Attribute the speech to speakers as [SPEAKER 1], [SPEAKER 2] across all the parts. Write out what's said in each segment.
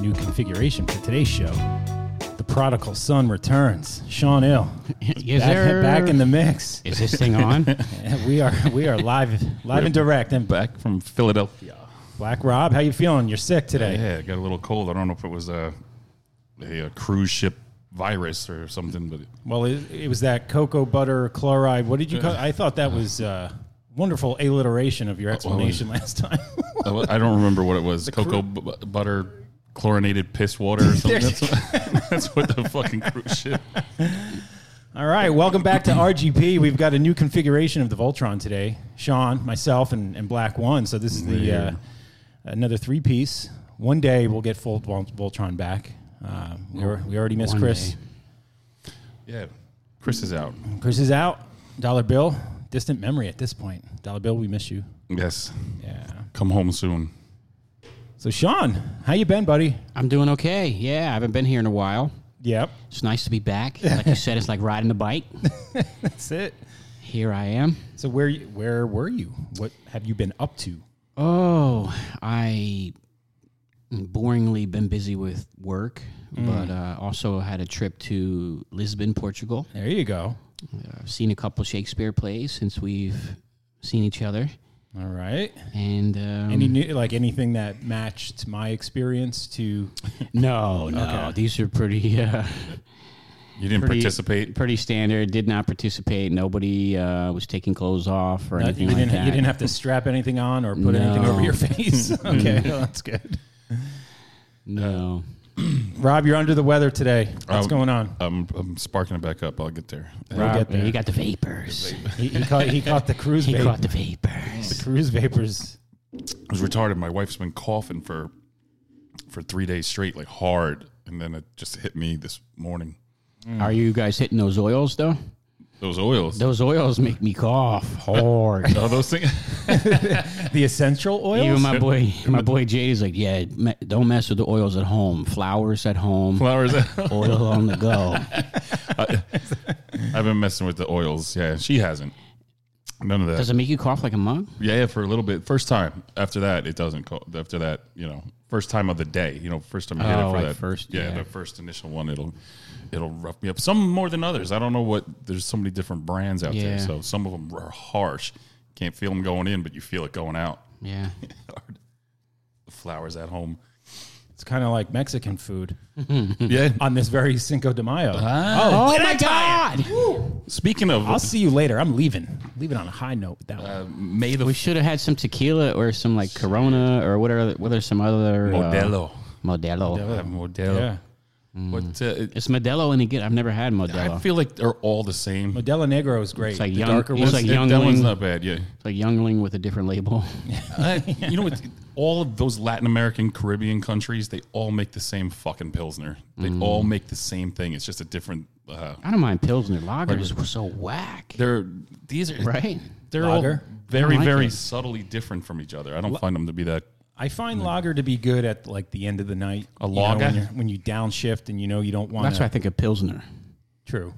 [SPEAKER 1] new configuration for today's show. The prodigal son returns. Sean Ill
[SPEAKER 2] Is
[SPEAKER 1] back,
[SPEAKER 2] there
[SPEAKER 1] back in the mix.
[SPEAKER 2] Is this thing on?
[SPEAKER 1] We are we are live live and direct. And
[SPEAKER 3] back from Philadelphia.
[SPEAKER 1] Black Rob, how you feeling? You're sick today.
[SPEAKER 3] Yeah, I got a little cold. I don't know if it was a, a, uh, cruise ship virus or something, but
[SPEAKER 1] Well, it, it was that cocoa butter chloride. What did you call? I thought that was uh, wonderful alliteration of your explanation last time.
[SPEAKER 3] I wa- I don't remember what it was. Cocoa bu- butter chlorinated piss water or something. That's what, that's what the fucking cruise ship.
[SPEAKER 1] All right, welcome back to RGP. We've got a new configuration of the Voltron today. Sean, myself, and, and Black One. So this is the uh, another three piece. One day we'll get full Vol- Voltron back. Uh, we, were- we already missed
[SPEAKER 2] One
[SPEAKER 1] Chris.
[SPEAKER 2] day.
[SPEAKER 3] Yeah, Chris is out.
[SPEAKER 1] Chris is out. Dollar Bill, distant memory at this point. Dollar Bill, we miss you.
[SPEAKER 3] Yes,
[SPEAKER 1] Yeah.
[SPEAKER 3] come home soon.
[SPEAKER 1] So Sean, how you been, buddy?
[SPEAKER 2] I'm doing okay. Yeah, I haven't been here in a while.
[SPEAKER 1] Yep.
[SPEAKER 2] It's nice to be back. Like you said, it's like riding the bike.
[SPEAKER 1] That's it.
[SPEAKER 2] Here I am.
[SPEAKER 1] So where you- where were you? What have you been up to?
[SPEAKER 2] Oh, I boringly been busy with work,
[SPEAKER 1] Mm.
[SPEAKER 2] but uh, also had a trip to Lisbon, Portugal. Uh,
[SPEAKER 1] There you go.
[SPEAKER 2] I've seen a couple Shakespeare plays since we've seen each other,
[SPEAKER 1] All right.
[SPEAKER 2] and um,
[SPEAKER 1] Any new, like anything that matched my experience to
[SPEAKER 2] no, no, these are pretty. Uh,
[SPEAKER 3] You didn't
[SPEAKER 2] pretty-
[SPEAKER 3] participate.
[SPEAKER 2] Pretty standard. Did not participate. Nobody uh, was taking clothes off or
[SPEAKER 1] Uh,
[SPEAKER 2] anything
[SPEAKER 1] you,
[SPEAKER 2] like
[SPEAKER 1] didn't,
[SPEAKER 2] that.
[SPEAKER 1] you didn't have to strap anything on or put anything
[SPEAKER 2] No.
[SPEAKER 1] over your face. okay, well, that's good.
[SPEAKER 2] no.
[SPEAKER 1] Rob, you're under the weather today. What's
[SPEAKER 3] Um,
[SPEAKER 1] going on?
[SPEAKER 3] I'm, I'm sparking it back up. I'll get there.
[SPEAKER 1] We'll
[SPEAKER 2] Uh,
[SPEAKER 1] get there.
[SPEAKER 2] You got the vapors.
[SPEAKER 1] He, he, caught, he caught the cruise
[SPEAKER 2] He
[SPEAKER 1] vapors.
[SPEAKER 2] caught the vapors.
[SPEAKER 1] The cruise vapors.
[SPEAKER 3] I was retarded. My wife's been coughing for for three days straight, like hard, and then it just hit me this morning.
[SPEAKER 2] Mm. Are you guys hitting those oils though?
[SPEAKER 3] Those oils.
[SPEAKER 2] Those oils make me cough hard.
[SPEAKER 3] Oh, those things.
[SPEAKER 1] The essential oils?
[SPEAKER 2] Even my boy, my boy Jay is like, yeah, me- don't mess with the oils at home. Flowers at home,
[SPEAKER 3] Flowers.
[SPEAKER 2] oil on the go.
[SPEAKER 3] I've been messing with the oils. Yeah, she hasn't. None of that.
[SPEAKER 2] Does it make you cough like a mug?
[SPEAKER 3] yeah, yeah, for a little bit. First time. After that, it doesn't. Co- after that, you know, first time of the day. You know, first time you hit it
[SPEAKER 2] Oh,
[SPEAKER 3] for
[SPEAKER 2] like
[SPEAKER 3] that
[SPEAKER 2] first-
[SPEAKER 3] Yeah,
[SPEAKER 2] yeah.
[SPEAKER 3] the first initial one. It'll it'll rough me up. Some more than others. I don't know what. There's so many different brands out
[SPEAKER 2] Yeah.
[SPEAKER 3] there. So some of them are harsh. Can't feel them going in, but you feel it going out.
[SPEAKER 2] Yeah.
[SPEAKER 3] The flowers at home.
[SPEAKER 1] It's kind of like Mexican food
[SPEAKER 3] yeah. Ah.
[SPEAKER 1] on this very Cinco de Mayo.
[SPEAKER 2] Oh, my God!
[SPEAKER 3] Speaking of,
[SPEAKER 1] I'll see you later. I'm leaving. Leaving on a high note with that one.
[SPEAKER 3] uh, May the
[SPEAKER 2] We should have had some tequila or some like Corona or what are what are some other uh,
[SPEAKER 3] Modelo.
[SPEAKER 2] Modelo. Mm.
[SPEAKER 3] Uh, Modelo.
[SPEAKER 1] yeah.
[SPEAKER 3] What? Uh,
[SPEAKER 2] It's Modelo any good? I've never had Modelo.
[SPEAKER 3] I feel like they're all the same.
[SPEAKER 1] Modelo Negro is great.
[SPEAKER 2] It's like
[SPEAKER 1] the
[SPEAKER 2] young-
[SPEAKER 1] darker
[SPEAKER 2] it's
[SPEAKER 1] ones.
[SPEAKER 2] like
[SPEAKER 3] That-
[SPEAKER 2] young
[SPEAKER 3] that one's
[SPEAKER 2] wing.
[SPEAKER 3] not bad. Yeah.
[SPEAKER 2] It's like Youngling with a different label.
[SPEAKER 3] Uh, you know what? All of those Latin American, Caribbean countries, they all make the same fucking Pilsner. They all make the same thing. It's just a different. Uh,
[SPEAKER 2] Mm. I don't mind Pilsner lagers. Were so whack,
[SPEAKER 3] they're these are
[SPEAKER 2] right?
[SPEAKER 3] They're
[SPEAKER 1] Lager?
[SPEAKER 3] all very,
[SPEAKER 2] I like
[SPEAKER 3] very
[SPEAKER 2] it.
[SPEAKER 3] subtly different from each other. I don't find them to be that. Mm.
[SPEAKER 1] I find lager to be good at like the end of the night.
[SPEAKER 3] A
[SPEAKER 1] you know, when
[SPEAKER 3] lager?
[SPEAKER 1] you're- when, you downshift and you know you don't want
[SPEAKER 2] That's why I think of Pilsner.
[SPEAKER 1] True.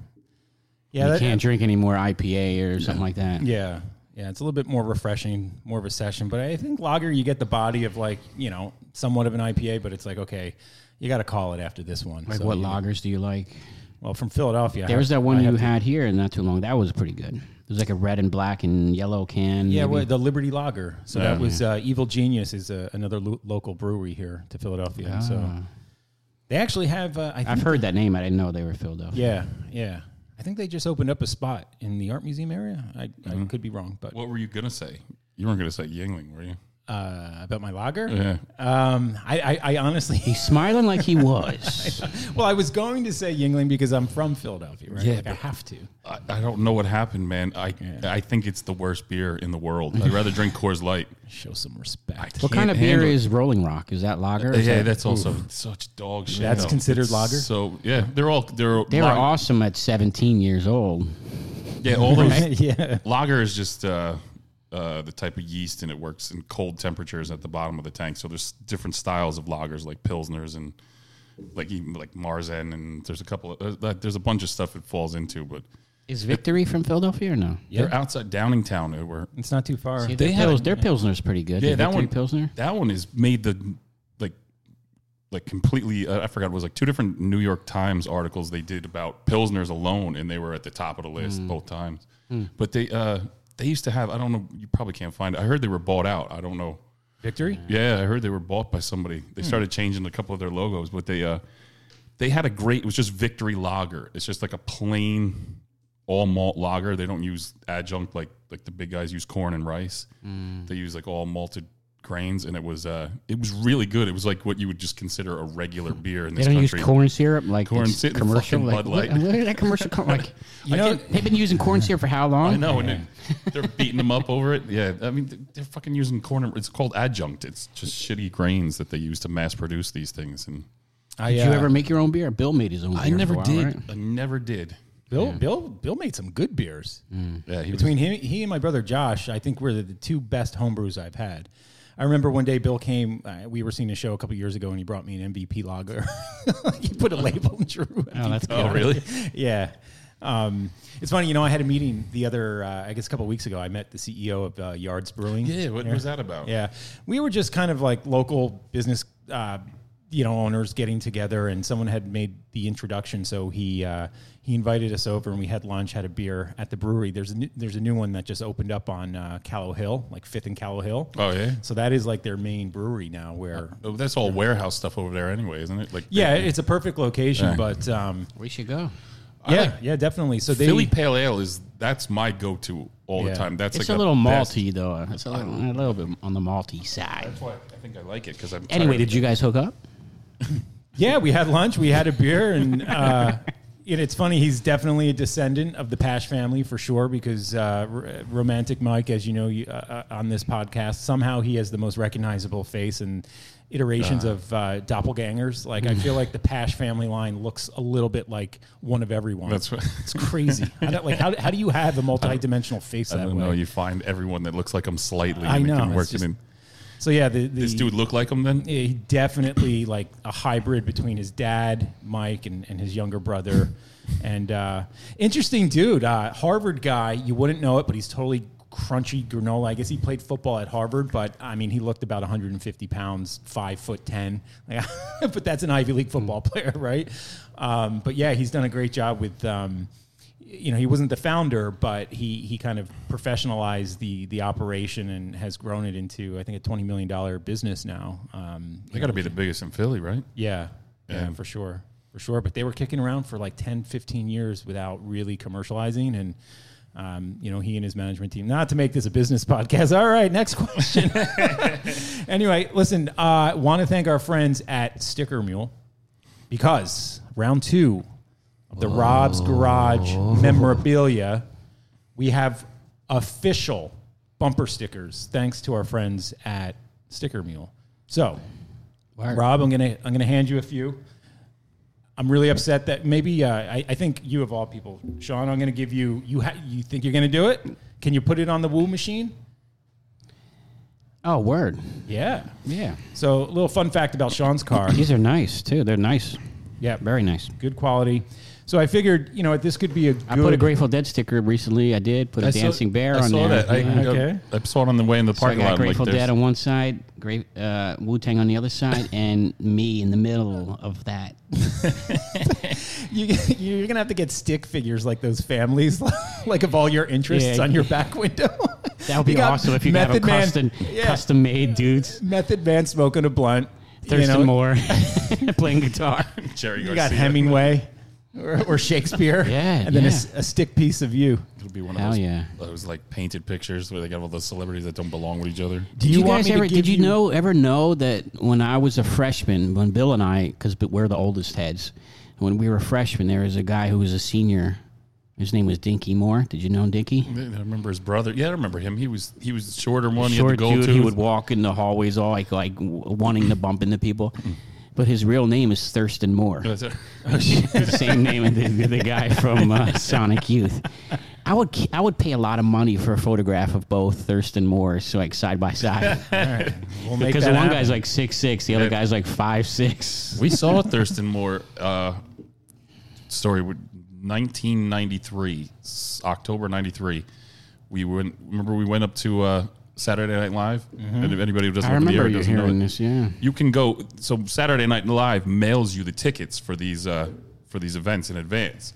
[SPEAKER 1] Yeah,
[SPEAKER 2] you
[SPEAKER 1] that-
[SPEAKER 2] can't drink any more IPA or something like that.
[SPEAKER 1] yeah, yeah. It's a little bit more refreshing, more of a session. But I think lager, you get the body of like you know somewhat of an IPA, but it's like okay, you got to call it after this one.
[SPEAKER 2] Like
[SPEAKER 1] So
[SPEAKER 2] what
[SPEAKER 1] you-
[SPEAKER 2] lagers do you like?
[SPEAKER 1] Well, from Philadelphia,
[SPEAKER 2] There was that one you had here not too long. That was pretty good. It was like a red and black and yellow can.
[SPEAKER 1] Yeah,
[SPEAKER 2] maybe.
[SPEAKER 1] well, the Liberty Lager. So that
[SPEAKER 3] Yeah.
[SPEAKER 1] was uh, Evil Genius is uh, another lo- local brewery here to Philadelphia. So they actually have. Uh, I
[SPEAKER 2] Ah. I've
[SPEAKER 1] think,
[SPEAKER 2] heard that name. I didn't know they were Philadelphia.
[SPEAKER 1] yeah, yeah. I think they just opened up a spot in the art museum area. I,
[SPEAKER 2] Mm-hmm.
[SPEAKER 1] I could be wrong, but
[SPEAKER 3] What were you gonna say? You weren't gonna say Yingling, were you?
[SPEAKER 1] uh, about my lager.
[SPEAKER 3] Yeah.
[SPEAKER 1] Um, I, I, I honestly,
[SPEAKER 2] He's smiling like he was.
[SPEAKER 1] well, I was going to say Yingling because I'm from Philadelphia, right?
[SPEAKER 3] Yeah,
[SPEAKER 1] like I have to.
[SPEAKER 3] I, I don't know what happened, man. I I think it's the worst beer in the world. I'd rather drink Coors Light.
[SPEAKER 1] Show some respect.
[SPEAKER 2] what
[SPEAKER 3] Can't
[SPEAKER 2] kind of beer
[SPEAKER 3] handle it.
[SPEAKER 2] is Rolling Rock? Is that lager? Is
[SPEAKER 3] Uh, yeah,
[SPEAKER 2] that-
[SPEAKER 3] that's also such dog shit.
[SPEAKER 1] That's
[SPEAKER 3] though.
[SPEAKER 1] considered
[SPEAKER 3] It's
[SPEAKER 1] lager?
[SPEAKER 3] So yeah, they're all they're
[SPEAKER 2] They were
[SPEAKER 3] lag-
[SPEAKER 2] awesome at 17 years old.
[SPEAKER 3] Yeah, all those
[SPEAKER 1] yeah,
[SPEAKER 3] Lager is just uh, uh, the type of yeast, and it works in cold temperatures at the bottom of the tank. So there's different styles of lagers, like pilsners and like even like Marzen, and there's a couple of uh, like, there's a bunch of stuff it falls into. But
[SPEAKER 2] Is Victory from Philadelphia or no?
[SPEAKER 3] they're outside Downingtown, uh, where
[SPEAKER 1] it's not too far.
[SPEAKER 2] See, their,
[SPEAKER 3] had
[SPEAKER 2] pils, their Pilsner's pretty good.
[SPEAKER 3] yeah,
[SPEAKER 2] The
[SPEAKER 3] that
[SPEAKER 2] Victory
[SPEAKER 3] one
[SPEAKER 2] Pilsner.
[SPEAKER 3] that one is made the like like completely uh, I forgot it was like two different New York Times articles they did about pilsners alone, and they were at the top of the
[SPEAKER 2] Hmm.
[SPEAKER 3] list both times. But they uh, they used to have I don't know you probably can't find it. I heard they were bought out. I don't know.
[SPEAKER 1] Victory?
[SPEAKER 3] Yeah, I heard they were bought by somebody.
[SPEAKER 2] Hmm.
[SPEAKER 3] They started changing a couple of their logos, but they uh, they had a great. It was just Victory Lager. It's just like a plain all malt lager. They don't use adjunct like like the big guys use corn and rice.
[SPEAKER 2] Hmm.
[SPEAKER 3] They use like all malted grains, and it was uh, it was really good. It was like what you would just consider a regular beer in
[SPEAKER 2] They
[SPEAKER 3] this
[SPEAKER 2] don't use
[SPEAKER 3] country.
[SPEAKER 2] corn syrup like
[SPEAKER 3] Corn
[SPEAKER 2] it's
[SPEAKER 3] syrup,
[SPEAKER 2] commercial.
[SPEAKER 3] fucking
[SPEAKER 2] Like,
[SPEAKER 3] Bud
[SPEAKER 2] what,
[SPEAKER 3] Light.
[SPEAKER 2] where did that commercial come? Like,
[SPEAKER 1] You know-
[SPEAKER 2] like, they've been using corn syrup for how long?
[SPEAKER 3] I know, and they- they're beating them up over it. Yeah, I mean, th- they're fucking using corn. and- It's called adjunct. It's just shitty grains that they use to mass produce these things. And
[SPEAKER 1] I,
[SPEAKER 2] Did you
[SPEAKER 1] uh,
[SPEAKER 2] ever make your own beer? Bill made his own. beer for a while, right?
[SPEAKER 3] I never did.
[SPEAKER 1] Bill, Bill, Bill made some good beers.
[SPEAKER 2] Mm.
[SPEAKER 3] Yeah, he was
[SPEAKER 1] Between him, he and my brother Josh, I think we're the, the two best homebrews I've had. I remember one day Bill came. Uh, we were seeing a show a couple years ago, and he brought me an MVP lager. he put a label and drew. MVP.
[SPEAKER 2] that's
[SPEAKER 3] Oh, really?
[SPEAKER 1] yeah. Um, it's funny, you know. I had a meeting the other, uh, I guess, a couple weeks ago. I met the CEO of uh, Yards Brewing.
[SPEAKER 3] Yeah, what was that about?
[SPEAKER 1] Yeah, we were just kind of like local business, uh, you know, owners getting together, and someone had made the introduction, so he uh, he invited us over, and we had lunch, had a beer at the brewery. There's a new, there's a new one that just opened up on uh, Callow Hill, like Fifth and Callow Hill.
[SPEAKER 3] Oh yeah.
[SPEAKER 1] So that is like their main brewery now, where.
[SPEAKER 3] Oh, that's all warehouse stuff over there anyway, isn't it? Like
[SPEAKER 1] Yeah, it's a perfect location, but um,
[SPEAKER 2] We should go.
[SPEAKER 3] I
[SPEAKER 1] yeah,
[SPEAKER 3] like-
[SPEAKER 1] yeah, definitely. So they,
[SPEAKER 3] Philly Pale Ale is that's my go-to all
[SPEAKER 1] Yeah.
[SPEAKER 3] the time. That's
[SPEAKER 2] It's
[SPEAKER 3] like
[SPEAKER 2] a little
[SPEAKER 3] best-
[SPEAKER 2] malty though. It's a little, a little bit on the malty side.
[SPEAKER 3] That's why I think I like it because I'm
[SPEAKER 2] Anyway,
[SPEAKER 3] tired.
[SPEAKER 2] did you guys hook up?
[SPEAKER 1] Yeah, we had lunch, we had a beer, and uh, and it's funny. He's definitely a descendant of the Pash family for sure, because uh, R- romantic Mike, as you know, you, uh, uh, on this podcast, somehow he has the most recognizable face and iterations of uh, doppelgangers. Like I feel like the Pash family line looks a little bit like one of everyone.
[SPEAKER 3] That's what-
[SPEAKER 1] it's crazy. I don't, like how, how do you have a multi-dimensional face
[SPEAKER 3] I
[SPEAKER 1] that
[SPEAKER 3] don't
[SPEAKER 1] way?
[SPEAKER 3] know. You find everyone that looks like him slightly.
[SPEAKER 1] I
[SPEAKER 3] and
[SPEAKER 1] know,
[SPEAKER 3] You can
[SPEAKER 1] it's
[SPEAKER 3] work
[SPEAKER 1] just-
[SPEAKER 3] it in.
[SPEAKER 1] so yeah, the, the
[SPEAKER 3] This dude look like him then?
[SPEAKER 1] Yeah, he definitely like a hybrid between his dad, Mike, and, and his younger brother. and uh, interesting dude, uh, Harvard guy. You wouldn't know it, but he's totally crunchy granola. I guess he played football at Harvard, but I mean, he looked about 150 pounds, five foot ten. Like, but that's an Ivy League football player, right? Um, but yeah, he's done a great job with. Um, you know he wasn't the founder, but he he kind of professionalized the the operation and has grown it into I think a twenty million dollar business now. Um,
[SPEAKER 3] They got to be the biggest in Philly, right?
[SPEAKER 1] yeah, yeah,
[SPEAKER 3] Yeah.
[SPEAKER 1] for sure, for sure. But they were kicking around for like 10, 15 years without really commercializing and. Um, you know, he and his management team. Not to make this a business podcast. All right, next question. anyway, listen, uh, want to thank our friends at Sticker Mule because round two of the Rob's Garage memorabilia, we have official bumper stickers thanks to our friends at Sticker Mule. So,
[SPEAKER 2] Word.
[SPEAKER 1] Rob, I'm gonna I'm gonna hand you a few. I'm really upset that maybe uh, I, I think you of all people, Sean. I'm gonna give you you ha- you think you're gonna do it? Can you put it on the woo machine?
[SPEAKER 2] Oh, word.
[SPEAKER 1] Yeah.
[SPEAKER 2] Yeah,
[SPEAKER 1] So a little fun fact about Sean's car.
[SPEAKER 2] these are nice too. They're nice,
[SPEAKER 1] yeah,
[SPEAKER 2] very nice.
[SPEAKER 1] good quality. So I figured you know this could be a good.
[SPEAKER 2] I put a Grateful Dead sticker recently. I did put a
[SPEAKER 3] I saw-
[SPEAKER 2] dancing bear
[SPEAKER 3] I
[SPEAKER 2] on
[SPEAKER 3] saw
[SPEAKER 2] there.
[SPEAKER 3] That. I,
[SPEAKER 2] Yeah.
[SPEAKER 1] Okay.
[SPEAKER 3] I, I saw it on the way in the
[SPEAKER 2] So I
[SPEAKER 3] parking
[SPEAKER 2] got
[SPEAKER 3] lot. I'm like,
[SPEAKER 2] Grateful Dead
[SPEAKER 3] there's-
[SPEAKER 2] on one side, great uh, Wu Tang on the other side, and me in the middle of that.
[SPEAKER 1] You, you're gonna have to get stick figures like those families, like of all your interests
[SPEAKER 2] Yeah.
[SPEAKER 1] on your back window.
[SPEAKER 2] That would be
[SPEAKER 1] You got
[SPEAKER 2] awesome if you could have a
[SPEAKER 1] Method Man-
[SPEAKER 2] custom,
[SPEAKER 1] yeah.
[SPEAKER 2] custom made dudes.
[SPEAKER 1] Method Man smoking a blunt. you
[SPEAKER 2] Thurston
[SPEAKER 1] know,
[SPEAKER 2] Moore playing guitar.
[SPEAKER 3] Jerry
[SPEAKER 1] You
[SPEAKER 3] Garcia.
[SPEAKER 1] got Hemingway or, or Shakespeare.
[SPEAKER 2] Yeah,
[SPEAKER 1] And then a
[SPEAKER 2] yeah.
[SPEAKER 1] s- a, stick piece of you.
[SPEAKER 3] It'll be one
[SPEAKER 2] Hell
[SPEAKER 3] of those,
[SPEAKER 2] yeah.
[SPEAKER 3] those like painted pictures where they got all those celebrities that don't belong with each other.
[SPEAKER 2] Did you,
[SPEAKER 1] want
[SPEAKER 2] guys
[SPEAKER 1] me to
[SPEAKER 2] ever?
[SPEAKER 1] give
[SPEAKER 2] Did you, know ever know that when I was a freshman, when Bill and I, because we're the oldest heads, when we were freshmen, there was a guy who was a senior. His name was Dinky Moore. Did you know Dinky?
[SPEAKER 3] I remember his brother. Yeah, I remember him. He was he was the shorter one.
[SPEAKER 2] Short
[SPEAKER 3] he had the gold
[SPEAKER 2] dude. He
[SPEAKER 3] tooth.
[SPEAKER 2] would walk in the hallways all like like w- wanting to bump into people, but his real name is Thurston Moore.
[SPEAKER 3] That's it.
[SPEAKER 2] the same name as the, the guy from uh, Sonic Youth. I would ki- I would pay a lot of money for a photograph of both Thurston Moore, so like side by side,
[SPEAKER 1] We'll make
[SPEAKER 2] because the
[SPEAKER 1] that
[SPEAKER 2] one
[SPEAKER 1] happen.
[SPEAKER 2] guy's like six six, the other
[SPEAKER 3] Yeah.
[SPEAKER 2] guy's like five six.
[SPEAKER 3] We saw Thurston Moore. Uh, sorry, with 1993, s- October '93. We went. Remember, we went up to uh, Saturday Night Live. Mm-hmm. And if anybody who doesn't
[SPEAKER 2] I
[SPEAKER 3] live in the
[SPEAKER 2] remember
[SPEAKER 3] area
[SPEAKER 2] you
[SPEAKER 3] doesn't know
[SPEAKER 2] hearing
[SPEAKER 3] it,
[SPEAKER 2] this. Yeah.
[SPEAKER 3] you can go. So Saturday Night Live mails you the tickets for these uh, for these events in advance,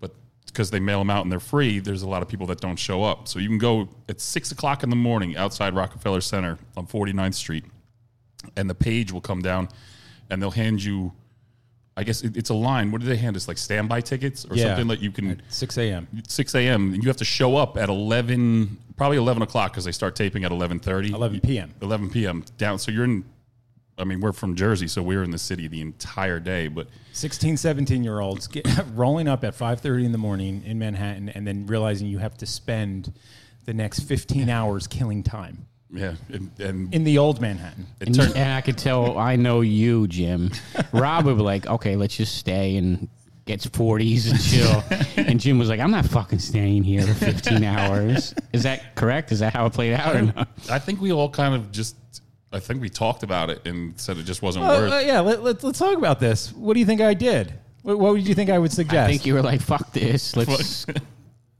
[SPEAKER 3] but because they mail them out and they're free, there's a lot of people that don't show up. So you can go at six o'clock in the morning outside Rockefeller Center on 49th Street, and the page will come down, and they'll hand you. I guess it- it's a line. What do they hand us? Like standby tickets or
[SPEAKER 1] Yeah.
[SPEAKER 3] something that you can.
[SPEAKER 1] 6 a.m.
[SPEAKER 3] 6 a.m. and you have to show up at 11, probably 11 o'clock because they start taping at 11:30.
[SPEAKER 1] 11 p.m.
[SPEAKER 3] 11 p.m. down. So you're in. I mean, we're from Jersey, so we were in the city the entire day. But
[SPEAKER 1] 16, 17 year olds get, rolling up at 5.30 in the morning in Manhattan and then realizing you have to spend the next 15 hours killing time
[SPEAKER 3] yeah, and, and
[SPEAKER 1] in the old Manhattan.
[SPEAKER 3] it
[SPEAKER 2] And,
[SPEAKER 3] turned.
[SPEAKER 2] and I could tell I know you, Jim. Rob would be like, okay, let's just stay and get 40s and chill. and Jim was like, I'm not fucking staying here for 15 hours. Is that correct? Is that how it played out or not?
[SPEAKER 3] I think we all kind of just. I think we talked about it and said it just wasn't
[SPEAKER 1] Well,
[SPEAKER 3] worth.
[SPEAKER 1] uh, yeah, let, let, let's talk about this. What do you think I did? What, what would you think I would suggest?
[SPEAKER 2] I think you were like, fuck this. Let's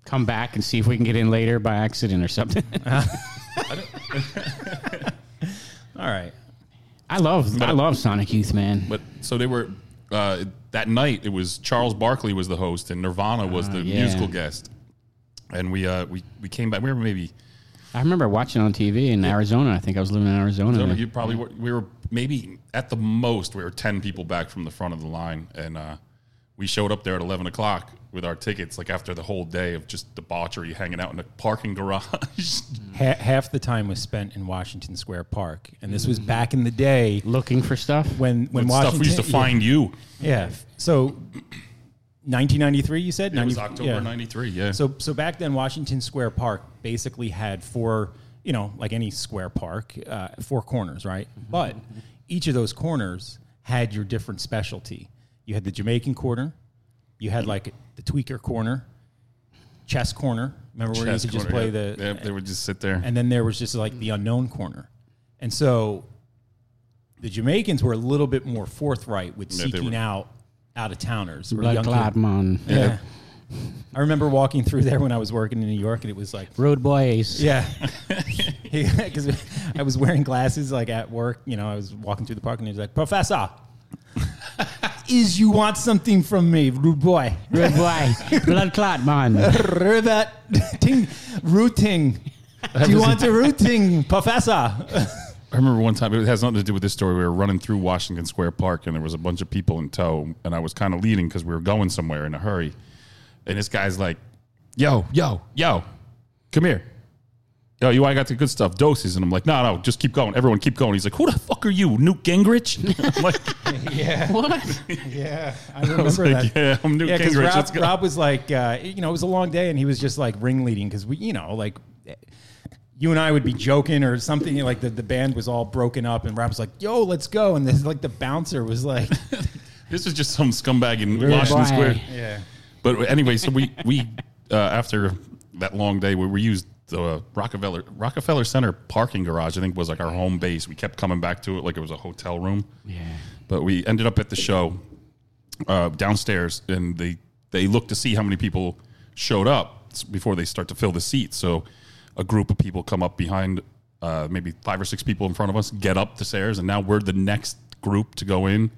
[SPEAKER 2] come back and see if we can get in later by accident or something.
[SPEAKER 1] All right.
[SPEAKER 2] I love I love Sonic Youth, man.
[SPEAKER 3] But so they were uh, that night. It was Charles Barkley was the host, and Nirvana was the
[SPEAKER 2] Ah, yeah.
[SPEAKER 3] musical guest. And we uh, we we came back. We were maybe
[SPEAKER 2] I remember watching on TV in Arizona. I think I was living in Arizona.
[SPEAKER 3] So you probably were, we were maybe at the most we were ten people back from the front of the line, and uh, we showed up there at eleven o'clock with our tickets. Like after the whole day of just debauchery, hanging out in a parking garage.
[SPEAKER 1] Ha- half the time was spent in Washington Square Park. And this was back in the day
[SPEAKER 2] Mm-hmm. Looking for stuff.
[SPEAKER 1] when,
[SPEAKER 3] With
[SPEAKER 1] when
[SPEAKER 3] stuff
[SPEAKER 1] Washington.
[SPEAKER 3] we used to find you.
[SPEAKER 1] Yeah. So 1993, you said?
[SPEAKER 3] It was
[SPEAKER 1] 90
[SPEAKER 3] October '93. Yeah. So
[SPEAKER 1] So so back then, Washington Square Park basically had four, you know, like any square park, uh, four corners, right?
[SPEAKER 2] Mm-hmm.
[SPEAKER 1] But each of those corners had your different specialty. You had the Jamaican corner, you had like the tweaker corner, chess corner. Remember where you could just play the
[SPEAKER 3] they would just sit there.
[SPEAKER 1] and then there was just like the unknown corner. And so the Jamaicans were a little bit more forthright with
[SPEAKER 3] they
[SPEAKER 1] seeking
[SPEAKER 3] were.
[SPEAKER 1] out out of towners or
[SPEAKER 2] Like
[SPEAKER 1] young
[SPEAKER 2] Glad
[SPEAKER 1] kids.
[SPEAKER 2] Man.
[SPEAKER 1] Yeah. I remember walking through there when I was working in New York and it was like
[SPEAKER 2] Road Boys.
[SPEAKER 1] yeah. Because I was wearing glasses like at work. You know, I was walking through the park and he was like, Professor, is you want something from me, rude boy?
[SPEAKER 2] Road Boy. Blood Clot Man.
[SPEAKER 1] Rivet ting, rooting. Do you want a rooting, Professor?
[SPEAKER 3] I remember one time it has nothing to do with this story. We were running through Washington Square Park, and there was a bunch of people in tow, and I was kind of leading because we were going somewhere in a hurry. And this guy's like, "Yo, yo, yo, come here." Yo, you I got the good stuff, doses, and I'm like, no, no, just keep going. Everyone, keep going. He's like, who the fuck are you, Newt Gingrich? I'm like,
[SPEAKER 2] What?
[SPEAKER 1] Yeah, I
[SPEAKER 3] I
[SPEAKER 1] remember
[SPEAKER 3] was like,
[SPEAKER 1] that.
[SPEAKER 3] yeah, I'm Newt
[SPEAKER 1] Yeah, because
[SPEAKER 3] Gingrich. Let's
[SPEAKER 1] Rob,
[SPEAKER 3] go.
[SPEAKER 1] Rob was like, uh, you know, it was a long day, and he was just like ringleading because we, you know, like you and I would be joking or something. Like the, the band was all broken up, and Rob was like, "Yo, let's go!" And this like the bouncer was like,
[SPEAKER 3] This is just some scumbag in Washington
[SPEAKER 2] Why?
[SPEAKER 3] Square.
[SPEAKER 1] "Yeah,
[SPEAKER 3] But anyway, so we we uh, after that long day, we, we used the Rockefeller Rockefeller Center parking garage. I think was like our home base. We kept coming back to it like it was a hotel room.
[SPEAKER 2] Yeah.
[SPEAKER 3] But we ended up at the show uh, downstairs, and they they looked to see how many people showed up s- before they start to fill the seats. So a group of people come up behind, uh, maybe five or six people in front of us, get up the stairs, and now we're the next group to go in.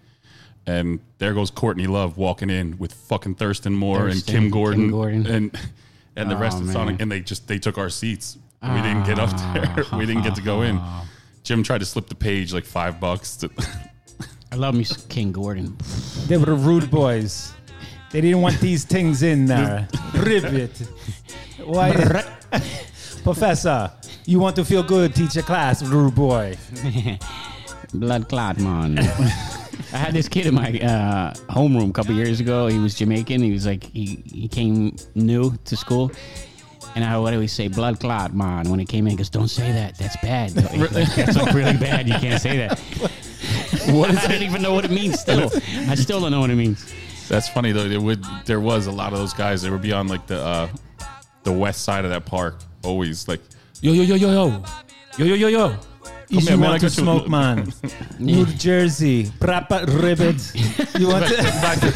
[SPEAKER 3] And there goes Courtney Love walking in with fucking Thurston Moore
[SPEAKER 2] Thurston,
[SPEAKER 3] and Kim
[SPEAKER 2] Kim
[SPEAKER 3] Gordon,
[SPEAKER 2] Gordon.
[SPEAKER 3] and and the rest
[SPEAKER 2] Oh,
[SPEAKER 3] of
[SPEAKER 2] man.
[SPEAKER 3] Sonic, and they just they took our seats. We didn't get up there. we didn't get to go in.
[SPEAKER 2] Ah.
[SPEAKER 3] Jim tried to slip the page like five bucks to
[SPEAKER 2] I love me some King Gordon.
[SPEAKER 1] they were the rude boys. They didn't want these things in there. Ribbit, why, Professor? You want to feel good, teach a class, rude boy."
[SPEAKER 2] Blood Clot Man. I had this kid in my uh, homeroom a couple years ago. He was Jamaican. He was like, he, he came new to school. And I would always say, Blood Clot Man. When he came in, he goes, Don't say that. That's bad. That's like really bad. You can't say that. What is I don't even know what it means still. I still don't know what it means.
[SPEAKER 3] That's funny though. It would there was a lot of those guys. They would be on like the uh, the west side of that park always. Like yo yo yo yo yo yo yo yo yo.
[SPEAKER 1] If
[SPEAKER 3] here,
[SPEAKER 1] you
[SPEAKER 3] man, I
[SPEAKER 1] want to
[SPEAKER 3] got you-
[SPEAKER 1] smoke, man. New Jersey, Brapa Ribbit. You want to,
[SPEAKER 3] Back to-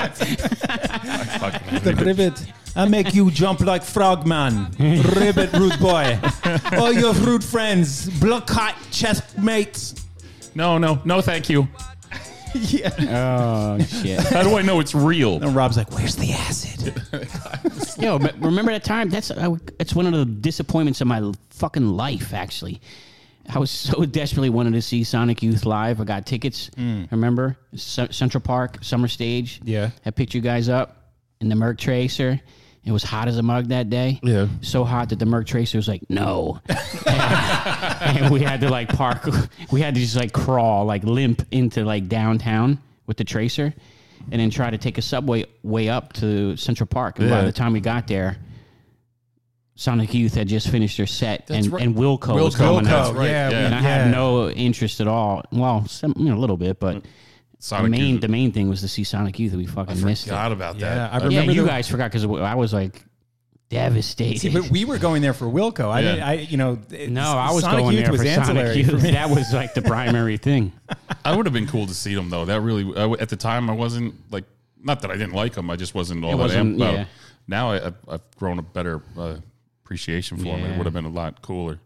[SPEAKER 3] I fucking
[SPEAKER 1] the Ribbit? I make you jump like frogman, ribbit root boy. All your root friends, block hot chest mates.
[SPEAKER 3] No, no, no, thank you.
[SPEAKER 1] Yeah.
[SPEAKER 2] Oh shit.
[SPEAKER 3] How do I know it's real?
[SPEAKER 1] And Rob's like, where's the acid?
[SPEAKER 2] Yo, but remember that time? That's I, that's one of the disappointments of my l- fucking life. Actually, I was so desperately wanted to see Sonic Youth live. I got tickets. Remember C- Central Park summer stage?
[SPEAKER 1] Mm. Yeah.
[SPEAKER 2] I picked you guys up in the Merc Tracer. It was hot as a mug that day.
[SPEAKER 1] Yeah.
[SPEAKER 2] So hot that the Merc Tracer was like, no. and we had to like park. We had to just like crawl, like limp into like downtown with the Tracer, and then try to take a subway way up to Central Park. And by
[SPEAKER 3] Yeah.
[SPEAKER 2] the time we got there, Sonic Youth had just finished their set,
[SPEAKER 3] That's
[SPEAKER 2] and
[SPEAKER 3] right.
[SPEAKER 2] and Wilco was
[SPEAKER 3] Wilco,
[SPEAKER 2] coming
[SPEAKER 3] that's
[SPEAKER 2] out.
[SPEAKER 3] right.
[SPEAKER 1] yeah,
[SPEAKER 3] yeah. Mm.
[SPEAKER 2] And I had
[SPEAKER 1] Yeah.
[SPEAKER 2] no interest at all. Well, some, you know, a little bit, but the
[SPEAKER 3] Sonic
[SPEAKER 2] main
[SPEAKER 3] Youth.
[SPEAKER 2] the main thing was to see Sonic Youth. and We fucking missed it.
[SPEAKER 3] Forgot about that.
[SPEAKER 1] Yeah, I
[SPEAKER 3] That's-
[SPEAKER 2] Yeah,
[SPEAKER 1] Remember
[SPEAKER 2] you
[SPEAKER 1] the-
[SPEAKER 2] guys forgot because I was like devastated.
[SPEAKER 1] But we were going there for Wilco. I
[SPEAKER 3] Yeah.
[SPEAKER 1] didn't. I you know. it-
[SPEAKER 2] no, I was
[SPEAKER 1] Sonic
[SPEAKER 2] going
[SPEAKER 1] Youth
[SPEAKER 2] there
[SPEAKER 1] was
[SPEAKER 2] for Sonic
[SPEAKER 1] ancillary for
[SPEAKER 2] Youth.
[SPEAKER 1] me.
[SPEAKER 2] That was like the primary thing.
[SPEAKER 3] I would have been cool to see them though. That really I w at the time I wasn't like not that I didn't like them. I just wasn't all
[SPEAKER 2] It
[SPEAKER 3] that
[SPEAKER 2] wasn't-
[SPEAKER 3] amped about.
[SPEAKER 2] yeah.
[SPEAKER 3] Now I, I've, I've grown a better uh, appreciation for them.
[SPEAKER 2] Yeah.
[SPEAKER 3] It would have been a lot cooler.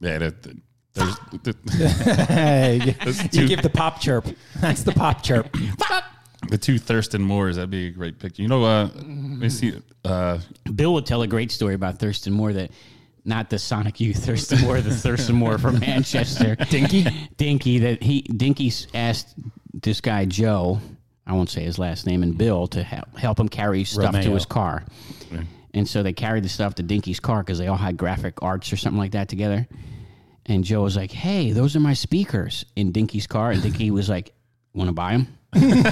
[SPEAKER 3] Yeah, that, that- there's the,
[SPEAKER 1] Hey, you
[SPEAKER 3] too-
[SPEAKER 1] give the pop chirp. That's the pop chirp.
[SPEAKER 3] the two Thurston Moores. That'd be a great picture. You know, uh, let me see. Uh,
[SPEAKER 2] Bill would tell a great story about Thurston Moore that not the Sonic Youth Thurston Moore, the Thurston Moore from Manchester. Dinky? Dinky that he Dinky s- asked this guy Joe, I won't say his last name, and Bill to help help him carry stuff to
[SPEAKER 1] Romeo.
[SPEAKER 2] his car. And so they carried the stuff to Dinky's car because they all had graphic arts or something like that together. And Joe was like, "Hey, those are my speakers in Dinky's car." And Dinky was like, "Want to buy them?"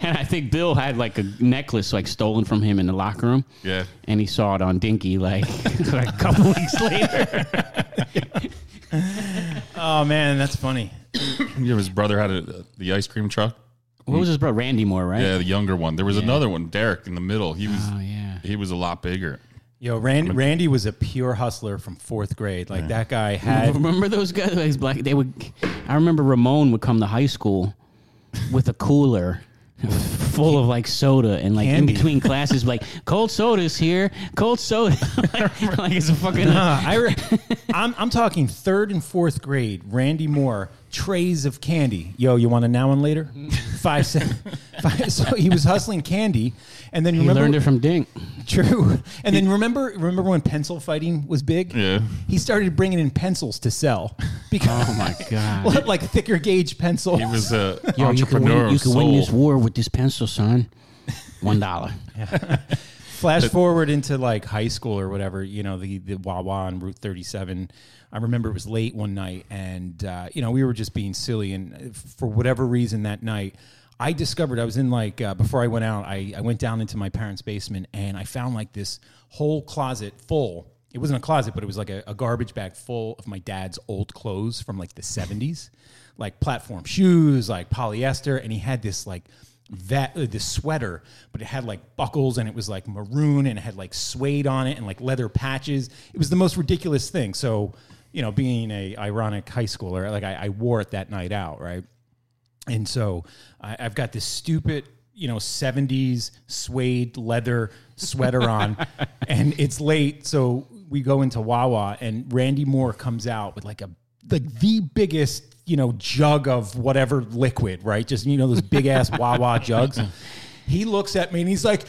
[SPEAKER 2] and I think Bill had like a necklace like stolen from him in the locker room.
[SPEAKER 3] yeah,
[SPEAKER 2] And he saw it on Dinky like, like a couple weeks later.
[SPEAKER 1] Oh man, that's funny.
[SPEAKER 3] you know, his brother had a, the ice cream truck.
[SPEAKER 2] What was his brother? Randy Moore, right?
[SPEAKER 3] Yeah, the younger one. There was another one, Derek, in the middle. He was
[SPEAKER 2] Oh yeah.
[SPEAKER 3] he was a lot bigger.
[SPEAKER 1] Yo, Rand, Randy was a pure hustler from fourth grade. Like that guy had.
[SPEAKER 2] Remember those guys? Like, black. They would. I remember Ramon would come to high school with a cooler full of like soda and like
[SPEAKER 1] Candy.
[SPEAKER 2] in between classes, like cold soda's here, cold soda. like, like it's a fucking.
[SPEAKER 1] Uh, I re- I'm, I'm talking third and fourth grade. Randy Moore trays of candy. Yo, you want a now and later? Five cents. So he was hustling candy, and then you
[SPEAKER 2] He
[SPEAKER 1] remember
[SPEAKER 2] learned it from Dink.
[SPEAKER 1] True. And then remember remember when pencil fighting was big?
[SPEAKER 3] Yeah.
[SPEAKER 1] He started bringing in pencils to sell because
[SPEAKER 2] Oh my god.
[SPEAKER 1] like, like thicker gauge pencils.
[SPEAKER 3] He was a
[SPEAKER 2] Yo, you can
[SPEAKER 3] entrepreneur.
[SPEAKER 2] win, you
[SPEAKER 3] of
[SPEAKER 2] can win
[SPEAKER 3] soul.
[SPEAKER 2] this war with this pencil, son. One dollar.
[SPEAKER 1] Flash forward into like high school or whatever, you know, the the Wawa on Route 37. I remember it was late one night, and uh, you know we were just being silly, and uh, for whatever reason that night. I discovered I was in like uh, before I went out. I, I went down into my parents' basement and I found like this whole closet full. It wasn't a closet, but it was like a, a garbage bag full of my dad's old clothes from like the seventies, like platform shoes, like polyester, and he had this like that uh, this sweater, but it had like buckles and it was like maroon and it had like suede on it and like leather patches. It was the most ridiculous thing. So, you know, being a ironic high schooler, like I, I wore it that night out, right? And so I, I've got this stupid, you know, 70s suede leather sweater on, and it's late. So we go into Wawa, and Randy Moore comes out with like a, like the biggest, you know, jug of whatever liquid, right? Just, you know, those big ass Wawa jugs. He looks at me and he's like,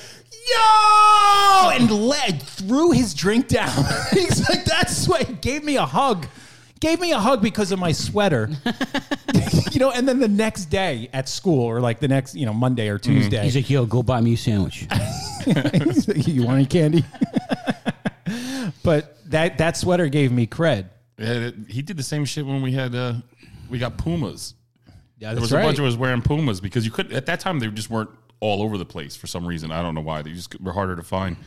[SPEAKER 1] yo, and led, threw his drink down. he's like, that's why he gave me a hug. Gave me a hug because of my sweater you know, and then the next day at school or like the next, you know, Monday or Tuesday,
[SPEAKER 2] Mm-hmm. He's like, yo, go buy me a sandwich.
[SPEAKER 1] he's like, you want any candy? but that that sweater gave me cred.
[SPEAKER 3] Yeah, that- he did the same shit when we had uh, we got Pumas.
[SPEAKER 1] Yeah,
[SPEAKER 3] There was a bunch of us wearing Pumas because you could at that time they just weren't all over the place for some reason. I don't know why they just were harder to find.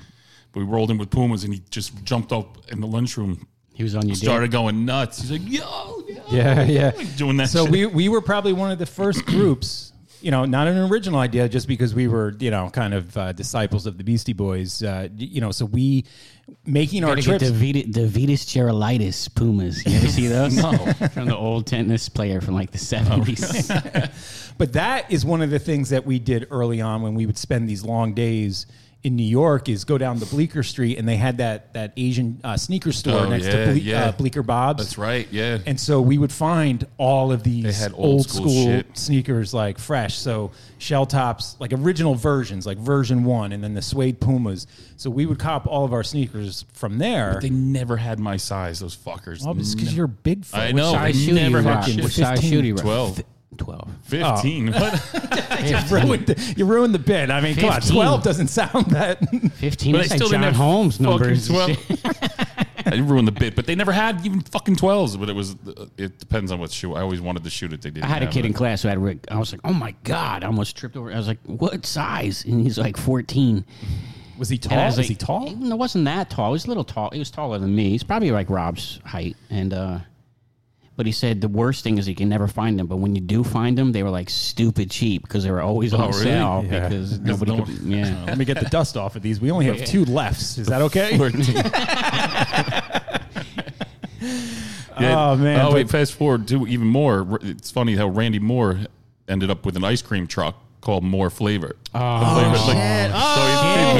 [SPEAKER 3] But we rolled in with Pumas and he just jumped up in the lunchroom,
[SPEAKER 2] He was on your dick.
[SPEAKER 3] started going nuts. He's like, "Yo, yo."
[SPEAKER 1] yeah, yeah.
[SPEAKER 3] doing that.
[SPEAKER 1] So
[SPEAKER 3] shit.
[SPEAKER 1] we we were probably one of the first groups you know, not an original idea, just because we were, you know, kind of uh, disciples of the Beastie Boys. Uh, y- you know, so we making our
[SPEAKER 2] Gotta get
[SPEAKER 1] trips.
[SPEAKER 2] the Vita- the Vitas Gerolitis Pumas. You ever see those? no. From the old tennis player from like the 70s.
[SPEAKER 1] Oh. But that is one of the things that we did early on when we would spend these long days in New York is go down to Bleecker Street and they had that that Asian uh, sneaker store
[SPEAKER 3] Oh,
[SPEAKER 1] next
[SPEAKER 3] yeah,
[SPEAKER 1] to Ble-
[SPEAKER 3] yeah.
[SPEAKER 1] uh, Bleecker Bob's.
[SPEAKER 3] That's right. Yeah.
[SPEAKER 1] And so we would find all of these
[SPEAKER 3] had old
[SPEAKER 1] old
[SPEAKER 3] school
[SPEAKER 1] school,
[SPEAKER 3] shit.
[SPEAKER 1] sneakers like fresh. So shell tops, like original versions, like version one, and then the suede pumas. So we would cop all of our sneakers from there.
[SPEAKER 3] they never had my size, those fuckers.
[SPEAKER 1] Well, it's because you're big. fo-
[SPEAKER 3] I
[SPEAKER 1] which
[SPEAKER 3] know.
[SPEAKER 2] Size
[SPEAKER 3] they
[SPEAKER 2] shoe
[SPEAKER 3] never
[SPEAKER 2] you
[SPEAKER 3] had
[SPEAKER 2] rock?
[SPEAKER 3] shit.
[SPEAKER 2] Which size
[SPEAKER 1] 15.
[SPEAKER 2] shoe do you rock?
[SPEAKER 3] 12.
[SPEAKER 2] 12.
[SPEAKER 3] 15.
[SPEAKER 1] Oh.
[SPEAKER 3] What?
[SPEAKER 1] You ruined, the, you ruined the bit. I mean, come on,
[SPEAKER 2] 15.
[SPEAKER 1] twelve doesn't sound that.
[SPEAKER 2] 15
[SPEAKER 3] But
[SPEAKER 2] That's
[SPEAKER 3] I
[SPEAKER 2] like
[SPEAKER 3] still didn't
[SPEAKER 2] John
[SPEAKER 3] have
[SPEAKER 2] Holmes
[SPEAKER 3] fucking
[SPEAKER 2] numbers.
[SPEAKER 3] 12. I ruined the bit, but they never had even fucking 12s. But it was, uh, it depends on what shoe. I always wanted the shoe that they didn't
[SPEAKER 2] I had a
[SPEAKER 3] have,
[SPEAKER 2] kid in
[SPEAKER 3] but-
[SPEAKER 2] class who had Rick. I was like, oh my God. I almost tripped over. I was like, what size? And he's like 14.
[SPEAKER 1] Was he
[SPEAKER 2] And I
[SPEAKER 1] tall? Was
[SPEAKER 2] like,
[SPEAKER 1] he tall?
[SPEAKER 2] No, it wasn't that tall. He was a little tall. He was taller than me. He's probably like Rob's height. And, uh, but he said the worst thing is you can never find them. But when you do find them, they were like stupid cheap because they were always on
[SPEAKER 3] really?
[SPEAKER 2] sale
[SPEAKER 1] Oh, Yeah.
[SPEAKER 2] because nobody
[SPEAKER 3] no-
[SPEAKER 2] could. Yeah.
[SPEAKER 1] Let me get the dust off of these. We only have two lefts. Is that okay?
[SPEAKER 3] Yeah.
[SPEAKER 1] Oh, man,
[SPEAKER 3] Oh wait,
[SPEAKER 1] but-
[SPEAKER 3] fast forward to even more. R- It's funny how Randy Moore ended up with an ice cream truck called Moore Flavor. Oh, shit.
[SPEAKER 2] Oh,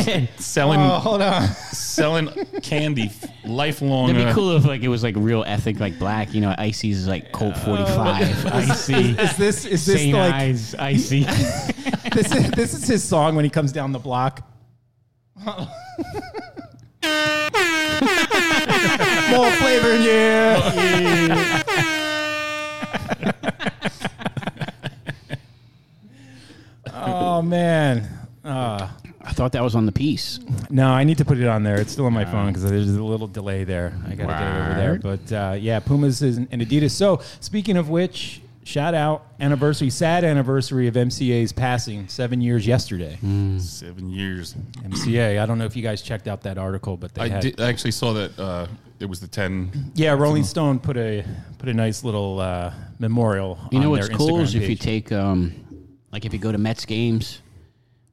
[SPEAKER 3] so he- he was selling
[SPEAKER 1] Oh, Hold on.
[SPEAKER 3] selling candy f- lifelong.
[SPEAKER 2] It'd be
[SPEAKER 3] uh,
[SPEAKER 2] cool if like it was like real ethic, like black. You know, Icy's is like
[SPEAKER 3] Uh,
[SPEAKER 2] Colt 45. Icy.
[SPEAKER 1] uh, Is this is this
[SPEAKER 2] St.
[SPEAKER 1] like
[SPEAKER 2] Ives, Icy.
[SPEAKER 1] this is this is his song when he comes down the block. More flavor in you. oh man. Uh,
[SPEAKER 2] I thought that was on the piece.
[SPEAKER 1] no, I need to put it on there. It's still on my phone because there's a little delay there. I got to get it over there.
[SPEAKER 2] Word.
[SPEAKER 1] But uh, yeah, Pumas is, and Adidas. So speaking of which, shout out anniversary, sad anniversary of MCA's passing seven years yesterday.
[SPEAKER 2] Mm.
[SPEAKER 3] Seven years.
[SPEAKER 1] MCA. I don't know if you guys checked out that article, but they
[SPEAKER 3] I
[SPEAKER 1] had
[SPEAKER 3] did. I actually saw that. Uh, it was the ten.
[SPEAKER 1] yeah. Rolling Stone put a put a nice little uh, memorial.
[SPEAKER 2] You know
[SPEAKER 1] on
[SPEAKER 2] what's
[SPEAKER 1] their
[SPEAKER 2] cool
[SPEAKER 1] Instagram
[SPEAKER 2] is if you
[SPEAKER 1] page.
[SPEAKER 2] take, um, like, if you go to Mets games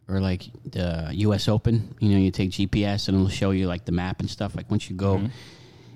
[SPEAKER 2] or like the U.S. Open, you know, you take GPS and it'll show you like the map and stuff. Like once you go,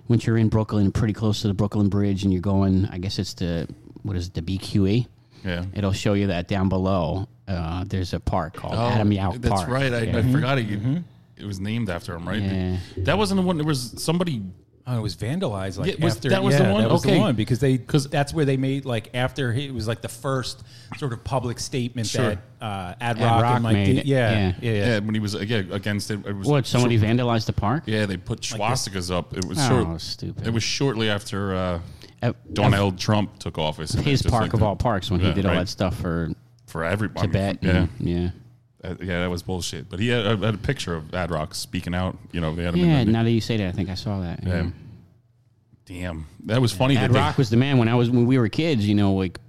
[SPEAKER 2] once you're in Brooklyn, pretty close to the Brooklyn Bridge, and you're going, I guess it's the what is it, the BQE?
[SPEAKER 3] Yeah.
[SPEAKER 2] It'll show you that down below. Uh, there's a park called Adam Yauch
[SPEAKER 3] Oh, That's
[SPEAKER 2] Park. Mm-hmm.
[SPEAKER 3] right. I,
[SPEAKER 2] Yeah.
[SPEAKER 3] I forgot it.
[SPEAKER 1] Mm-hmm.
[SPEAKER 3] It was named after him, right?
[SPEAKER 2] Yeah.
[SPEAKER 3] That wasn't the one. There was somebody.
[SPEAKER 1] oh, it was vandalized. Like
[SPEAKER 3] Yeah, was-
[SPEAKER 1] after
[SPEAKER 3] that was the
[SPEAKER 1] yeah,
[SPEAKER 3] one?
[SPEAKER 1] That was the
[SPEAKER 3] Okay.
[SPEAKER 1] one because they because that's where they made like after he- it was like the first sort of public statement
[SPEAKER 3] Sure.
[SPEAKER 1] that uh, Ad
[SPEAKER 2] Ad
[SPEAKER 1] Rock,
[SPEAKER 2] Rock
[SPEAKER 1] and Mike
[SPEAKER 2] made
[SPEAKER 1] D-
[SPEAKER 2] it.
[SPEAKER 1] yeah,
[SPEAKER 2] Yeah.
[SPEAKER 1] yeah, yeah.
[SPEAKER 3] Yeah. when he was uh, yeah against it. it was
[SPEAKER 2] What? Somebody vandalized the park?
[SPEAKER 3] Yeah, they put swastikas up. It was
[SPEAKER 2] Oh,
[SPEAKER 3] short.
[SPEAKER 2] stupid.
[SPEAKER 3] It was shortly after uh,
[SPEAKER 2] Uh,
[SPEAKER 3] Donald Trump took office. and
[SPEAKER 2] His
[SPEAKER 3] it's just
[SPEAKER 2] park
[SPEAKER 3] like
[SPEAKER 2] of
[SPEAKER 3] the-
[SPEAKER 2] all parks when
[SPEAKER 3] Yeah,
[SPEAKER 2] he did all
[SPEAKER 3] right.
[SPEAKER 2] that stuff for
[SPEAKER 3] for everybody.
[SPEAKER 2] Tibet.
[SPEAKER 3] Yeah,
[SPEAKER 2] and- yeah.
[SPEAKER 3] Uh, yeah, that was bullshit. But he had, I had a picture of Ad Rock speaking out. You know, they had him.
[SPEAKER 2] Yeah,
[SPEAKER 3] in the,
[SPEAKER 2] now that you say that, I think I saw that. Yeah.
[SPEAKER 3] Yeah. damn, that was funny.
[SPEAKER 2] Ad
[SPEAKER 3] that they-
[SPEAKER 2] Rock was the man when I was when we were kids. You know, like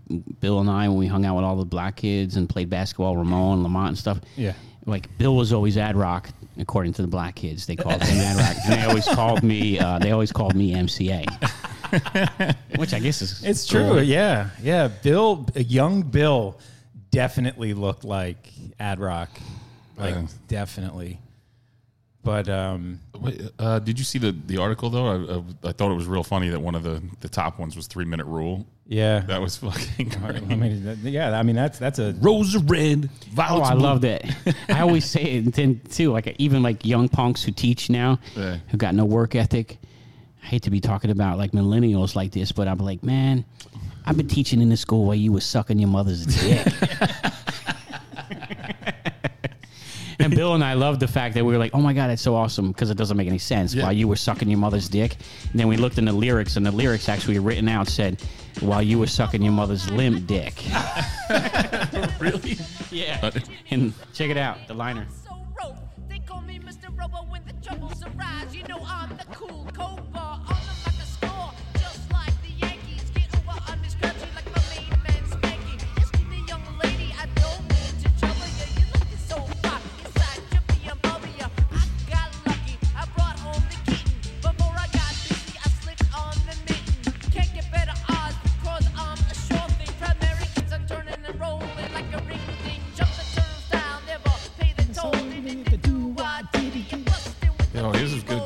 [SPEAKER 2] Bill and I when we hung out with all the black kids and played basketball, Ramon, Lamont, and stuff.
[SPEAKER 1] Yeah.
[SPEAKER 2] Like Bill was always Ad Rock, according to the black kids. They called him Ad Rock, and they always called me. Uh, they always called me MCA, which I guess is
[SPEAKER 1] It's
[SPEAKER 2] cool.
[SPEAKER 1] true. Yeah, yeah. Bill, a young Bill, definitely looked like Ad Rock, like
[SPEAKER 3] Yeah.
[SPEAKER 1] definitely. But um,
[SPEAKER 3] Wait, uh, did you see the, the article though? I, I, I thought it was real funny that one of the, the top ones was three minute rule.
[SPEAKER 1] yeah,
[SPEAKER 3] That was fucking great.
[SPEAKER 1] I mean, that- yeah. I mean, that's that's a
[SPEAKER 3] Rose are red,
[SPEAKER 2] Oh,
[SPEAKER 3] violets.
[SPEAKER 2] I
[SPEAKER 3] blue.
[SPEAKER 2] love that. I always say it and then too. Like even like young punks who teach now,
[SPEAKER 3] Yeah.
[SPEAKER 2] who got no work ethic. I hate to be talking about like millennials like this, but I'm like, man, I've been teaching in this school while you was sucking your mother's dick. and Bill and I loved the fact that we were like, oh my god, it's so awesome because it doesn't make any sense. While you were sucking your mother's dick, and then we looked in the lyrics, and the lyrics actually written out said, while you were sucking your mother's limp dick.
[SPEAKER 3] Really?
[SPEAKER 2] Yeah. And check it out, the liner.
[SPEAKER 4] so rope. They call me Mr. Robo when the troubles arise. You know I'm the cool cobra on the like a score. Just like the Yankees get over on this country like my main man Spanky. Excuse me, young lady, I don't mean to trouble you. You're looking so hot inside drippy and bubbly. I got lucky, I brought home the kitten. Before I got busy, I slipped on the mitten. Can't get better odds because I'm a sure thing. Primary keeps on turning and rolling like a ring
[SPEAKER 3] oh,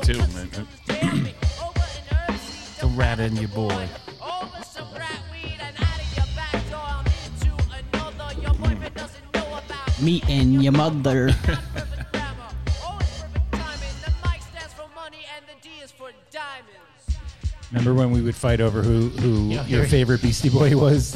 [SPEAKER 3] too, man.
[SPEAKER 4] the
[SPEAKER 1] rat in your boy.
[SPEAKER 4] Over some rat weed and out of your back door. I'm into another. Your boyfriend doesn't know about
[SPEAKER 2] Me and your mother.
[SPEAKER 4] perfect grammar. Always perfect timing. The mic stands for money and the D is for diamonds.
[SPEAKER 1] Remember when we would fight over who, who your favorite Beastie Boy was?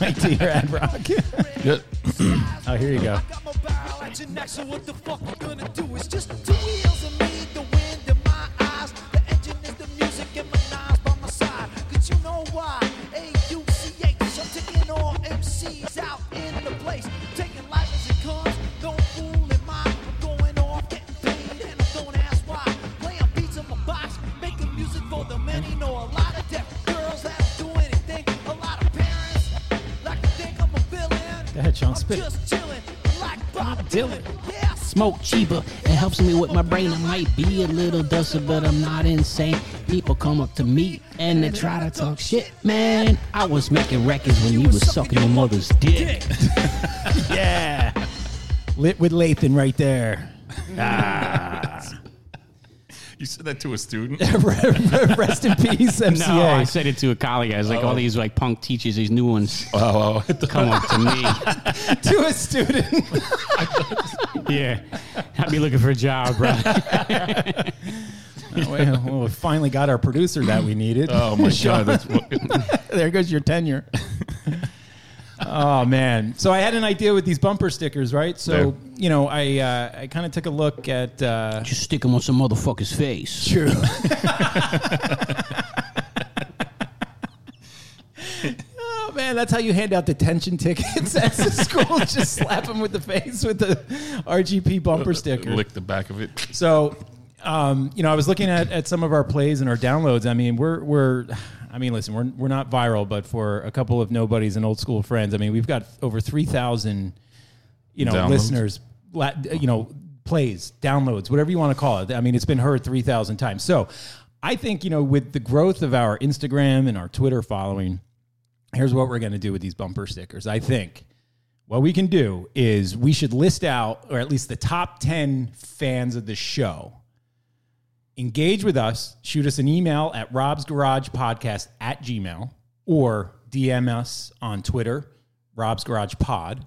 [SPEAKER 1] Mike T or Ad Rock? oh, here you go.
[SPEAKER 5] got my bow at your neck, so what the fuck you gonna do? It's just two wheels and me, the wind in my eyes. The engine is the music and my knives by my side. Cause you know why? A-U-C-H, I'm taking all MCs out in the place. Taking life as it comes, no fool in mind. I'm going off, getting paid, and I don't ask why. Playing beats in my box, making music for the many. Know a lot of deaf girls that don't do anything. A lot of parents like to think I'm a villain.
[SPEAKER 1] Go ahead, Sean, spit it.
[SPEAKER 5] I'm just chilling like Bob
[SPEAKER 2] Dylan.
[SPEAKER 5] Dylan. Yes,
[SPEAKER 2] Smoke cheaper, it helps me with my brain. I might be a little dusty, but I'm not insane. People come up to me and they try to talk shit, man. I was making records when you was sucking your mother's dick.
[SPEAKER 1] Yeah. Lit with Lathan right there. Ah.
[SPEAKER 3] You said that to a student.
[SPEAKER 1] Rest in peace, MCA.
[SPEAKER 2] No, I said it to a colleague. I was like, all these like punk teachers, these new ones,
[SPEAKER 3] Oh,
[SPEAKER 2] come up to me.
[SPEAKER 1] to a student.
[SPEAKER 2] yeah, I'd be looking for a job, bro.
[SPEAKER 1] well, well, we finally got our producer that we needed.
[SPEAKER 3] oh my god, that's what,
[SPEAKER 1] there goes your tenure. oh man! So I had an idea with these bumper stickers, right? So you know, I uh, I kind of took a look at. Uh,
[SPEAKER 2] Just stick them on some motherfucker's face.
[SPEAKER 1] True. oh man, that's how you hand out detention tickets at the school. Just slap them with the face with the RGP bumper sticker.
[SPEAKER 3] Uh, lick the back of it.
[SPEAKER 1] So, um, you know, I was looking at, at some of our plays and our downloads. I mean, we're we're, I mean, listen, we're we're not viral, but for a couple of nobodies and old school friends, I mean, we've got over three thousand, you know,
[SPEAKER 3] Downloads?
[SPEAKER 1] listeners, la- you know, plays, downloads, whatever you want to call it. I mean, it's been heard three thousand times. So, I think you know, with the growth of our Instagram and our Twitter following, here's what we're going to do with these bumper stickers. I think what we can do is we should list out, or at least the top 10 fans of the show. Engage with us, shoot us an email at Rob's Garage Podcast at Gmail, or DM us on Twitter, Rob's Garage Pod.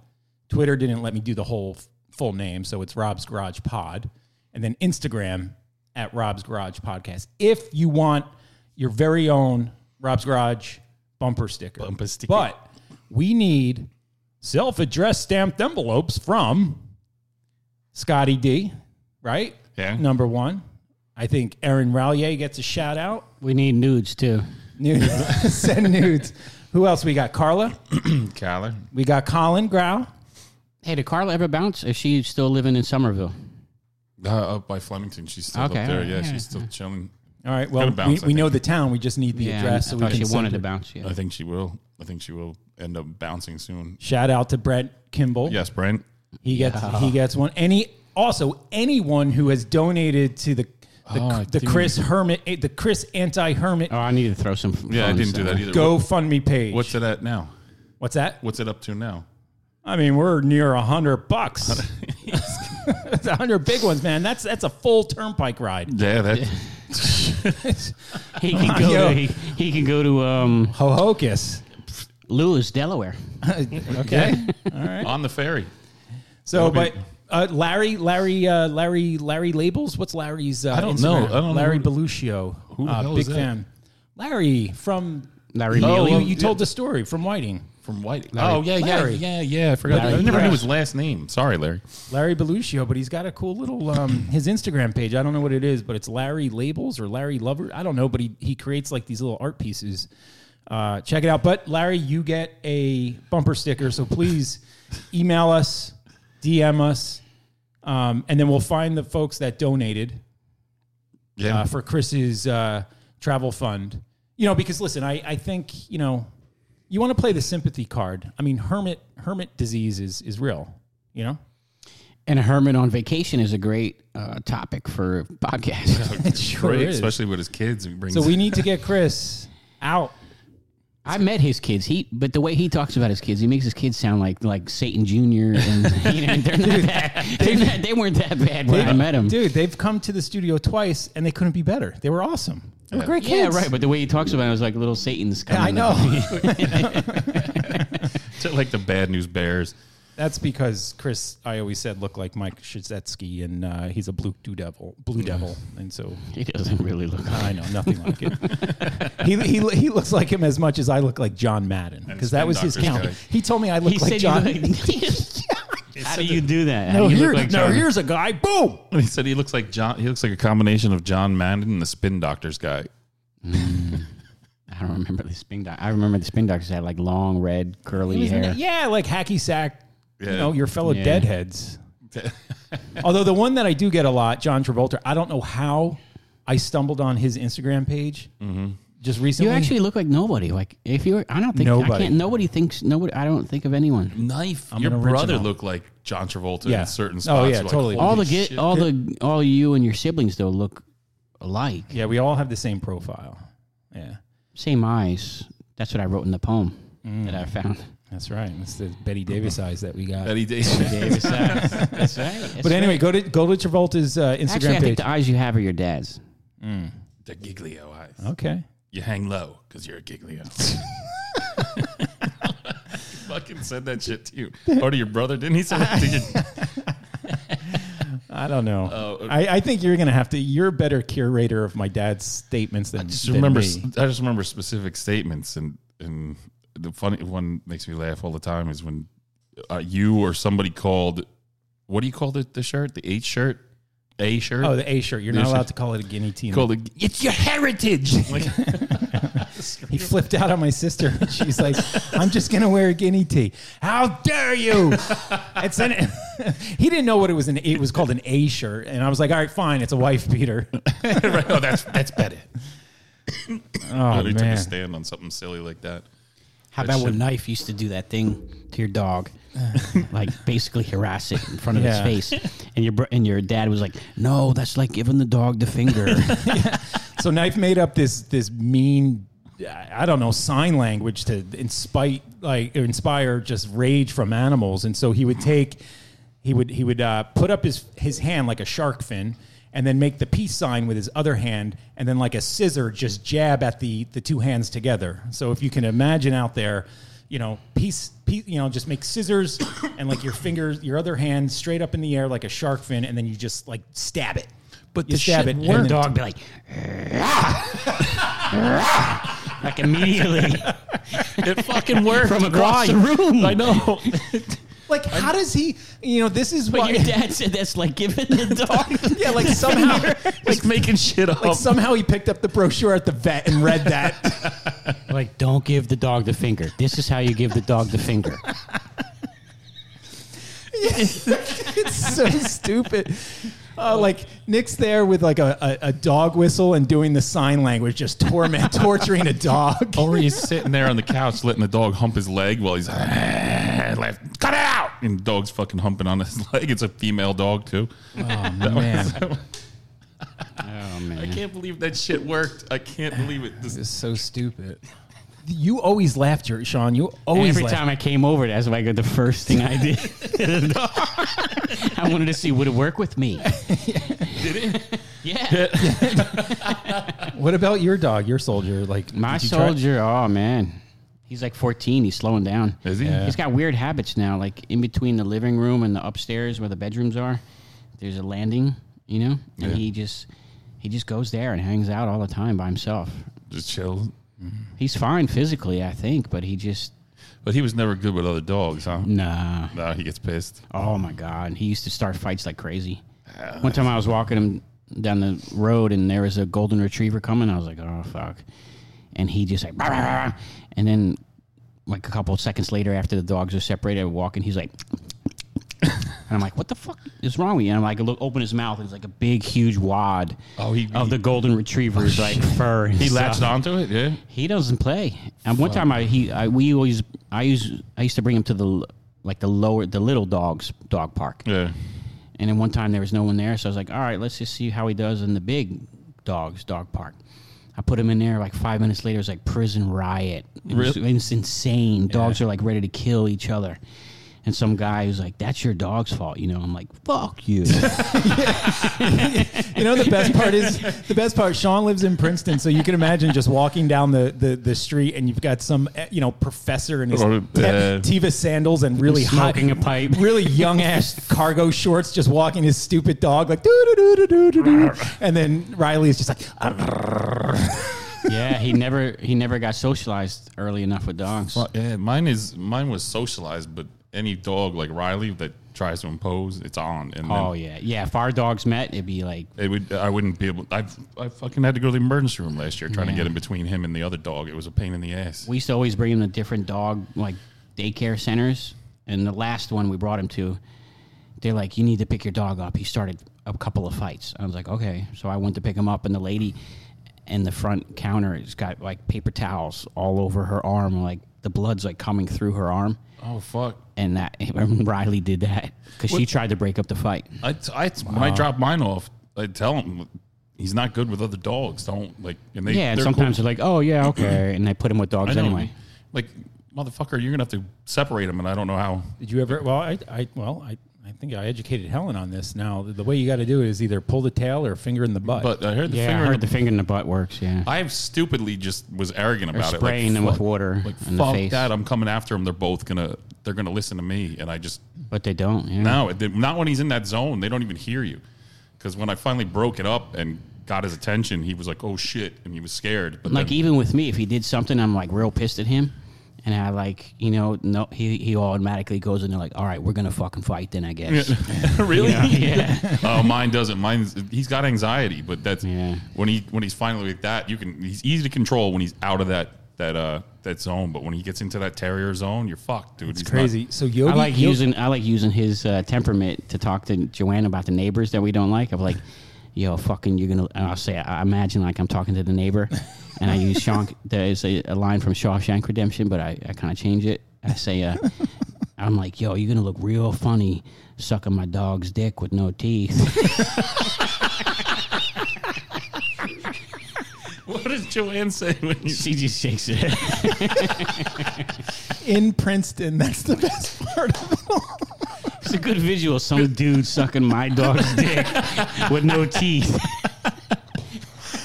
[SPEAKER 1] Twitter didn't let me do the whole f- full name, so it's Rob's Garage Pod. And then Instagram at Rob's Garage Podcast. If you want your very own Rob's Garage bumper sticker.
[SPEAKER 3] Bumper sticker.
[SPEAKER 1] But we need self addressed stamped envelopes from Scotty D, right?
[SPEAKER 3] Yeah.
[SPEAKER 1] Number one. I think Aaron Rallier gets a shout out.
[SPEAKER 2] We need nudes too.
[SPEAKER 1] Nudes. Send nudes. Who else we got? Carla.
[SPEAKER 3] Collar.
[SPEAKER 1] We got Colin Grau.
[SPEAKER 2] Hey, did Carla ever bounce? Is she still living in Somerville?
[SPEAKER 3] Uh, up by Flemington. She's still
[SPEAKER 2] Okay,
[SPEAKER 3] up there.
[SPEAKER 2] alright,
[SPEAKER 3] Yeah,
[SPEAKER 2] yeah.
[SPEAKER 3] she's still chilling.
[SPEAKER 1] All right. Well,
[SPEAKER 3] Gotta bounce,
[SPEAKER 1] we,
[SPEAKER 3] I
[SPEAKER 1] we know
[SPEAKER 3] think.
[SPEAKER 1] the town. We just need the address. So
[SPEAKER 2] I
[SPEAKER 1] we
[SPEAKER 2] thought
[SPEAKER 1] can
[SPEAKER 2] she
[SPEAKER 1] send
[SPEAKER 2] wanted
[SPEAKER 1] her.
[SPEAKER 2] to bounce. Yeah.
[SPEAKER 3] I think she will. I think she will end up bouncing soon.
[SPEAKER 1] Shout out to Brent Kimball.
[SPEAKER 3] Yes, Brent.
[SPEAKER 1] He gets he gets one. Any also anyone who has donated to the the,
[SPEAKER 3] Oh, I
[SPEAKER 1] the
[SPEAKER 3] didn't-
[SPEAKER 1] Chris Hermit eh, the Chris anti Hermit
[SPEAKER 2] Oh, I need to throw some.
[SPEAKER 3] Yeah, I
[SPEAKER 2] funds
[SPEAKER 3] didn't do
[SPEAKER 2] there.
[SPEAKER 3] that either. What-
[SPEAKER 1] GoFundMe page.
[SPEAKER 3] What's it at now?
[SPEAKER 1] What's that?
[SPEAKER 3] What's it up to now?
[SPEAKER 1] I mean, we're near a hundred bucks. That's a hundred big ones, man. That's that's a full turnpike ride.
[SPEAKER 3] Yeah, that.
[SPEAKER 2] He can go.
[SPEAKER 1] Yo.
[SPEAKER 2] To, he, he can go to um,
[SPEAKER 1] Ho hocus.
[SPEAKER 2] Lewis, Delaware.
[SPEAKER 1] Okay.
[SPEAKER 3] on the ferry.
[SPEAKER 1] So,
[SPEAKER 3] That'll
[SPEAKER 1] but
[SPEAKER 3] be-
[SPEAKER 1] uh, Larry, Larry, uh, Larry, Larry labels. What's Larry's? Uh,
[SPEAKER 3] I don't
[SPEAKER 1] Instagram?
[SPEAKER 3] know. I don't know
[SPEAKER 1] Larry
[SPEAKER 3] who-
[SPEAKER 1] Belushio.
[SPEAKER 3] who the
[SPEAKER 1] uh,
[SPEAKER 3] hell
[SPEAKER 1] big
[SPEAKER 3] is that?
[SPEAKER 1] fan. Larry from.
[SPEAKER 2] Larry
[SPEAKER 3] Oh,
[SPEAKER 2] Mealy.
[SPEAKER 1] you
[SPEAKER 3] well,
[SPEAKER 1] you
[SPEAKER 3] yeah.
[SPEAKER 1] told the story from Whiting.
[SPEAKER 3] from White.
[SPEAKER 2] Larry.
[SPEAKER 3] Oh yeah, yeah,
[SPEAKER 1] Larry.
[SPEAKER 3] yeah, yeah. I forgot.
[SPEAKER 2] Larry
[SPEAKER 3] I never
[SPEAKER 2] Kraft.
[SPEAKER 3] knew his last name. Sorry, Larry.
[SPEAKER 1] Larry Belushio, but he's got a cool little um, his Instagram page. I don't know what it is, but it's Larry Labels or Larry Lover. I don't know, but he he creates like these little art pieces. Uh, check it out. But Larry, you get a bumper sticker, so please email us, DM us, um, and then we'll find the folks that donated
[SPEAKER 3] Yeah,
[SPEAKER 1] uh, for Chris's uh, travel fund. You know, because listen, I, I think you know, you want to play the sympathy card. I mean, hermit hermit disease is is real. You know.
[SPEAKER 2] and a hermit on vacation is a great uh, topic for a podcast.
[SPEAKER 1] It sure
[SPEAKER 3] Right,
[SPEAKER 1] is.
[SPEAKER 3] especially with his kids. He brings
[SPEAKER 1] So we need to get Chris out.
[SPEAKER 2] I met his kids. He, but the way he talks about his kids, he makes his kids sound like like Satan Junior, and you know, they're not that, they're not, they weren't that bad when I met him.
[SPEAKER 1] Dude, they've come to the studio twice and they couldn't be better. They were awesome. They were
[SPEAKER 3] Yeah.
[SPEAKER 1] great
[SPEAKER 2] yeah,
[SPEAKER 1] kids.
[SPEAKER 2] right. But the way he talks about it was like little Satan's
[SPEAKER 1] Yeah, I
[SPEAKER 2] coming. up.
[SPEAKER 1] know.
[SPEAKER 3] It's like the Bad News Bears.
[SPEAKER 1] That's because Chris, I always said, looked like Mike Shizetsky, and uh, he's a blue blue devil, blue devil, and so
[SPEAKER 2] He doesn't really look. like
[SPEAKER 1] I know nothing like it. he, he he looks like him as much as I look like John Madden because that
[SPEAKER 3] Spin
[SPEAKER 1] was his
[SPEAKER 3] Doctor's
[SPEAKER 1] count.
[SPEAKER 3] guy.
[SPEAKER 1] He told me I look
[SPEAKER 2] He
[SPEAKER 1] like
[SPEAKER 2] said
[SPEAKER 1] John.
[SPEAKER 2] you look. How do you do that? How
[SPEAKER 1] no,
[SPEAKER 2] do you
[SPEAKER 1] here,
[SPEAKER 2] look like
[SPEAKER 1] no,
[SPEAKER 2] John-
[SPEAKER 1] here's a guy. Boom.
[SPEAKER 3] And he said he looks like John. He looks like a combination of John Madden and the Spin Doctors guy.
[SPEAKER 2] I don't remember the spin doc. I remember the spin doctors had like long red curly
[SPEAKER 1] Isn't
[SPEAKER 2] hair.
[SPEAKER 1] it- Yeah, like hacky sack. You
[SPEAKER 3] Yeah.
[SPEAKER 1] know your fellow
[SPEAKER 2] Yeah.
[SPEAKER 1] deadheads. Although the one that I do get a lot, John Travolta. I don't know how I stumbled on his Instagram page just
[SPEAKER 2] You
[SPEAKER 1] recently.
[SPEAKER 2] actually look like nobody. Like if you were, I don't think I
[SPEAKER 1] Nobody.
[SPEAKER 2] can't. Nobody thinks nobody. I don't think of anyone.
[SPEAKER 3] Knife.
[SPEAKER 1] I'm
[SPEAKER 3] Your
[SPEAKER 1] an
[SPEAKER 3] brother
[SPEAKER 1] original.
[SPEAKER 3] looked like John Travolta
[SPEAKER 1] Yeah.
[SPEAKER 3] in certain
[SPEAKER 1] Oh,
[SPEAKER 3] spots.
[SPEAKER 1] yeah,
[SPEAKER 3] You're like,
[SPEAKER 1] totally.
[SPEAKER 3] "Holy
[SPEAKER 2] all the get,
[SPEAKER 3] shit."
[SPEAKER 2] all the all you and your siblings though look alike.
[SPEAKER 1] yeah, we all have the same profile. Yeah.
[SPEAKER 2] Same eyes. That's what I wrote in the poem that I found.
[SPEAKER 1] Mm. That's right. That's the Betty Davis eyes that we got.
[SPEAKER 3] That he did.
[SPEAKER 2] Davis eyes. That's right. That's
[SPEAKER 1] but anyway, go to go to Travolta's uh, Instagram
[SPEAKER 2] actually, I
[SPEAKER 1] page.
[SPEAKER 2] think the eyes you have are your dad's.
[SPEAKER 3] the Giglio eyes.
[SPEAKER 1] Mm. okay.
[SPEAKER 3] You hang low because you're a Giglio. Fucking said that shit to you, or to your brother? Didn't he say that to you?
[SPEAKER 1] I don't know.
[SPEAKER 3] Oh,
[SPEAKER 1] I, I think you're gonna have to. You're a better curator of my dad's statements than
[SPEAKER 3] just
[SPEAKER 1] than
[SPEAKER 3] remember
[SPEAKER 1] me.
[SPEAKER 3] I just remember specific statements and and the funny one makes me laugh all the time is when uh, you or somebody called what do you call the, the shirt the H shirt A shirt
[SPEAKER 1] Oh, the A shirt. You're not
[SPEAKER 3] Yes.
[SPEAKER 1] allowed to call it a guinea team.
[SPEAKER 3] called it it's your heritage like
[SPEAKER 1] He flipped out on my sister. She's like, "I'm just gonna wear a guinea tee. How dare you!" It's an, he didn't know what it was. An it was called an A shirt, and I was like, "All right, fine. It's a wife beater."
[SPEAKER 3] right, oh that's that's better
[SPEAKER 1] Oh
[SPEAKER 3] they took a
[SPEAKER 1] man,
[SPEAKER 3] stand on something silly like that
[SPEAKER 2] How about when Knife used to do that thing to your dog, like basically harass it in front of
[SPEAKER 1] Yeah.
[SPEAKER 2] his face, and your bro- and your dad was like, "No, that's like giving the dog the finger."
[SPEAKER 1] So Knife made up this this mean I don't know sign language to inspire like or inspire just rage from animals, and so he would take he would he would uh, put up his his hand like a shark fin. And then make the peace sign with his other hand, and then like a scissor, just jab at the the two hands together. So if you can imagine out there, you know, peace, peace you know, just make scissors and like your fingers, your other hand straight up in the air like a shark fin, and then you just like stab it. But you stab it, and
[SPEAKER 2] Your
[SPEAKER 1] then-
[SPEAKER 2] dog be like, like immediately. It fucking worked from across the room. I know.
[SPEAKER 1] Like, how does he? You know, this is
[SPEAKER 2] But
[SPEAKER 1] why.
[SPEAKER 2] your dad said that's like giving the dog.
[SPEAKER 1] yeah, like somehow,
[SPEAKER 2] like making shit up.
[SPEAKER 1] like somehow he picked up the brochure at the vet and read that.
[SPEAKER 2] Like, don't give the dog the finger. This is how you give the dog the finger.
[SPEAKER 1] it's so stupid. Uh, like Nick's there with like a, a, a dog whistle and doing the sign language, just torment, torturing a dog.
[SPEAKER 3] or he's sitting there on the couch letting the dog hump his leg while he's left cut it out and the dog's fucking humping on his leg it's a female dog too
[SPEAKER 1] Oh, man,
[SPEAKER 2] Oh
[SPEAKER 3] I
[SPEAKER 2] man.
[SPEAKER 3] can't believe that shit worked I can't believe it this,
[SPEAKER 1] so stupid. You always laughed, your Sean. You always
[SPEAKER 2] Every
[SPEAKER 1] laughed.
[SPEAKER 2] time I came over, that's like the first thing I did. to the dog. I wanted to see would it work with me. Did it? Yeah.
[SPEAKER 1] What about your dog, your soldier? Like
[SPEAKER 2] My
[SPEAKER 1] did you try-
[SPEAKER 2] soldier, oh man. He's like 14. He's slowing down.
[SPEAKER 3] Is he?
[SPEAKER 2] He's got weird habits now. Like in between the living room and the upstairs where the bedrooms are, there's a landing, you know? And
[SPEAKER 3] Yeah.
[SPEAKER 2] he just he just goes there and hangs out all the time by himself.
[SPEAKER 3] just chill
[SPEAKER 2] He's fine physically, I think, but he just
[SPEAKER 3] But he was never good with other dogs, huh?
[SPEAKER 2] nah.
[SPEAKER 3] No, he gets pissed.
[SPEAKER 2] Oh my god, he used to start fights like crazy. One time I was walking him down the road and there was a golden retriever coming. I was like, oh fuck, and he just like, "Rah, rah, rah, rah." and then like a couple of seconds later, after the dogs are separated, I walk and he's like. And I'm like, what the fuck is wrong with you? And I'm like, look, open his mouth. And it's like a big, huge wad
[SPEAKER 3] Oh, he-
[SPEAKER 2] of the golden retriever's like fur. and
[SPEAKER 3] He
[SPEAKER 2] stuff.
[SPEAKER 3] latched onto it, yeah.
[SPEAKER 2] He doesn't play. And one time, I he I, we always I used I used to bring him to the l- like the lower the little dogs dog park.
[SPEAKER 3] Yeah.
[SPEAKER 2] And then one time there was no one there, so I was like, all right, let's just see how he does in the big dogs dog park. I put him in there. Like five minutes later, it was like prison riot. It was,
[SPEAKER 3] Really?
[SPEAKER 2] it was insane. Dogs are like ready to kill each other. And some guy was like, "That's your dog's fault," you know. I'm like, "Fuck you."
[SPEAKER 1] You know the best part is the best part. Sean lives in Princeton, so you can imagine just walking down the, the, the street and you've got some eh, you know professor in his
[SPEAKER 3] Or,
[SPEAKER 1] te-
[SPEAKER 3] uh,
[SPEAKER 1] Teva sandals and really hot-
[SPEAKER 2] Smoking a pipe.
[SPEAKER 1] really young ass cargo shorts, just walking his stupid dog like doo doo doo doo doo doo, and then Riley is just like
[SPEAKER 2] yeah, he never he never got socialized early enough with dogs.
[SPEAKER 3] Well, yeah, mine is mine was socialized, but any dog like Riley that tries to impose, it's on. And then
[SPEAKER 2] Oh yeah, yeah. If our dogs met, it'd be like
[SPEAKER 3] it would I wouldn't be able. I I fucking had to go to the emergency room last year trying to
[SPEAKER 2] Yeah.
[SPEAKER 3] get in between him and the other dog. It was a pain in the ass.
[SPEAKER 2] we used to always bring him to different dog like daycare centers. And the last one we brought him to, they're like, "You need to pick your dog up." He started a couple of fights. I was like, "Okay." So I went to pick him up, and the lady in the front counter has got like paper towels all over her arm, like the blood's like coming through her arm.
[SPEAKER 3] oh fuck!
[SPEAKER 2] And that Riley did that because she
[SPEAKER 3] What-
[SPEAKER 2] tried to break up the fight.
[SPEAKER 3] I I when I drop mine off, I tell him he's not good with other dogs. Don't like and they
[SPEAKER 2] yeah, and
[SPEAKER 3] they're
[SPEAKER 2] sometimes
[SPEAKER 3] cool.
[SPEAKER 2] they're like, "Oh yeah, okay," and I put him with dogs
[SPEAKER 3] I know,
[SPEAKER 2] anyway.
[SPEAKER 3] like motherfucker, you're gonna have to separate him, and I don't know how.
[SPEAKER 1] Did you ever? Well, I, I well, I, I think I educated Helen on this. Now, the, the way you got to do it is either pull the tail or finger in the butt.
[SPEAKER 3] But I heard the
[SPEAKER 2] yeah,
[SPEAKER 3] finger.
[SPEAKER 2] I
[SPEAKER 3] in
[SPEAKER 2] heard
[SPEAKER 3] the-
[SPEAKER 2] the finger in the butt works. Yeah,
[SPEAKER 3] I have stupidly just was arrogant
[SPEAKER 2] or
[SPEAKER 3] about
[SPEAKER 2] spraying
[SPEAKER 3] it.
[SPEAKER 2] them
[SPEAKER 3] Like,
[SPEAKER 2] with water
[SPEAKER 3] like
[SPEAKER 2] in
[SPEAKER 3] fuck
[SPEAKER 2] the face.
[SPEAKER 3] that, I'm coming after them. They're both gonna they're gonna listen to me, and I just
[SPEAKER 2] But they don't. Yeah.
[SPEAKER 3] no, it- not when he's in that zone. They don't even hear you. Because when I finally broke it up and got his attention, he was like, "Oh shit," and he was scared. But
[SPEAKER 2] Like
[SPEAKER 3] then-
[SPEAKER 2] even with me, if he did something, I'm like real pissed at him, and I like you know no he he automatically goes in there like all right we're gonna fucking fight then I guess.
[SPEAKER 3] really,
[SPEAKER 2] You know? yeah.
[SPEAKER 3] Oh, mine doesn't. Mine's he's got anxiety, but that's
[SPEAKER 2] Yeah.
[SPEAKER 3] when he when he's finally like that. You can he's easy to control when he's out of that that uh that zone, but when he gets into that terrier zone, you're fucked, dude.
[SPEAKER 1] it's
[SPEAKER 3] He's
[SPEAKER 1] crazy.
[SPEAKER 3] Not,
[SPEAKER 1] so Yogi,
[SPEAKER 2] I like
[SPEAKER 1] Yo-
[SPEAKER 2] using I like using his uh, temperament to talk to Joanne about the neighbors that we don't like. I'm like, yo, fucking, you're gonna. and I'll say I imagine like I'm talking to the neighbor, and I use Sean. There's a, a line from Shawshank Redemption, but I, I kind of change it. I say, uh, I'm like, yo, you're gonna look real funny sucking my dog's dick with no teeth.
[SPEAKER 3] what does Joanne say when you
[SPEAKER 2] she just shakes it.
[SPEAKER 1] in Princeton. That's the best part of it. all.
[SPEAKER 2] It's a good visual. Some dude sucking my dog's dick with no teeth.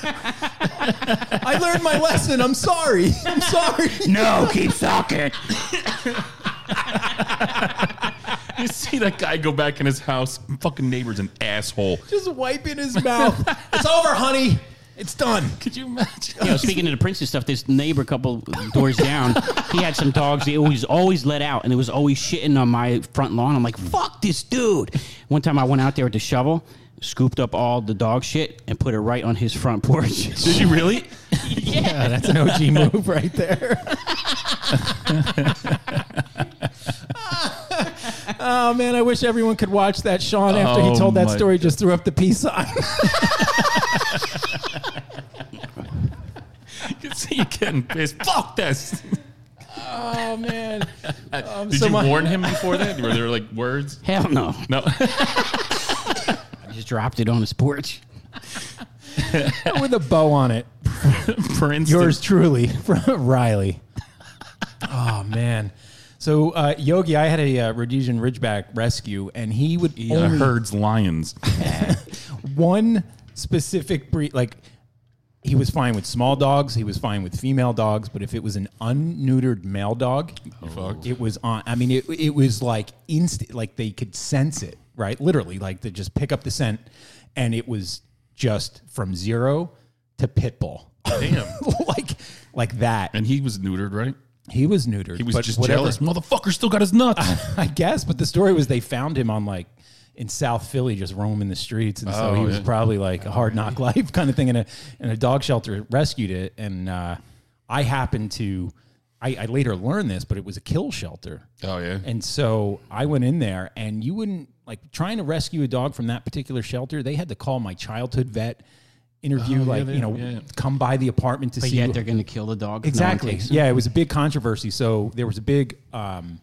[SPEAKER 1] I learned my lesson. I'm sorry. I'm sorry.
[SPEAKER 2] No, keep sucking.
[SPEAKER 3] You see that guy go back in his house. Fucking neighbor's an asshole.
[SPEAKER 1] Just wiping his mouth. It's over, honey. It's done.
[SPEAKER 3] Could you imagine?
[SPEAKER 2] Yo, speaking of the Princeton stuff, this neighbor couple doors down, he had some dogs. He was always let out, and it was always shitting on my front lawn. I'm like, fuck this dude. One time I went out there with the shovel, scooped up all the dog shit, and put it right on his front porch.
[SPEAKER 3] Did you really?
[SPEAKER 1] Yeah, that's an OG move right there. oh man, I wish everyone could watch that. Sean, after
[SPEAKER 3] Oh,
[SPEAKER 1] he told that
[SPEAKER 3] my-
[SPEAKER 1] story, just threw up the peace sign.
[SPEAKER 3] You can see you getting pissed. Fuck this.
[SPEAKER 1] oh man. Um,
[SPEAKER 3] Uh, Did
[SPEAKER 1] so
[SPEAKER 3] you
[SPEAKER 1] my-
[SPEAKER 3] warn him before that? Were there like words?
[SPEAKER 2] Hell no.
[SPEAKER 3] No.
[SPEAKER 2] I just dropped it on his porch.
[SPEAKER 1] with a bow on it.
[SPEAKER 3] Prince.
[SPEAKER 1] Yours truly, from Riley. Oh man. So uh, Yogi, I had a uh, Rhodesian Ridgeback rescue, and he would
[SPEAKER 3] uh,
[SPEAKER 1] only
[SPEAKER 3] herds lions.
[SPEAKER 1] one specific breed. Like he was fine with small dogs, he was fine with female dogs, but if it was an unneutered male dog, it was on. I mean, it it was like instant. Like they could sense it, right? Literally, like they just pick up the scent, and it was just from zero to pit bull.
[SPEAKER 3] Damn.
[SPEAKER 1] like like that.
[SPEAKER 3] And he was neutered, right?
[SPEAKER 1] He was neutered.
[SPEAKER 3] He was
[SPEAKER 1] but
[SPEAKER 3] just
[SPEAKER 1] whatever.
[SPEAKER 3] jealous. Motherfucker still got his nuts.
[SPEAKER 1] I guess. But the story was they found him on like in South Philly, just roaming the streets, and so
[SPEAKER 3] Oh,
[SPEAKER 1] he was
[SPEAKER 3] yeah.
[SPEAKER 1] probably like a hard knock life kind of thing. And a and a dog shelter rescued it. And uh, I happened to, I, I later learned this, but it was a kill shelter.
[SPEAKER 3] oh yeah.
[SPEAKER 1] And so I went in there, and you wouldn't like trying to rescue a dog from that particular shelter. They had to call my childhood vet, interview,
[SPEAKER 3] Oh, yeah,
[SPEAKER 1] like
[SPEAKER 3] they-
[SPEAKER 1] you know,
[SPEAKER 3] yeah.
[SPEAKER 1] come by the apartment to
[SPEAKER 2] But
[SPEAKER 1] see.
[SPEAKER 2] yet
[SPEAKER 1] who-
[SPEAKER 2] they're going to kill the dog. if no one
[SPEAKER 1] Exactly.
[SPEAKER 2] takes it.
[SPEAKER 1] yeah, it was a big controversy. So there was a big um,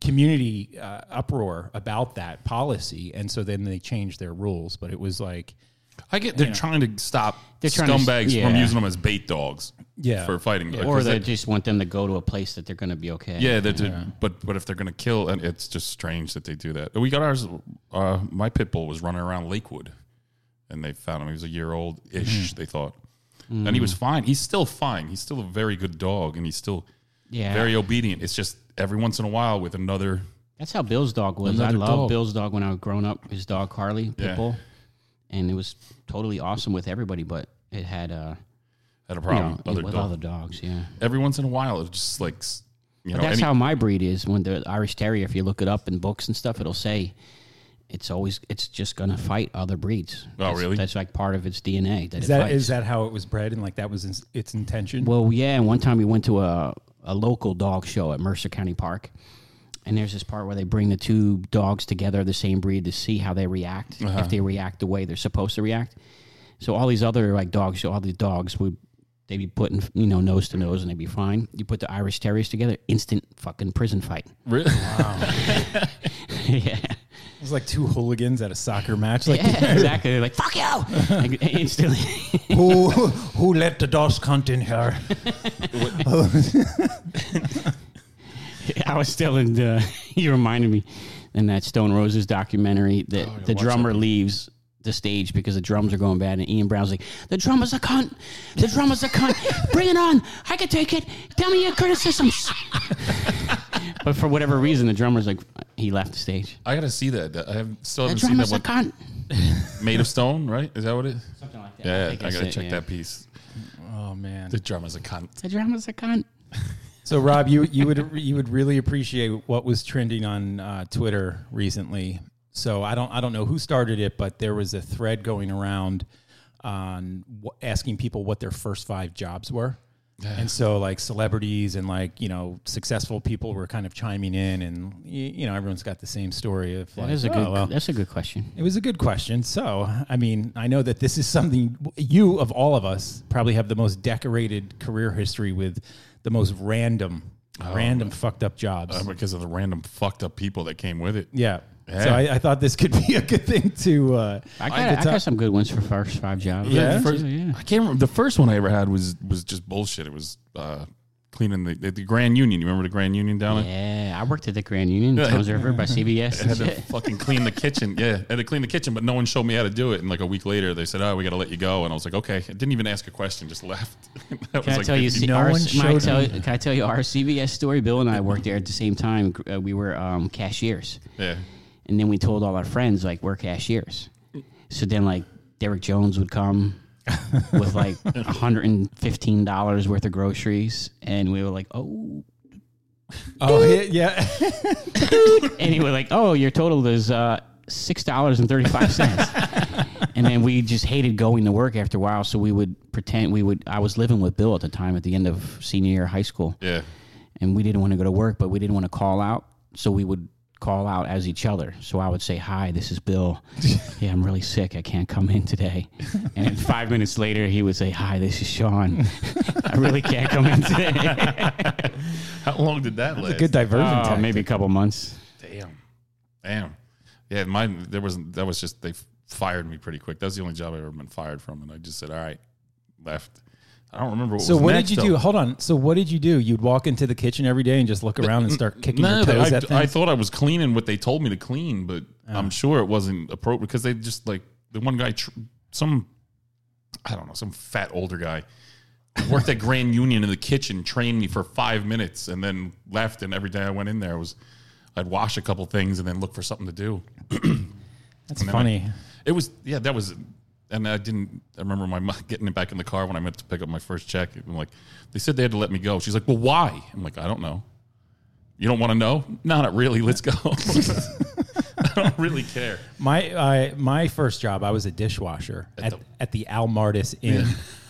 [SPEAKER 1] community uh, uproar about that policy, and so then they changed their rules. But it was like
[SPEAKER 3] I get they're trying to stop
[SPEAKER 2] They're trying to-
[SPEAKER 3] scumbags from
[SPEAKER 2] yeah.
[SPEAKER 3] using them as bait dogs.
[SPEAKER 1] Yeah.
[SPEAKER 3] for fighting.
[SPEAKER 2] or
[SPEAKER 3] because
[SPEAKER 2] they
[SPEAKER 3] they-
[SPEAKER 2] just want them to go to a place that they're going to be okay.
[SPEAKER 3] Yeah, that but but if they're gonna kill, and it's just strange that they do that. We got ours. Uh, my pit bull was running around Lakewood, and they found him. He was a year old ish. They thought, and he was fine. He's still fine. He's still a very good dog, and he's still
[SPEAKER 2] yeah.
[SPEAKER 3] very obedient. It's just every once in a while with another.
[SPEAKER 2] That's how Bill's dog was. I
[SPEAKER 3] Another
[SPEAKER 2] loved
[SPEAKER 3] dog.
[SPEAKER 2] Bill's dog when I was growing up. His dog Harley
[SPEAKER 3] Yeah.
[SPEAKER 2] Pitbull, and it was totally awesome with everybody. But it had uh,
[SPEAKER 3] Had a
[SPEAKER 2] you
[SPEAKER 3] problem.
[SPEAKER 2] know,
[SPEAKER 3] other
[SPEAKER 2] with
[SPEAKER 3] dog.
[SPEAKER 2] all the dogs. Yeah,
[SPEAKER 3] every once in a while, it's just like s- you
[SPEAKER 2] but
[SPEAKER 3] know.
[SPEAKER 2] that's
[SPEAKER 3] any-
[SPEAKER 2] how my breed is. When the Irish Terrier, if you look it up in books and stuff, it'll say it's always it's just gonna fight other breeds. That's-
[SPEAKER 3] Oh, really?
[SPEAKER 2] That's like part of its DNA. That
[SPEAKER 1] Is
[SPEAKER 2] it
[SPEAKER 1] that
[SPEAKER 2] fights.
[SPEAKER 1] is that how it was bred and like that was its- its intention?
[SPEAKER 2] Well, yeah. And one time we went to a, a local dog show at Mercer County Park. And there's this part where they bring the two dogs together, of the same breed, to see how they react, if they react the way they're supposed to react. So all these other like dogs, all these dogs would they'd be put in, you know, nose to nose, and they'd be fine. You put the Irish Terriers together, instant fucking prison fight.
[SPEAKER 3] Re-
[SPEAKER 2] yeah,
[SPEAKER 1] it was like two hooligans at a soccer match. Like
[SPEAKER 2] yeah, exactly. They're like fuck you, like, instantly.
[SPEAKER 1] who who let the dogs cunt in here?
[SPEAKER 2] I was still in the. You reminded me in that Stone Roses documentary that the drummer leaves the stage because the drums are going bad, and Ian Brown's like, "The drummer's a cunt. The drummer's a cunt. Bring it on. I can take it. Tell me your criticisms." but for whatever reason, the drummer's like, he left the stage.
[SPEAKER 3] I gotta see that. I have still
[SPEAKER 2] The
[SPEAKER 3] haven't seen that
[SPEAKER 2] drummer's a
[SPEAKER 3] one.
[SPEAKER 2] cunt.
[SPEAKER 3] Made of stone, right? Is that what it is?
[SPEAKER 2] Something like that.
[SPEAKER 3] Yeah, I,
[SPEAKER 2] think that's
[SPEAKER 3] gotta
[SPEAKER 2] it,
[SPEAKER 3] check
[SPEAKER 2] yeah.
[SPEAKER 3] that piece.
[SPEAKER 1] Oh man.
[SPEAKER 3] The drum is a cunt.
[SPEAKER 2] The drummer's a cunt.
[SPEAKER 1] So Rob, you you would you would really appreciate what was trending on uh, Twitter recently. So I don't I don't know who started it, but there was a thread going around on wh- asking people what their first five jobs were. And so like celebrities and like, you know, successful people were kind of chiming in and y- you know, everyone's got the same story of
[SPEAKER 2] That
[SPEAKER 1] like,
[SPEAKER 2] is a
[SPEAKER 1] "Oh,
[SPEAKER 2] good.
[SPEAKER 1] well."
[SPEAKER 2] That's a good question.
[SPEAKER 1] It was a good question. So, I mean, I know that this is something you, of all of us, probably have the most decorated career history with the most random,
[SPEAKER 3] Oh.
[SPEAKER 1] random fucked up jobs.
[SPEAKER 3] Uh, because of the random fucked up people that came with it.
[SPEAKER 1] yeah.
[SPEAKER 3] Yeah.
[SPEAKER 1] So I, I thought this could be a good thing to. Uh,
[SPEAKER 2] I got,
[SPEAKER 1] to
[SPEAKER 2] I
[SPEAKER 1] tell-
[SPEAKER 2] got some good ones for first five jobs.
[SPEAKER 1] Yeah?
[SPEAKER 3] First-
[SPEAKER 2] yeah.
[SPEAKER 3] I can't remember. The first one I ever had was was just bullshit. It was uh, cleaning the the Grand Union. You remember the Grand Union down there?
[SPEAKER 2] Yeah, I worked at the Grand Union, Tom's River by CBS.
[SPEAKER 3] I
[SPEAKER 2] and
[SPEAKER 3] had to
[SPEAKER 2] shit.
[SPEAKER 3] fucking clean the kitchen. Yeah, I had to clean the kitchen, but no one showed me how to do it. And like a week later, they said, "Oh, we got to let you go." And I was like, "Okay." I didn't even ask a question. Just left. That
[SPEAKER 2] Can I
[SPEAKER 3] like
[SPEAKER 2] tell you?
[SPEAKER 3] 50
[SPEAKER 2] see,
[SPEAKER 1] No
[SPEAKER 2] our,
[SPEAKER 1] one
[SPEAKER 2] can, I
[SPEAKER 1] showed
[SPEAKER 2] tell,
[SPEAKER 1] him.
[SPEAKER 2] can I tell you our CVS story? Bill and I worked there at the same time. Uh, we were um, cashiers,
[SPEAKER 3] Yeah.
[SPEAKER 2] and then we told all our friends like we're cashiers. So then, like Derek Jones would come with like hundred and fifteen dollars worth of groceries, and we were like, oh,
[SPEAKER 1] oh, yeah. yeah.
[SPEAKER 2] and he was like, oh, your total is uh, six dollars and thirty five cents. And then we just hated going to work after a while, so we would pretend we would. I was living with Bill at the time at the end of senior year of high school,
[SPEAKER 3] Yeah.
[SPEAKER 2] and we didn't want to go to work, but we didn't want to call out, so we would call out as each other. So I would say, "Hi, this is Bill. yeah, I'm really sick. I can't come in today." And then five minutes later, he would say, "Hi, this is Sean. I really can't come in today."
[SPEAKER 3] How long did that last?
[SPEAKER 1] Good diversion.
[SPEAKER 2] oh,
[SPEAKER 1] tactic.
[SPEAKER 2] maybe a couple months.
[SPEAKER 3] Damn. Damn. Yeah, mine there wasn't that was just they fired me pretty quick. That was the only job I've ever been fired from and I just said, "All right, left." I don't remember what
[SPEAKER 1] So
[SPEAKER 3] was
[SPEAKER 1] what
[SPEAKER 3] next,
[SPEAKER 1] did you do?
[SPEAKER 3] though.
[SPEAKER 1] Hold on. So what did you do? You'd walk into the kitchen every day and just look around and start kicking
[SPEAKER 3] No,
[SPEAKER 1] your
[SPEAKER 3] that-
[SPEAKER 1] toes
[SPEAKER 3] I,
[SPEAKER 1] at things.
[SPEAKER 3] I thought I was cleaning what they told me to clean, but I'm sure it wasn't appropriate because they just like the one guy, tr- some I don't know, some fat older guy worked at Grand Union in the kitchen, trained me for five minutes, and then left. And every day I went in there, I was I'd wash a couple things and then look for something to do.
[SPEAKER 1] That's funny.
[SPEAKER 3] It was yeah, that was, and I didn't. I remember my mom getting it back in the car when I meant to pick up my first check. I'm like, they said they had to let me go. She's like, well, why? I'm like, I don't know. You don't want to know? No, not really. Let's go. I don't really care.
[SPEAKER 1] My I my first job, I was a dishwasher at, at,
[SPEAKER 3] the-
[SPEAKER 1] the, Al Martis Inn,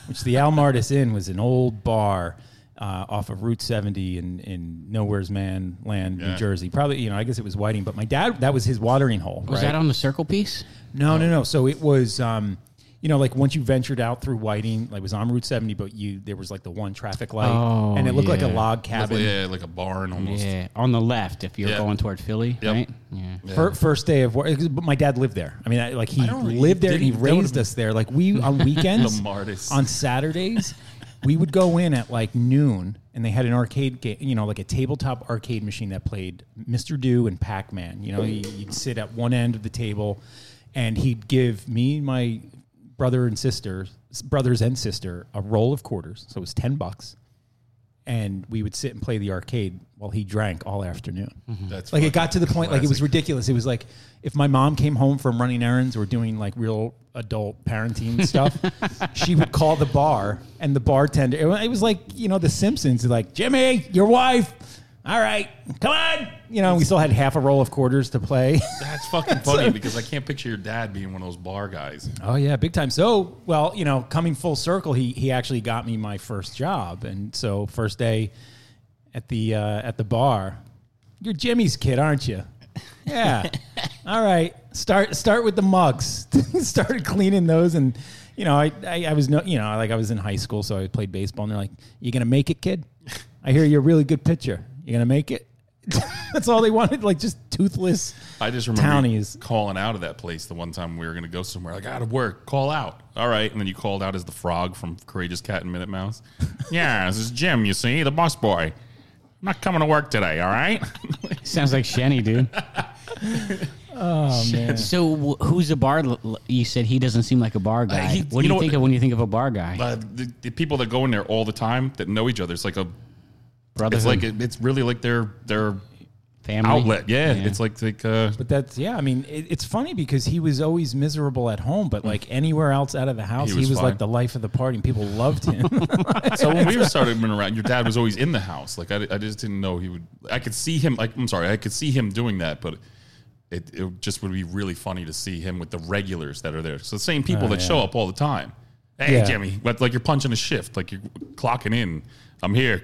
[SPEAKER 1] which the Al Martis Inn was an old bar uh, off of Route 70 in, in Nowhere's Man Land,
[SPEAKER 3] Yeah.
[SPEAKER 1] New Jersey. Probably, you know, I guess it was Whiting, but my dad, that was his watering hole.
[SPEAKER 2] Was
[SPEAKER 1] right?
[SPEAKER 2] that on the circle piece?
[SPEAKER 1] No, no, no. So it was. Um, you know, like once you ventured out through Whiting, like it was on Route 70, but you there was like the one traffic light,
[SPEAKER 2] Oh,
[SPEAKER 1] and it looked like a
[SPEAKER 2] yeah.
[SPEAKER 1] log cabin.
[SPEAKER 3] yeah, like a barn almost.
[SPEAKER 2] Yeah, on the left if you're
[SPEAKER 3] Yeah.
[SPEAKER 2] going toward Philly,
[SPEAKER 3] Yep.
[SPEAKER 2] right? Yeah.
[SPEAKER 1] Fir- first day of work, but my dad lived there. I mean, I, like he
[SPEAKER 3] don't- he
[SPEAKER 1] lived there and he
[SPEAKER 3] didn't- that would've
[SPEAKER 1] raised
[SPEAKER 3] been-
[SPEAKER 1] us there. Like we on weekends,
[SPEAKER 3] The Martis.
[SPEAKER 1] on Saturdays, we would go in at like noon, and they had an arcade game, you know, like a tabletop arcade machine that played Mr. Do and Pac Man. You know, you- you'd sit at one end of the table, and he'd give me my brother and sister, brothers and sister, a roll of quarters. So it was ten bucks. And we would sit and play the arcade while he drank all afternoon.
[SPEAKER 3] Mm-hmm. That's
[SPEAKER 1] Like it
[SPEAKER 3] fucking
[SPEAKER 1] got to the point, like it was
[SPEAKER 3] classic.
[SPEAKER 1] ridiculous. It was like if my mom came home from running errands or doing like real adult parenting stuff, she would call the bar and the bartender. It wa- it was like you know the Simpsons, like Jimmy, your wife. All right, come on. You know, we still had half a roll of quarters to play.
[SPEAKER 3] That's fucking funny because I can't picture your dad being one of those bar guys.
[SPEAKER 1] Oh yeah, big time. So, well, you know, coming full circle, he he actually got me my first job, and so first day at the uh, at the bar, you're Jimmy's kid, aren't you? Yeah. All right. Start start with the mugs. Started cleaning those, and you know, I, I I was no, you know, like I was in high school, so I played baseball, and they're like, "You gonna make it, kid? I hear you're a really good pitcher. You gonna make it?" That's all they wanted, like just toothless.
[SPEAKER 3] I just remember you
[SPEAKER 1] Townies.
[SPEAKER 3] calling out of that place the one time we were going to go somewhere. Like, out of work, call out. All right. And then you called out as the frog from Courageous Cat and Minute Mouse. yeah, this is Jim, you see, the bus boy. I'm not coming to work today, all right?
[SPEAKER 2] Sounds like Shenny, dude. So wh- who's the bar? l- l- You said he doesn't seem like a bar guy.
[SPEAKER 3] he-
[SPEAKER 2] what do
[SPEAKER 3] you
[SPEAKER 2] you
[SPEAKER 3] know
[SPEAKER 2] think
[SPEAKER 3] what-
[SPEAKER 2] of when you think of a bar guy?
[SPEAKER 3] uh, the, the people that go in there all the time that know each other, it's like a,
[SPEAKER 2] Brotherhood,
[SPEAKER 3] it's like, a, it's really like their, their
[SPEAKER 2] family,
[SPEAKER 3] outlet. Yeah. It's like, like, uh,
[SPEAKER 1] But that's yeah. I mean, it, it's funny because he was always miserable at home, but like anywhere else out of the house, he
[SPEAKER 3] Hmm. He
[SPEAKER 1] was,
[SPEAKER 3] was
[SPEAKER 1] like
[SPEAKER 3] fine.
[SPEAKER 1] the life of the party, and people loved him.
[SPEAKER 3] So when we were started moving around, your dad was always in the house. Like I, I just didn't know he would. I could see him. Like I'm sorry, I could see him doing that, but it, it just would be really funny to see him with the regulars that are there. So the same people
[SPEAKER 2] Oh,
[SPEAKER 3] that show up all the time. Hey
[SPEAKER 1] Yeah.
[SPEAKER 3] Jimmy, but like you're punching a shift, like you're clocking in. I'm here,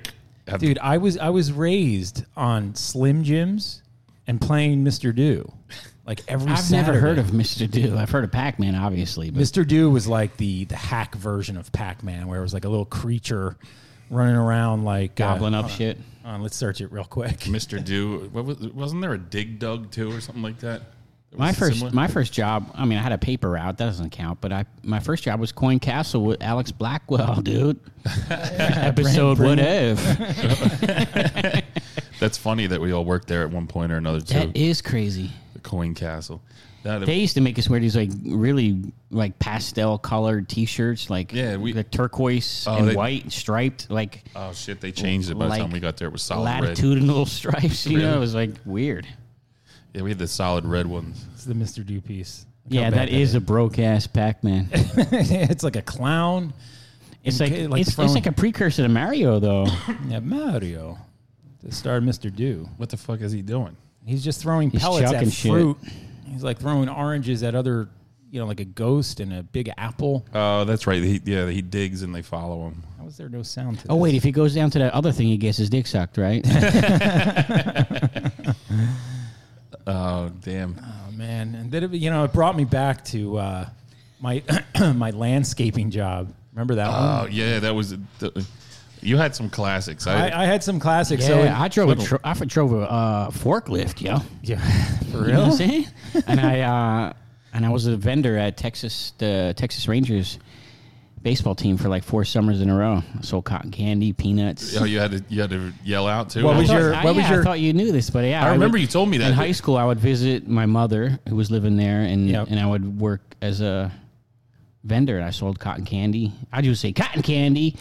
[SPEAKER 3] Have-
[SPEAKER 1] Dude, I was I was raised on Slim Jims and playing Mr. Do, like every.
[SPEAKER 2] I've never
[SPEAKER 1] Saturday.
[SPEAKER 2] heard of Mr. Do. I've heard of Pac Man, obviously, but
[SPEAKER 1] Mr. Do was like the the hack version of Pac Man, where it was like a little creature running around like uh,
[SPEAKER 2] gobbling up shit.
[SPEAKER 1] hold on, let's search it real quick.
[SPEAKER 3] Mr. Do. What was, wasn't there a Dig Dug too or something like that? That
[SPEAKER 2] My
[SPEAKER 3] was
[SPEAKER 2] first,
[SPEAKER 3] similar?
[SPEAKER 2] my first job. I mean, I had a paper route. That doesn't count. But I, my first job was Coin Castle with Alex Blackwell, dude. Episode what if?
[SPEAKER 3] That's funny that we all worked there at one point or another too.
[SPEAKER 2] That is crazy.
[SPEAKER 3] the Coin Castle. That,
[SPEAKER 2] They used to make us wear these like really like pastel colored T-shirts, like
[SPEAKER 3] Yeah, we-
[SPEAKER 2] the turquoise
[SPEAKER 3] Oh,
[SPEAKER 2] and
[SPEAKER 3] they-
[SPEAKER 2] white striped, like
[SPEAKER 3] oh shit, they changed it by
[SPEAKER 2] Like
[SPEAKER 3] the time we got there. It was solid red.
[SPEAKER 2] latitudinal stripes. You know,
[SPEAKER 3] Really?
[SPEAKER 2] it was like weird.
[SPEAKER 3] Yeah, we had the solid red ones.
[SPEAKER 1] It's the Mr. Do piece. Look how
[SPEAKER 2] yeah,
[SPEAKER 1] bad
[SPEAKER 2] that is a broke ass Pac Man.
[SPEAKER 1] it's like a clown.
[SPEAKER 2] It's like,
[SPEAKER 1] Okay, like
[SPEAKER 2] it's,
[SPEAKER 1] throwing-
[SPEAKER 2] it's like a precursor to Mario though.
[SPEAKER 1] Yeah, Mario. The star Mr. Do.
[SPEAKER 3] What the fuck is he doing?
[SPEAKER 1] He's just throwing pellets at
[SPEAKER 2] chucking shit.
[SPEAKER 1] fruit. He's like throwing oranges at other, you know, like a ghost and a big apple.
[SPEAKER 3] Oh, that's right. He, yeah, he digs and they follow him.
[SPEAKER 1] How is there no sound to
[SPEAKER 2] oh
[SPEAKER 1] this?
[SPEAKER 2] wait, if he goes down to that other thing, he gets his dick sucked, right?
[SPEAKER 3] Oh, damn.
[SPEAKER 1] Oh, man. And then, it- you know, it brought me back to uh, my my landscaping job. Remember that one?
[SPEAKER 3] Oh, yeah, that was. The, you had some classics. I,
[SPEAKER 1] I, I had some classics.
[SPEAKER 2] yeah,
[SPEAKER 1] so in-
[SPEAKER 2] I drove a tro- I drove a uh, forklift, yo.
[SPEAKER 1] yeah. For
[SPEAKER 2] You know what I'm
[SPEAKER 1] real?
[SPEAKER 2] saying? and I uh, and I was a vendor at Texas the Texas Rangers baseball team for like four summers in a row. I sold cotton candy, peanuts.
[SPEAKER 3] oh, you had to you had to yell out too.
[SPEAKER 1] What
[SPEAKER 2] I
[SPEAKER 1] was
[SPEAKER 2] thought-
[SPEAKER 1] your-
[SPEAKER 2] I,
[SPEAKER 1] what was
[SPEAKER 2] yeah, I
[SPEAKER 1] your-
[SPEAKER 2] thought you knew this, but yeah,
[SPEAKER 3] I remember
[SPEAKER 2] would-
[SPEAKER 3] you told me that.
[SPEAKER 2] in high school. I would visit my mother who was living there, and
[SPEAKER 1] Yep.
[SPEAKER 2] and I would work as a vendor. I sold cotton candy. I just say cotton candy,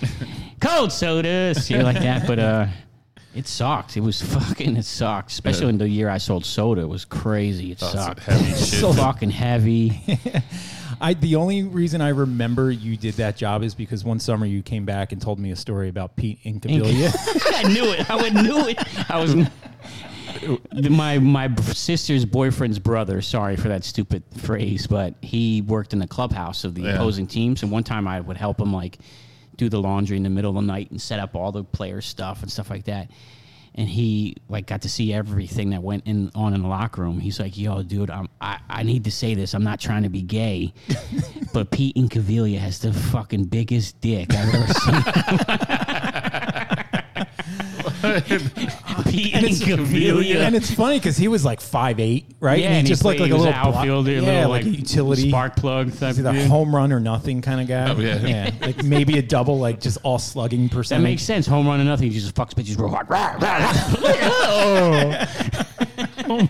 [SPEAKER 2] cold sodas, you know, like that. But uh, it sucked. It was fucking. It sucked, especially in the year I sold soda. It was crazy. It
[SPEAKER 3] That's
[SPEAKER 2] sucked.
[SPEAKER 3] Oh, heavy shit.
[SPEAKER 2] so fucking heavy.
[SPEAKER 1] I the only reason I remember you did that job is because one summer you came back and told me a story about Pete Incabilia.
[SPEAKER 2] I knew it. I would knew it. I was my my b- sister's boyfriend's brother. Sorry for that stupid phrase, but he worked in the clubhouse of the
[SPEAKER 3] Yeah.
[SPEAKER 2] opposing teams, and one time I would help him like do the laundry in the middle of the night and set up all the players' stuff and stuff like that. And he like got to see everything that went in on in the locker room. He's like, "Yo, dude, I'm, I I need to say this. I'm not trying to be gay, But Pete Incaviglia has the fucking biggest dick I've ever seen. Pete
[SPEAKER 1] And it's,
[SPEAKER 2] Incaviglia.
[SPEAKER 1] and it's funny because he was like five eight, right?
[SPEAKER 2] Yeah,
[SPEAKER 1] and he
[SPEAKER 2] and he
[SPEAKER 1] just
[SPEAKER 2] played- he
[SPEAKER 1] looked like a
[SPEAKER 2] was
[SPEAKER 1] little
[SPEAKER 2] an
[SPEAKER 1] block-
[SPEAKER 2] outfielder, a
[SPEAKER 1] yeah,
[SPEAKER 2] little,
[SPEAKER 1] like,
[SPEAKER 2] like,
[SPEAKER 1] a utility
[SPEAKER 2] spark plug type
[SPEAKER 1] See the
[SPEAKER 2] dude.
[SPEAKER 1] home run or nothing kind of guy.
[SPEAKER 3] Oh, yeah.
[SPEAKER 1] like maybe a double, like just all slugging
[SPEAKER 2] That
[SPEAKER 1] percentage.
[SPEAKER 2] makes sense. Home run and nothing. He just fucks bitches real hard. Rah,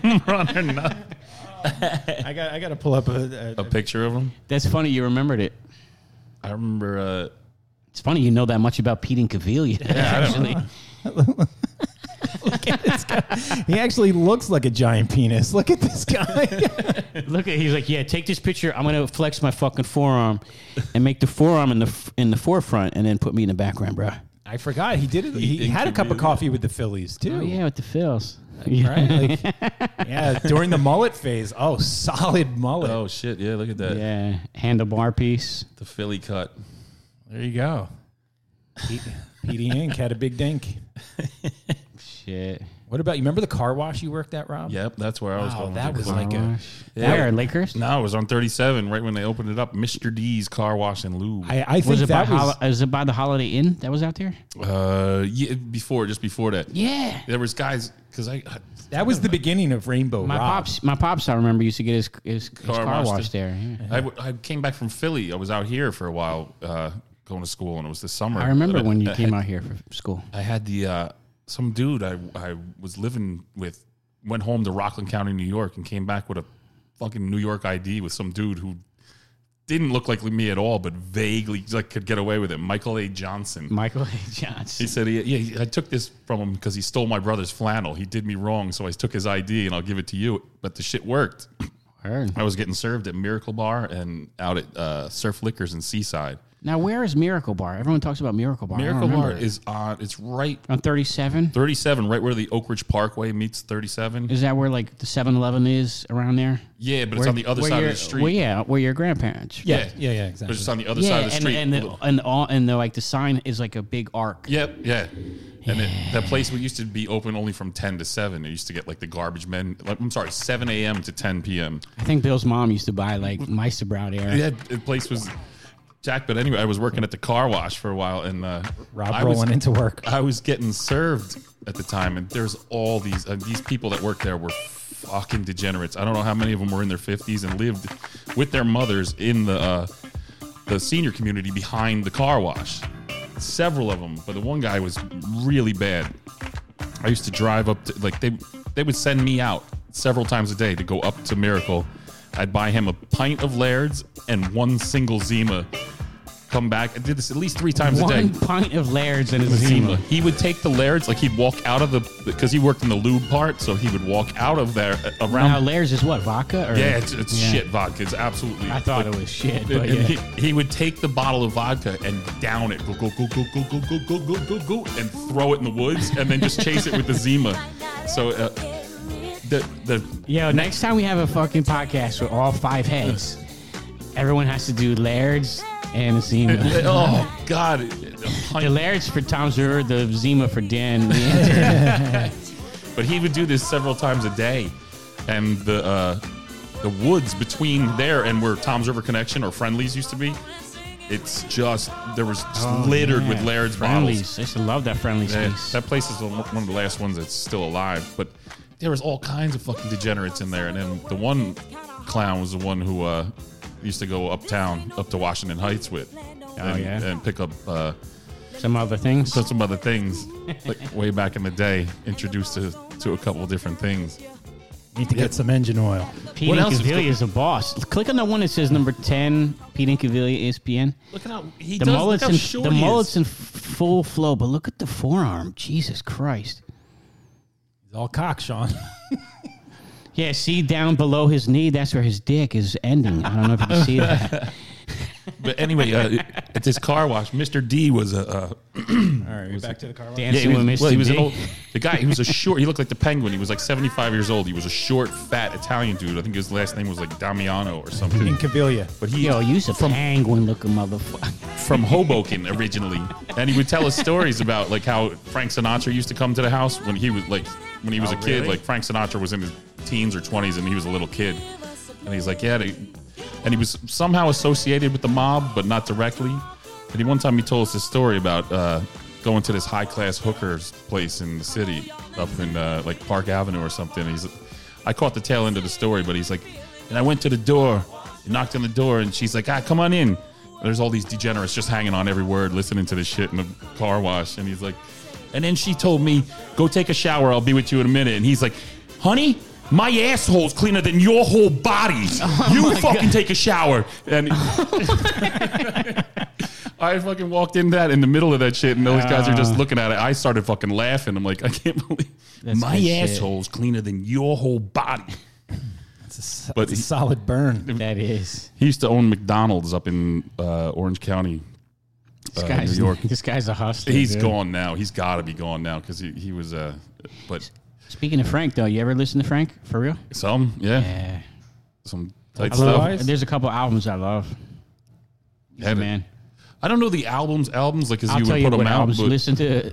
[SPEAKER 2] rah, rah.
[SPEAKER 3] Runner, not
[SPEAKER 1] I got I got to pull up a, a,
[SPEAKER 3] a picture of him.
[SPEAKER 2] That's funny. You remembered it.
[SPEAKER 3] I remember. Uh,
[SPEAKER 2] It's funny you know that much about Pete Incaviglia. actually,
[SPEAKER 1] He actually looks like a giant penis. Look at this guy.
[SPEAKER 2] look at he's like, yeah, take this picture. I'm gonna flex my fucking forearm and make the forearm in the f- in the forefront, and then put me in the background, bro.
[SPEAKER 1] I forgot he did it. He,
[SPEAKER 3] He
[SPEAKER 1] had a cup of
[SPEAKER 3] incubated.
[SPEAKER 1] coffee with the Phillies too.
[SPEAKER 2] Oh yeah, with the fills.
[SPEAKER 1] Right? Like, yeah, during the mullet phase. Oh, solid mullet.
[SPEAKER 3] oh shit! Yeah, look at that.
[SPEAKER 2] Yeah, handlebar piece.
[SPEAKER 3] The Philly cut.
[SPEAKER 1] There you go. P- PD Inc. had a big dink.
[SPEAKER 2] Shit.
[SPEAKER 1] What about you? Remember the car wash you worked at, Rob?
[SPEAKER 3] Yep, that's where I was
[SPEAKER 1] Wow,
[SPEAKER 3] going.
[SPEAKER 1] that
[SPEAKER 3] with
[SPEAKER 1] was
[SPEAKER 3] it.
[SPEAKER 1] like a.
[SPEAKER 3] Yeah.
[SPEAKER 2] Where Lakers?
[SPEAKER 3] No, it was on 37, right when they opened it up. Mr. D's Car Wash and Lube.
[SPEAKER 1] I, I think
[SPEAKER 2] Was it by
[SPEAKER 1] that was.
[SPEAKER 2] Hol- is it by the Holiday Inn that was out there?
[SPEAKER 3] uh, yeah, before, just before that.
[SPEAKER 2] Yeah.
[SPEAKER 3] There was guys, because I, uh,
[SPEAKER 1] that was the beginning of Rainbow
[SPEAKER 2] My
[SPEAKER 1] Rob.
[SPEAKER 2] pops, my pops, I remember used to get his his his car,
[SPEAKER 3] Car washed
[SPEAKER 2] washed
[SPEAKER 3] it.
[SPEAKER 2] there. yeah.
[SPEAKER 3] I, w- I came back from Philly. I was out here for a while uh, going to school, and it was the summer.
[SPEAKER 2] I remember
[SPEAKER 3] And I-
[SPEAKER 2] when you
[SPEAKER 3] I
[SPEAKER 2] came
[SPEAKER 3] had-
[SPEAKER 2] out here for school.
[SPEAKER 3] I had the uh, some dude I I was living with went home to Rockland County, New York, and came back with a fucking New York ID with some dude who didn't look like me at all, but vaguely like could get away with it. Michael A. Johnson.
[SPEAKER 2] Michael A. Johnson.
[SPEAKER 3] He said, he, "Yeah, he- I took this from him because he stole my brother's flannel. He did me wrong, so I took his ID and I'll give it to you." But the shit worked.
[SPEAKER 2] Heard.
[SPEAKER 3] I was getting served at Miracle Bar and out at uh, Surf Liquors in Seaside.
[SPEAKER 2] Now, where is Miracle Bar? Everyone talks about Miracle Bar. I don't
[SPEAKER 3] Miracle Bar
[SPEAKER 2] remember.
[SPEAKER 3] is on. It's right
[SPEAKER 2] on 37.
[SPEAKER 3] 37, right where the Oak Ridge Parkway meets 37.
[SPEAKER 2] Is that where like the 7-Eleven is around there?
[SPEAKER 3] yeah, but
[SPEAKER 2] Where-
[SPEAKER 3] it's on the other
[SPEAKER 2] where
[SPEAKER 3] side of
[SPEAKER 2] your-
[SPEAKER 3] the street.
[SPEAKER 2] Well, yeah, where your grandparents.
[SPEAKER 1] Yeah, yeah, yeah,
[SPEAKER 3] But
[SPEAKER 1] exactly.
[SPEAKER 3] it's just on the other
[SPEAKER 2] yeah,
[SPEAKER 3] side of the
[SPEAKER 2] and,
[SPEAKER 3] street.
[SPEAKER 2] and the, and all and the, like the sign is like a big arc.
[SPEAKER 3] yep, yeah. And It, that place we used to be open only from 10 to 7. It used to get like the garbage men. Like, I'm sorry, 7 a.m. to 10 p.m.
[SPEAKER 2] I think Bill's mom used to buy like Meister Brown air.
[SPEAKER 3] Yeah, the place was Jack. But anyway, I was working at the car wash for a while, and uh,
[SPEAKER 1] Rob
[SPEAKER 3] I was-
[SPEAKER 1] rolling into work.
[SPEAKER 3] I was getting served at the time, and there's all these uh, these people that worked there were fucking degenerates. I don't know how many of them were in their 50s and lived with their mothers in the uh, the senior community behind the car wash. Several of them, but the one guy was really bad. I used to drive up to like they they would send me out several times a day to go up to Miracle. I'd buy him a pint of Laird's and one single Zima. Come back. I did this at least three times a day.
[SPEAKER 2] One pint of Laird's and a
[SPEAKER 3] Zima.
[SPEAKER 2] Zima.
[SPEAKER 3] He would take the Laird's, like he'd walk out of the, because he worked in the lube part, so he would walk out of there uh,
[SPEAKER 2] Now
[SPEAKER 3] around.
[SPEAKER 2] Laird's is what vodka or
[SPEAKER 3] yeah, it's, it's
[SPEAKER 2] Yeah.
[SPEAKER 3] shit vodka. It's absolutely.
[SPEAKER 2] I thought
[SPEAKER 3] like-
[SPEAKER 2] it was shit,
[SPEAKER 3] and-
[SPEAKER 2] but
[SPEAKER 3] and
[SPEAKER 2] yeah.
[SPEAKER 3] he, he would take the bottle of vodka and down it, go go go go go go go go go go go, and throw it in the woods, and then just chase it with the Zima. So uh, the the
[SPEAKER 2] Yo, next time we have a fucking podcast with all five heads, everyone has to do Laird's and a Zima.
[SPEAKER 3] oh god,
[SPEAKER 2] the Laird's for Tom's River, the Zima for Dan. Leander.
[SPEAKER 3] But he would do this several times a day, and the uh, the woods between there and where Tom's River Connection or Friendlies used to be, it's just there was just littered with
[SPEAKER 2] Oh, Yeah,
[SPEAKER 3] Laird's bottles.
[SPEAKER 2] friendlies. I used to love that friendly
[SPEAKER 3] Yeah,
[SPEAKER 2] space.
[SPEAKER 3] that place is the- one of the last ones that's still alive. But there was all kinds of fucking degenerates in there, and then the one clown was the one who uh, used to go uptown, up to Washington Heights with. and,
[SPEAKER 2] Oh, yeah?
[SPEAKER 3] and pick up uh,
[SPEAKER 2] Some other things.
[SPEAKER 3] some other things like way back in the day introduced to, to a couple different things
[SPEAKER 1] Need to get some engine oil.
[SPEAKER 2] Pete
[SPEAKER 3] What else is
[SPEAKER 2] Incaviglia
[SPEAKER 3] cool?
[SPEAKER 2] is the boss. Click on the one that says number ten. Pete Incaviglia, E ESPN.
[SPEAKER 3] Look at how he
[SPEAKER 2] The
[SPEAKER 3] does.
[SPEAKER 2] mullets
[SPEAKER 3] look
[SPEAKER 2] in
[SPEAKER 3] how short
[SPEAKER 2] the
[SPEAKER 3] he
[SPEAKER 2] mullets
[SPEAKER 3] is.
[SPEAKER 2] in f- full flow, but look at the forearm. Jesus Christ.
[SPEAKER 1] It's all cock, Sean.
[SPEAKER 2] Yeah, see down below his knee. That's where his dick is ending. I don't know if you can see that.
[SPEAKER 3] But anyway, uh, at this car wash, Mr. D was a uh,
[SPEAKER 1] All right, we're back to the car wash.
[SPEAKER 2] Dancing
[SPEAKER 3] he was,
[SPEAKER 2] with Mr.
[SPEAKER 3] well, he was an
[SPEAKER 2] D.
[SPEAKER 3] old the guy. He was a short. He looked like the penguin. He was like seventy five years old. He was a short, fat Italian dude. I think his last name was like Damiano or something.
[SPEAKER 1] In Cavilia.
[SPEAKER 3] But he
[SPEAKER 2] Yo, you's a penguin looking motherfucker.
[SPEAKER 3] from Hoboken originally, and he would tell us stories about like how Frank Sinatra used to come to the house when he was like when he was a kid. Like Frank Sinatra was in his teens or twenties, and he was a little kid, and he's like, yeah. They, and he was somehow associated with the mob, but not directly. And he one time he told us this story about uh, going to this high class hookers place in the city, up in uh, like Park Avenue or something. He's, I caught the tail end of the story, but he's like, and I went to the door, and knocked on the door, and she's like, ah, come on in. There's all these degenerates just hanging on every word, listening to this shit in the car wash, and he's like, and then she told me, go take a shower. I'll be with you in a minute. And he's like, honey, my asshole's cleaner than your whole body. you fucking take a shower. And I fucking walked in that in the middle of that shit, and those guys are just looking at it. I started fucking laughing. I'm like, I can't believe my
[SPEAKER 2] good shit.
[SPEAKER 3] asshole's cleaner than your whole body.
[SPEAKER 1] It's a, s-
[SPEAKER 3] But
[SPEAKER 1] it's a
[SPEAKER 3] he-
[SPEAKER 1] solid burn.
[SPEAKER 2] That is.
[SPEAKER 3] He used to own McDonald's up in uh, Orange County.
[SPEAKER 2] This
[SPEAKER 3] Uh,
[SPEAKER 2] guy's
[SPEAKER 3] New York.
[SPEAKER 2] This guy's a hustler.
[SPEAKER 3] He's
[SPEAKER 2] dude.
[SPEAKER 3] gone now. He's got to be gone now because he, he was. Uh, but
[SPEAKER 2] Speaking of Frank, though, you ever listen to Frank for real?
[SPEAKER 3] some, yeah,
[SPEAKER 2] Yeah.
[SPEAKER 3] some tight stuff.
[SPEAKER 1] Otherwise,
[SPEAKER 2] There's a couple albums I love. He's a
[SPEAKER 3] Had it.
[SPEAKER 2] man.
[SPEAKER 3] I don't know the albums, albums like as
[SPEAKER 2] I'll
[SPEAKER 3] you
[SPEAKER 2] tell
[SPEAKER 3] would
[SPEAKER 2] you
[SPEAKER 3] put
[SPEAKER 2] what
[SPEAKER 3] them out.
[SPEAKER 2] albums.
[SPEAKER 3] But
[SPEAKER 2] Listen to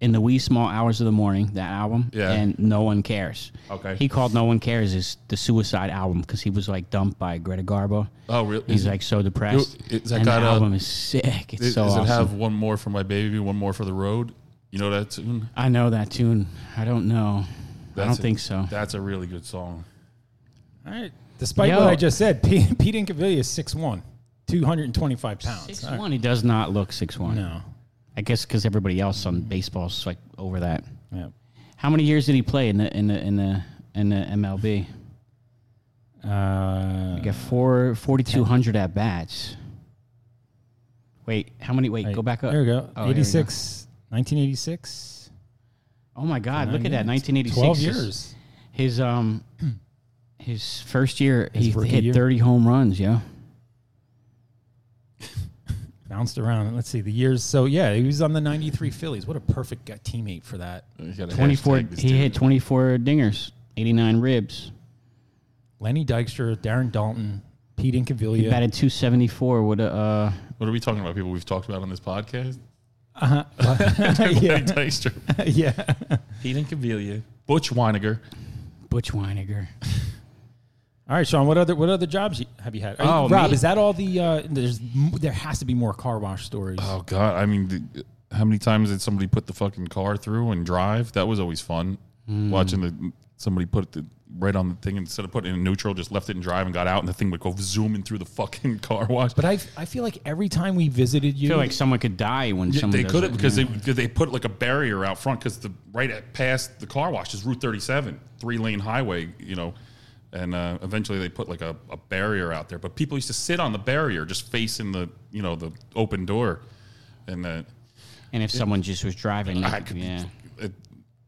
[SPEAKER 2] in the wee small hours of the morning that album,
[SPEAKER 3] Yeah.
[SPEAKER 2] and no one cares.
[SPEAKER 3] Okay.
[SPEAKER 2] He called "No One Cares" is the suicide album because he was like dumped by Greta Garbo.
[SPEAKER 3] oh, really?
[SPEAKER 2] He's like so depressed.
[SPEAKER 3] Yo, is that
[SPEAKER 2] and the
[SPEAKER 3] got a-
[SPEAKER 2] album is sick. It's
[SPEAKER 3] does,
[SPEAKER 2] so
[SPEAKER 3] does
[SPEAKER 2] awesome.
[SPEAKER 3] it have one more for my baby, one more for the road? You know that tune?
[SPEAKER 2] I know that tune. I don't know. I
[SPEAKER 3] That's
[SPEAKER 2] don't
[SPEAKER 3] a-
[SPEAKER 2] think so.
[SPEAKER 3] That's a really good song.
[SPEAKER 1] all right. Despite
[SPEAKER 2] Yo.
[SPEAKER 1] what I just said, Pete, Pete Incaviglia is 6'1", 225 pounds.
[SPEAKER 2] Six
[SPEAKER 1] All right.
[SPEAKER 2] one. He does not look six one.
[SPEAKER 1] No.
[SPEAKER 2] I guess because everybody else on baseball's like over that.
[SPEAKER 1] Yeah.
[SPEAKER 2] How many years did he play in the in the in the in the MLB?
[SPEAKER 1] Uh,
[SPEAKER 2] He got four 4,200 at bats. Wait, how many? Wait,
[SPEAKER 1] Right.
[SPEAKER 2] go back up.
[SPEAKER 1] There we go.
[SPEAKER 2] Oh, here we go.
[SPEAKER 1] 86, 1986.
[SPEAKER 2] Oh my God! Look at that.
[SPEAKER 1] Nine years.
[SPEAKER 2] 1986.
[SPEAKER 1] 12
[SPEAKER 2] is-
[SPEAKER 1] years.
[SPEAKER 2] His um, his first year,
[SPEAKER 1] His
[SPEAKER 2] he
[SPEAKER 1] rookie
[SPEAKER 2] hit
[SPEAKER 1] year.
[SPEAKER 2] 30 home runs. Yeah.
[SPEAKER 1] Bounced around. Let's see the years. So yeah, he was on the 93 Phillies. What a perfect guy, teammate for that.
[SPEAKER 3] You gotta
[SPEAKER 2] 24.
[SPEAKER 3] hashtag this
[SPEAKER 2] He
[SPEAKER 3] dude.
[SPEAKER 2] hit 24 dingers, 89 ribs.
[SPEAKER 1] Lenny Dykstra, Darren Dalton, Pete
[SPEAKER 2] He
[SPEAKER 1] Incaviglia.
[SPEAKER 2] batted 274 with a. Uh,
[SPEAKER 3] What are we talking about? People we've talked about on this podcast?
[SPEAKER 1] Uh-huh. yeah.
[SPEAKER 3] Lenny Dykstra,
[SPEAKER 1] yeah.
[SPEAKER 3] Pete Incaviglia, Butch Weiniger.
[SPEAKER 2] Butch Weiniger.
[SPEAKER 1] All right, Sean. What other what other jobs you- have you had?
[SPEAKER 2] Oh,
[SPEAKER 1] Rob,
[SPEAKER 2] me-
[SPEAKER 1] is that all the? Uh, there's m- there has to be more car wash stories.
[SPEAKER 3] Oh God! I mean, the, how many times did somebody put the fucking car through and drive? That was always fun.
[SPEAKER 1] Hmm.
[SPEAKER 3] Watching the somebody put the right on the thing instead of putting it in neutral, just left it and drive and got out, and the thing would go zooming through the fucking car wash.
[SPEAKER 1] But I I feel like every time we visited
[SPEAKER 2] I
[SPEAKER 1] you,
[SPEAKER 2] feel like someone could die when
[SPEAKER 3] Yeah,
[SPEAKER 2] someone
[SPEAKER 3] they
[SPEAKER 2] does
[SPEAKER 3] could
[SPEAKER 2] that, Hmm.
[SPEAKER 3] have because
[SPEAKER 2] yeah.
[SPEAKER 3] they because they put like a barrier out front because the right at, past the car wash is Route 37, three lane highway, you know, and uh, eventually they put like a, a barrier out there. But people used to sit on the barrier, just facing the you know the open door, and the
[SPEAKER 2] and if someone just was driving,
[SPEAKER 3] I could,
[SPEAKER 2] yeah.
[SPEAKER 3] it,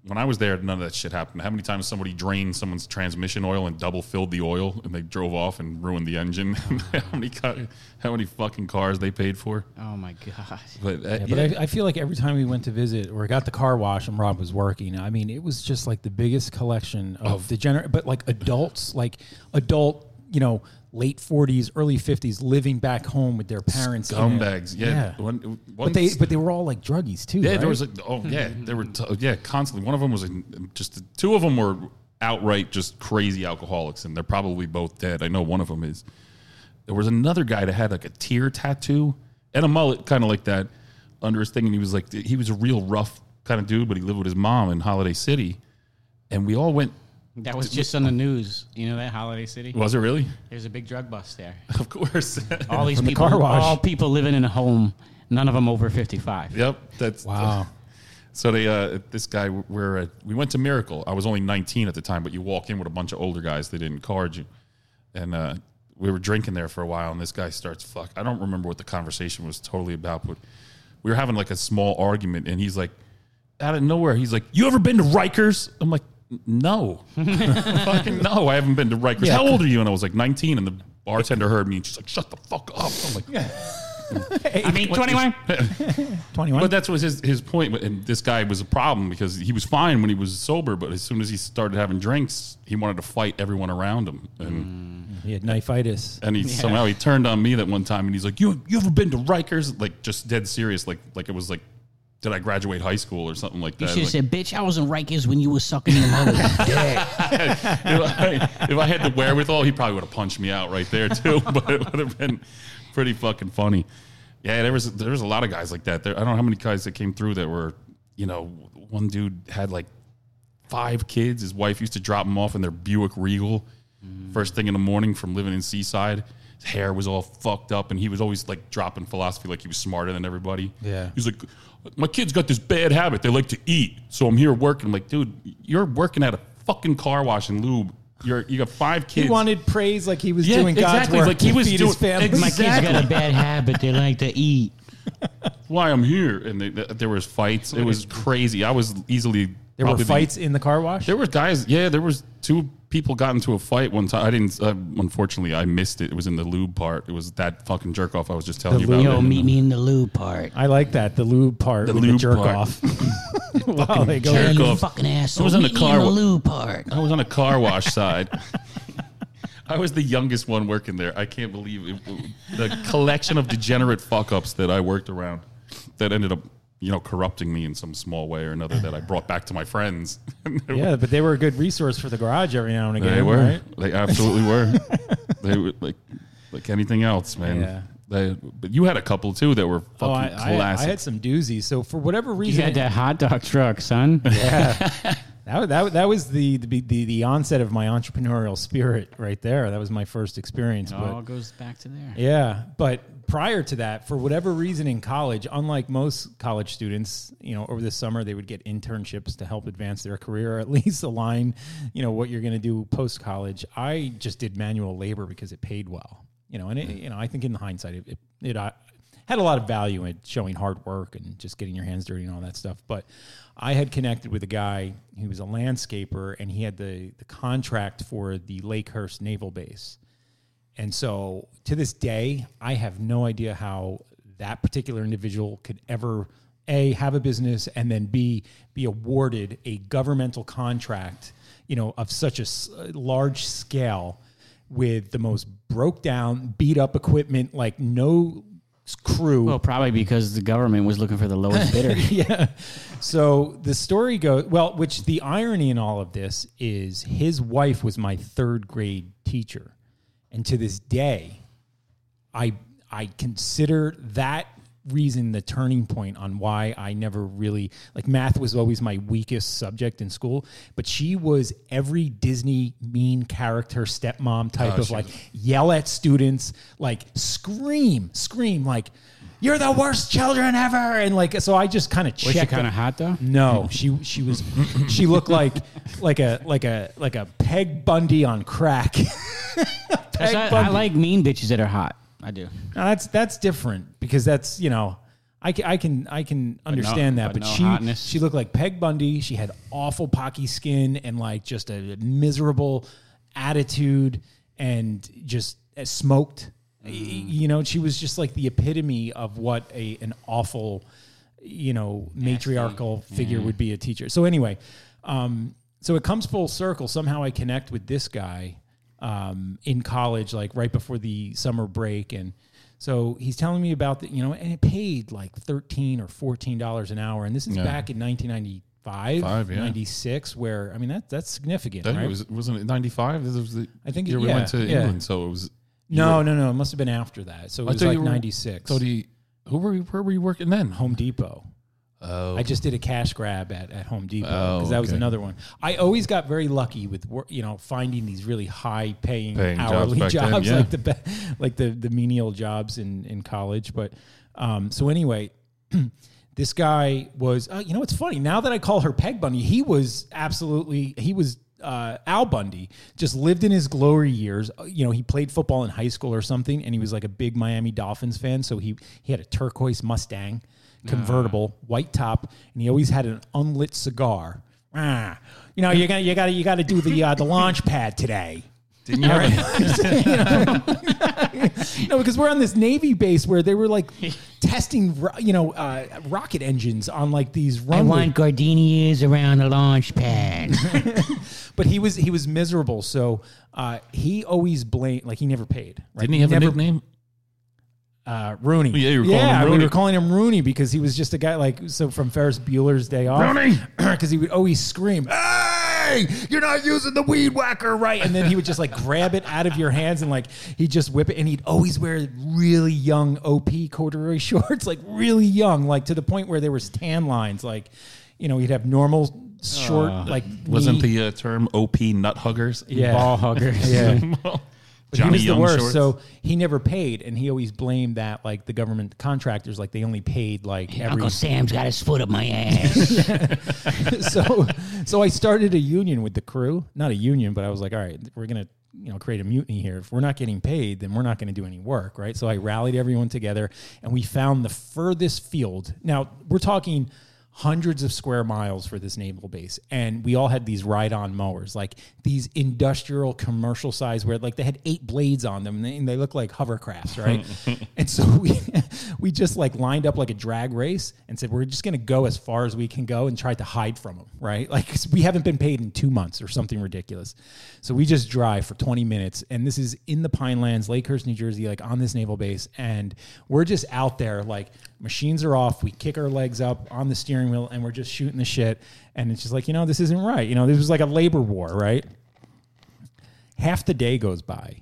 [SPEAKER 3] when I was there, none of that shit happened. How many times somebody drained someone's transmission oil and double filled the oil and they drove off and ruined the engine? how many ca- how many fucking cars they paid for?
[SPEAKER 2] Oh my God.
[SPEAKER 3] But, uh,
[SPEAKER 1] But
[SPEAKER 3] yeah.
[SPEAKER 1] I, I feel like every time we went to visit or got the car wash and Rob was working, I mean, it was just like the biggest collection of degenerate, but like adults, like adult, you know, late 40s, early 50s, living back home with their parents. in it.
[SPEAKER 3] Scumbags, yeah. One- one-
[SPEAKER 1] but they but they were all like druggies too.
[SPEAKER 3] Yeah,
[SPEAKER 1] right? Hmm.
[SPEAKER 3] there was like oh yeah, there were t- yeah constantly. One of them was in, just two of them were outright just crazy alcoholics, and they're probably both dead. I know one of them is. There was another guy that had like a tear tattoo and a mullet, kind of like that, under his thing, and he was like he was a real rough kind of dude, but he lived with his mom in Holiday City, and we all went.
[SPEAKER 2] That was just on the news. You know that Holiday City?
[SPEAKER 3] Was it really?
[SPEAKER 2] There's a big drug bust there.
[SPEAKER 3] Of course.
[SPEAKER 2] All these
[SPEAKER 1] From the
[SPEAKER 2] people,
[SPEAKER 1] car wash.
[SPEAKER 2] all people living in a home, none of them over 55.
[SPEAKER 3] yep. That's
[SPEAKER 1] wow.
[SPEAKER 3] So they, uh, this guy, we're at, we went to Miracle. I was only 19 at the time, but you walk in with a bunch of older guys. They didn't card you, and uh, we were drinking there for a while. And this guy starts fuck. I don't remember what the conversation was totally about, but we were having like a small argument, and he's like, out of nowhere, he's like, "You ever been to Rikers?" I'm like, "N- "No, fucking no, I haven't been to Rikers." How old are you? And I was like 19, and the bartender heard me, and she's like, "Shut the fuck up." I'm
[SPEAKER 1] Hmm.
[SPEAKER 3] like,
[SPEAKER 2] I mean, 21.
[SPEAKER 1] 21.
[SPEAKER 3] But that's was his his point. And this guy was a problem because he was fine when he was sober, but as soon as he started having drinks, he wanted to fight everyone around him.
[SPEAKER 2] Mm.
[SPEAKER 3] And
[SPEAKER 1] he had knifitis.
[SPEAKER 3] and he somehow he turned on me that one time, and he's like, "You you ever been to Rikers?" Like just dead serious, like like it was like did I graduate high school or something like
[SPEAKER 2] You
[SPEAKER 3] that?
[SPEAKER 2] should have
[SPEAKER 3] Like,
[SPEAKER 2] said, "Bitch, I was in Rikers when you were sucking your mother."
[SPEAKER 3] if, I, if I had the wherewithal, he probably would have punched me out right there too. but it would have been pretty fucking funny. Yeah, there was there was a lot of guys like that. There, I don't know how many guys that came through that were, you know, one dude had like five kids. His wife used to drop him off in their Buick Regal first thing in the morning from living in Seaside. His hair was all fucked up, and he was always like dropping philosophy like he was smarter than everybody.
[SPEAKER 1] Yeah.
[SPEAKER 3] He's like, My kids got this bad habit. They like to eat. So I'm here working. I'm like, dude, you're working at a fucking car wash and lube. You're, you got five kids.
[SPEAKER 1] He wanted praise like he was
[SPEAKER 3] Yeah,
[SPEAKER 1] doing God's
[SPEAKER 3] exactly,
[SPEAKER 1] work.
[SPEAKER 3] like he
[SPEAKER 1] to
[SPEAKER 3] was
[SPEAKER 1] feed
[SPEAKER 3] doing-
[SPEAKER 1] his family.
[SPEAKER 3] exactly.
[SPEAKER 2] Kids got a bad habit; they like to eat.
[SPEAKER 3] why I'm here. And they, th- there was fights. It was crazy. I was easily
[SPEAKER 1] There were
[SPEAKER 3] probably the-
[SPEAKER 1] fights in the car wash.
[SPEAKER 3] There was guys. Yeah, there was two people got into a fight one time. I didn't. Uh, unfortunately, I missed it. It was in the lube part. It was that fucking jerk off I was just telling
[SPEAKER 1] The
[SPEAKER 3] you about.
[SPEAKER 1] lube.
[SPEAKER 2] Yo, meet me in the loo part.
[SPEAKER 1] I like that the lube part, the, with the
[SPEAKER 3] lube
[SPEAKER 1] jerk
[SPEAKER 3] part.
[SPEAKER 1] off. wow, they Oh, go.
[SPEAKER 3] jerk.
[SPEAKER 2] Hey, you
[SPEAKER 3] off.
[SPEAKER 2] fucking
[SPEAKER 3] I
[SPEAKER 2] asshole.
[SPEAKER 3] was in
[SPEAKER 2] meet
[SPEAKER 3] the
[SPEAKER 2] me
[SPEAKER 3] car
[SPEAKER 2] in the
[SPEAKER 3] wa-
[SPEAKER 2] loo part.
[SPEAKER 3] I was on a car wash side. I was the youngest one working there. I can't believe it. the collection of degenerate fuck ups that I worked around that ended up, you know, corrupting me in some small way or another that I brought back to my friends.
[SPEAKER 1] Yeah, but they were a good resource for the garage every now and again.
[SPEAKER 3] They were.
[SPEAKER 1] right?
[SPEAKER 3] They absolutely were. they were like like anything else, man.
[SPEAKER 1] Yeah.
[SPEAKER 3] They, but you had a couple too that were fucking
[SPEAKER 1] Oh, I, I, I
[SPEAKER 3] classic.
[SPEAKER 1] had some doozies. So for whatever
[SPEAKER 2] You
[SPEAKER 1] reason,
[SPEAKER 2] had that hot dog truck, son.
[SPEAKER 1] That, wa- that, wa- that was the, the, the, the onset of my entrepreneurial spirit right there. That was my first experience.
[SPEAKER 2] It all
[SPEAKER 1] But,
[SPEAKER 2] goes back to there.
[SPEAKER 1] yeah. But prior to that, for whatever reason in college, unlike most college students, you know, over the summer, they would get internships to help advance their career or at least align, you know, what you're going to do post college. I just did manual labor because it paid well, you know, and it, you know, I think in hindsight, it, it, it uh, had a lot of value in showing hard work and just getting your hands dirty and all that stuff. But I had connected with a guy who was a landscaper and he had the, the contract for the Lakehurst Naval Base. And so to this day, I have no idea how that particular individual could ever a have a business and then b be awarded a governmental contract, you know, of such a s- large scale with the most broke down, beat up equipment, like no s- crew.
[SPEAKER 2] Well, probably because the government was looking for the lowest bidder.
[SPEAKER 1] So the story goes well, which the irony in all of this is his wife was my third grade teacher. And to this day, I I consider that reason the turning point on why I never really like math was always my weakest subject in school, but she was every Disney mean character stepmom type of like yell at students, like scream, scream like you're the worst children ever and like so I just kind of
[SPEAKER 2] Was she
[SPEAKER 1] checked
[SPEAKER 2] kind
[SPEAKER 1] it.
[SPEAKER 2] of hot though?
[SPEAKER 1] No, she she was she looked like like a like a like a Peg Bundy on crack. Peg
[SPEAKER 2] That's not- I
[SPEAKER 1] Bundy.
[SPEAKER 2] like mean bitches that are hot. I do.
[SPEAKER 1] Now, that's that's different because that's you know I can I can I can understand that,
[SPEAKER 2] but
[SPEAKER 1] but
[SPEAKER 2] no
[SPEAKER 1] she
[SPEAKER 2] hotness.
[SPEAKER 1] she looked like Peg Bundy. She had awful pocky skin and like just a miserable attitude and just uh, smoked. Y-
[SPEAKER 2] Mm.
[SPEAKER 1] You know, she was just like the epitome of what a an awful you know matriarchal figure would be a teacher. So anyway, um, so it comes full circle. Somehow I connect with this guy um, in college, like right before the summer break, and so he's telling me about the you know, and it paid like thirteen or fourteen dollars an hour, and this is
[SPEAKER 3] Yeah.
[SPEAKER 1] back in nineteen ninety five,
[SPEAKER 3] Five, yeah.
[SPEAKER 1] ninety six, where I mean that that's significant,
[SPEAKER 3] Then
[SPEAKER 1] right?
[SPEAKER 3] it was wasn't it ninety five? This was the
[SPEAKER 1] I think it-
[SPEAKER 3] year we
[SPEAKER 1] yeah,
[SPEAKER 3] went to
[SPEAKER 1] yeah.
[SPEAKER 3] England, so it was.
[SPEAKER 1] no, no, no, it must have been after that. So it
[SPEAKER 3] I
[SPEAKER 1] was
[SPEAKER 3] thought
[SPEAKER 1] like
[SPEAKER 3] you were-
[SPEAKER 1] ninety six.
[SPEAKER 3] So do you, who were you, where were you working then?
[SPEAKER 1] Home Depot. Oh. I just did a cash grab at, at Home Depot
[SPEAKER 3] Oh,
[SPEAKER 1] because that was
[SPEAKER 3] okay.
[SPEAKER 1] another one. I always got very lucky with wor- you know finding these really high paying,
[SPEAKER 3] Paying jobs
[SPEAKER 1] hourly
[SPEAKER 3] back
[SPEAKER 1] jobs,
[SPEAKER 3] then, yeah.
[SPEAKER 1] like the be- like the the menial jobs in in college. But um, so anyway, this guy was uh, you know it's funny now that I call her Peg Bundy, he was absolutely he was. Uh, Al Bundy just lived in his glory years. Uh, You know, he played football in high school or something, and he was like a big Miami Dolphins fan. So he he had a turquoise Mustang convertible, white top, and he always had an unlit cigar. Ah, you know, you got you got to you got to do the uh, the launch pad today.
[SPEAKER 3] Didn't you have a,
[SPEAKER 1] No, because we're on this Navy base where they were like testing, ro- you know, uh, rocket engines on like these
[SPEAKER 2] I
[SPEAKER 1] runway.
[SPEAKER 2] want gardenias around the launch pad.
[SPEAKER 1] but he was he was miserable, so uh, he always blamed like he never paid. Right?
[SPEAKER 3] didn't he have
[SPEAKER 1] never,
[SPEAKER 3] a nickname?
[SPEAKER 1] Uh, Rooney.
[SPEAKER 3] Yeah, you were calling him
[SPEAKER 1] we
[SPEAKER 3] Rooney.
[SPEAKER 1] were calling him Rooney because he was just a guy like so from Ferris Bueller's Day Off.
[SPEAKER 3] Rooney!
[SPEAKER 1] because he would always scream, "Hey, you're not using the weed whacker right!" And then he would just like grab it out of your hands and like he'd just whip it. And he'd always wear really young OP corduroy shorts, like really young, like to the point where there was tan lines. Like, you know, he'd have normal short
[SPEAKER 2] Uh,
[SPEAKER 1] like
[SPEAKER 3] Uh, Wasn't
[SPEAKER 1] knee-
[SPEAKER 3] the uh, term OP nut huggers?
[SPEAKER 1] yeah.
[SPEAKER 2] Ball huggers.
[SPEAKER 1] Yeah. But
[SPEAKER 3] Johnny
[SPEAKER 1] he was
[SPEAKER 3] Young
[SPEAKER 1] the worst.
[SPEAKER 3] shorts.
[SPEAKER 1] So he never paid, and he always blamed that like the government contractors, like they only paid like every.
[SPEAKER 2] Uncle Sam's got his foot up my ass.
[SPEAKER 1] so, so I started a union with the crew, not a union, but I was like, all right, we're gonna you know create a mutiny here. If we're not getting paid, then we're not going to do any work, right? So I rallied everyone together, and we found the furthest field. Now we're talking. Hundreds of square miles for this naval base, and we all had these ride-on mowers, like these industrial commercial size, where like they had eight blades on them, and they, and they look like hovercrafts, right? and so we we just like lined up like a drag race and said we're just going to go as far as we can go and tried to hide from them right like 'cause we haven't been paid in two months or something ridiculous so we just drive for 20 minutes and this is in the pinelands lakehurst new jersey like on this naval base and we're just out there like machines are off we kick our legs up on the steering wheel and we're just shooting the shit and it's just like you know this isn't right you know this was like a labor war right half the day goes by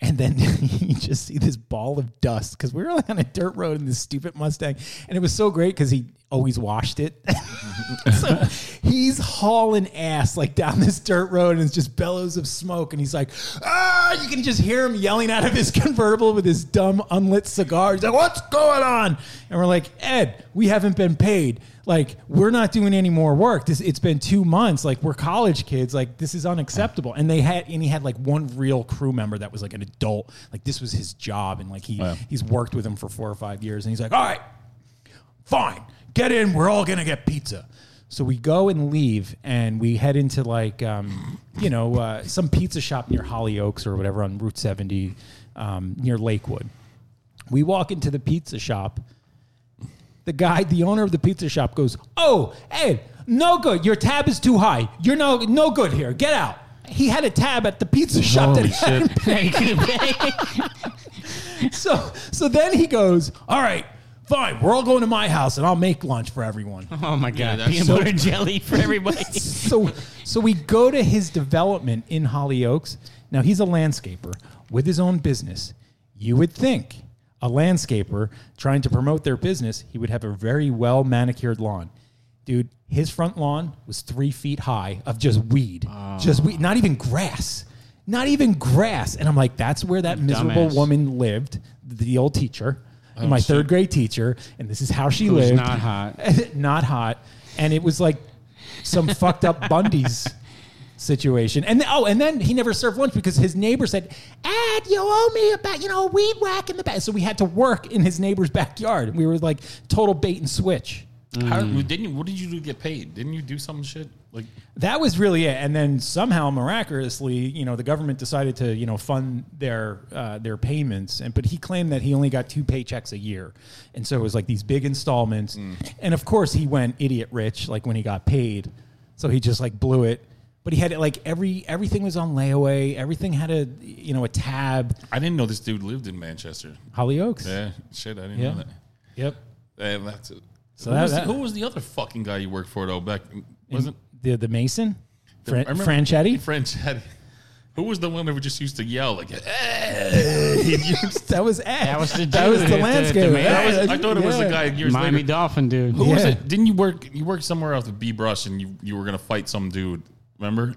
[SPEAKER 1] and then you just see this ball of dust because we were like on a dirt road in this stupid Mustang, and it was so great because he always washed it. so he's hauling ass like down this dirt road, and it's just bellows of smoke, and he's like, "Ah!" You can just hear him yelling out of his convertible with his dumb unlit cigar. He's like, "What's going on?" And we're like, "Ed, we haven't been paid. Like, we're not doing any more work. This it's been two months. Like, we're college kids. Like, this is unacceptable." And they had and he had like one real crew member that was like an adult. Like, this was his job, and like he he's worked with him for four or five years, and he's like, "All right, fine, get in. We're all gonna get pizza." So we go and leave, and we head into like um, you know uh, some pizza shop near Holly Oaks or whatever on Route seventy um, near Lakewood. We walk into the pizza shop. The guy, the owner of the pizza shop, goes, "Oh, hey, no good. Your tab is too high. You're no no good here. Get out." He had a tab at the pizza shop that he hadn't so so then he goes, "All right, fine. We're all going to my house, and I'll make lunch for everyone."
[SPEAKER 2] oh my god!
[SPEAKER 3] that's
[SPEAKER 2] Peanut
[SPEAKER 3] so-
[SPEAKER 2] butter and jelly for everybody.
[SPEAKER 1] so so we go to his development in Holly Oaks. Now he's a landscaper with his own business. You would think a landscaper trying to promote their business, he would have a very well manicured lawn. Dude, his front lawn was three feet high of just weed, just weed, not even grass, not even grass. And I'm like, that's where that miserable
[SPEAKER 2] Dumbass. Oh,
[SPEAKER 1] woman lived, the old teacher, my third grade teacher, and this is how she
[SPEAKER 2] Who's
[SPEAKER 1] lived.
[SPEAKER 2] not hot.
[SPEAKER 1] not hot. And it was like some fucked up Bundy's situation. And oh, and then he never served lunch because his neighbor said, "Ed, you owe me about you know weed whack in the back." So we had to work in his neighbor's backyard. We were like total bait and switch.
[SPEAKER 3] How,
[SPEAKER 1] Hmm.
[SPEAKER 3] didn't you, what did you do to get paid? Didn't you do some shit like?
[SPEAKER 1] That was really it. And then somehow miraculously, you know, the government decided to, you know, fund their uh, their payments. And but he claimed that he only got two paychecks a year. And so it was like these big installments.
[SPEAKER 3] Mm.
[SPEAKER 1] And of course he went idiot rich like when he got paid. So he just like blew it. But he had it like every everything was on layaway. Everything had a you know a tab.
[SPEAKER 3] I didn't know this dude lived in Manchester.
[SPEAKER 1] Holly Oaks.
[SPEAKER 3] Yeah, shit, I didn't
[SPEAKER 1] Yeah.
[SPEAKER 3] know that.
[SPEAKER 1] Yep.
[SPEAKER 3] Eh, that's it.
[SPEAKER 1] So
[SPEAKER 3] who,
[SPEAKER 1] that-
[SPEAKER 3] was
[SPEAKER 1] that-
[SPEAKER 3] the, who was the other fucking guy you worked for though? Back wasn't
[SPEAKER 1] The the Mason. Fran-
[SPEAKER 3] I remember-
[SPEAKER 1] Franchetti.
[SPEAKER 3] Franchetti. Who was the one that would just used to yell like? "Eh!"
[SPEAKER 1] that was Ed. That
[SPEAKER 2] was the
[SPEAKER 1] that
[SPEAKER 2] dude at
[SPEAKER 1] was the
[SPEAKER 2] the- at the
[SPEAKER 1] landscape.
[SPEAKER 2] Mason.
[SPEAKER 3] That was- I thought it was the
[SPEAKER 1] Yeah.
[SPEAKER 3] guy years
[SPEAKER 2] Miami
[SPEAKER 3] later.
[SPEAKER 2] Dolphin dude.
[SPEAKER 3] Who was
[SPEAKER 1] Yeah.
[SPEAKER 3] it? Didn't you work? You worked somewhere else with B Brush, and you, you were gonna fight some dude. Remember?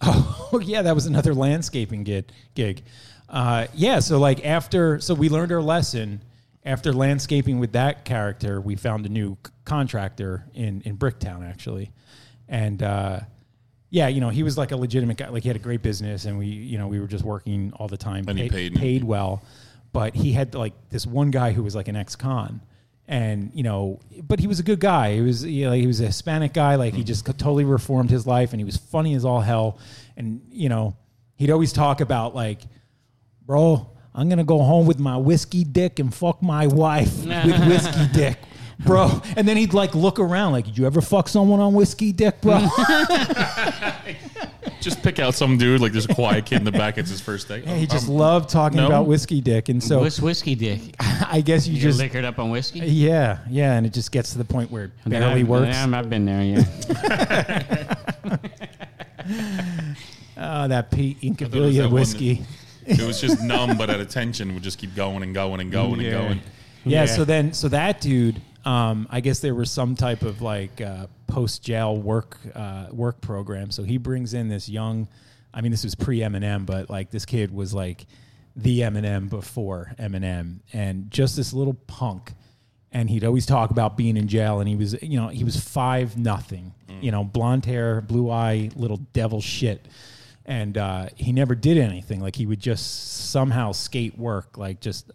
[SPEAKER 1] Oh yeah, that was another landscaping gig. Gig, uh, yeah. So like after, so we learned our lesson. After landscaping with that character, we found a new c- contractor in in Bricktown actually, and uh, yeah, you know he was like a legitimate guy. Like he had a great business, and we you know we were just working all the time.
[SPEAKER 3] And he
[SPEAKER 1] pa-
[SPEAKER 3] paid me.
[SPEAKER 1] paid well, but he had like this one guy who was like an ex-con, and you know, but he was a good guy. He was you know, he was a Hispanic guy. Like he just totally reformed his life, and he was funny as all hell. And you know, he'd always talk about like, bro, I'm gonna go home with my whiskey dick and fuck my wife with whiskey dick. bro. And then he'd like look around, like, "Did you ever fuck someone on whiskey dick, bro?"
[SPEAKER 3] Just pick out some dude. Like there's a quiet kid in the back. It's his first day.
[SPEAKER 1] he just
[SPEAKER 3] Um,
[SPEAKER 1] loved talking
[SPEAKER 3] no.
[SPEAKER 1] about whiskey dick, and so
[SPEAKER 2] What's whiskey dick?
[SPEAKER 1] I guess you
[SPEAKER 2] You're
[SPEAKER 1] just
[SPEAKER 2] liquored up on whiskey?
[SPEAKER 1] yeah, yeah, and it just gets to the point where it barely
[SPEAKER 2] I've,
[SPEAKER 1] works.
[SPEAKER 2] I've, I've been there, yeah.
[SPEAKER 1] Oh, that Pete
[SPEAKER 3] thought it was that
[SPEAKER 1] Incabilia
[SPEAKER 3] one
[SPEAKER 1] whiskey.
[SPEAKER 3] that- It was just numb, but at attention would just keep going and going and going
[SPEAKER 2] Yeah.
[SPEAKER 3] and going.
[SPEAKER 1] Yeah,
[SPEAKER 2] Yeah.
[SPEAKER 1] So then, so that dude, um, I guess there was some type of like uh, post jail work uh, work program. So he brings in this young, I mean, this was pre Eminem, but like this kid was like the Eminem before Eminem, and just this little punk. And he'd always talk about being in jail, and he was, you know, he was five nothing, you know, blonde hair, blue eye, little devil shit. and uh, he never did anything. Like he would just somehow skate work, like just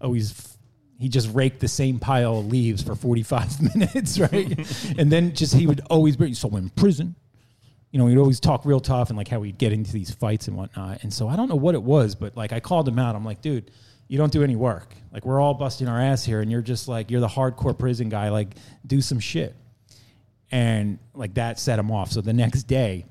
[SPEAKER 1] always. F- he just raked the same pile of leaves for 45 minutes, right? and then just he would always be so in prison. You know, he'd always talk real tough and like how he'd get into these fights and whatnot. And so I don't know what it was, but like I called him out. I'm like, dude, you don't do any work. Like we're all busting our ass here, and you're just like you're the hardcore prison guy. Like do some shit. And like that set him off. So the next day,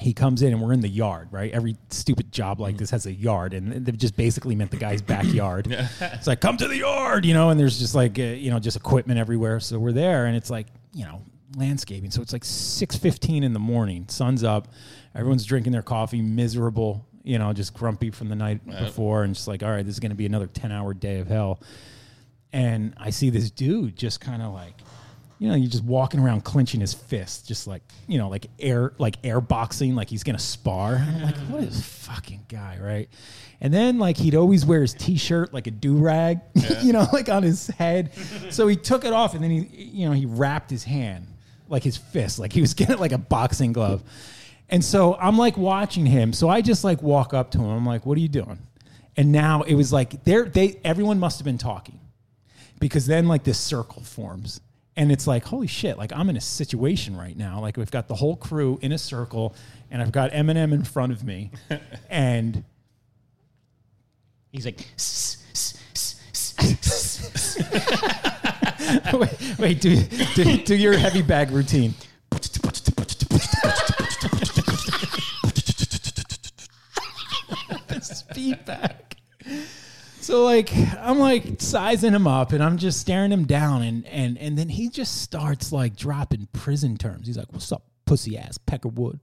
[SPEAKER 1] he comes in and we're in the yard, right? Every stupid job like this has a yard, and they just basically meant the guy's backyard. it's like, come to the yard, you know, and there's just like, uh, you know, just equipment everywhere. So we're there, and it's like, you know, landscaping. So it's like 6.15 in the morning, sun's up, everyone's drinking their coffee, miserable, you know, just grumpy from the night before, and just like, all right, this is going to be another 10-hour day of hell and I see this dude just kind of like, you know, you're just walking around clenching his fist, just like, you know, like air, like air boxing, like he's gonna spar. And I'm like, what is fucking guy, right? And then like he'd always wear his t-shirt like a do rag, you know, like on his head. So he took it off and then he, you know, he wrapped his hand, like his fist, like he was getting like a boxing glove. And so I'm like watching him. So I just like walk up to him. I'm like, what are you doing? And now it was like they're they everyone must have been talking because then like this circle forms and it's like holy shit like i'm in a situation right now like we've got the whole crew in a circle and i've got eminem in front of me and
[SPEAKER 2] He's like, "Sss, sss, sss, sss."
[SPEAKER 1] wait, wait do, do, do your heavy bag routine feedback. So like I'm like sizing him up and I'm just staring him down and and and then he just starts like dropping prison terms. He's like, "What's up, pussy ass Peckerwood?"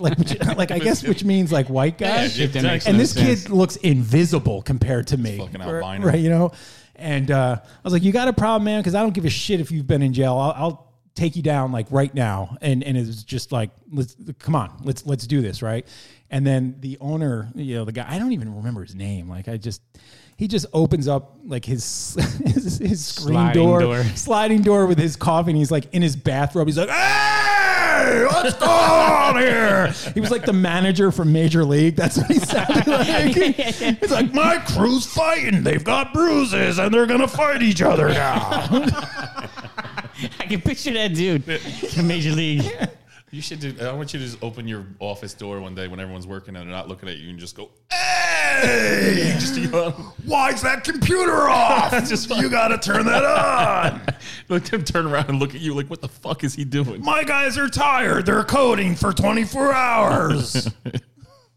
[SPEAKER 1] like which, like I guess which means like white guy.
[SPEAKER 2] Shit, that makes
[SPEAKER 1] and
[SPEAKER 2] no
[SPEAKER 1] this
[SPEAKER 2] sense.
[SPEAKER 1] kid looks invisible compared to me.
[SPEAKER 3] fucking
[SPEAKER 1] Right-
[SPEAKER 3] albino.
[SPEAKER 1] Right, you know? And uh, I was like, you got a problem, man, because I don't give a shit if you've been in jail. I'll, I'll take you down like right now. And and it was just like, let's come on, let's let's do this, right? And then the owner, you know, the guy, I don't even remember his name. Like I just he just opens up like his his, his screen
[SPEAKER 2] Sliding
[SPEAKER 1] door,
[SPEAKER 2] door.
[SPEAKER 1] sliding door with his coffee, and he's like in his bathrobe. He's like, "Hey, what's going on here?" He was like the manager from Major League. That's what he sounded like. He's like, "My crew's fighting. They've got bruises, and they're gonna fight each other now."
[SPEAKER 2] I can picture that dude in Major League.
[SPEAKER 3] You should do. I want you to just open your office door one day when everyone's working and they're not looking at you, and just go, "Hey!" just yell.
[SPEAKER 6] Why's that computer off? you gotta turn that on.
[SPEAKER 3] Let them turn around and look at you like, "What the fuck is he doing?"
[SPEAKER 6] My guys are tired. They're coding for 24 hours.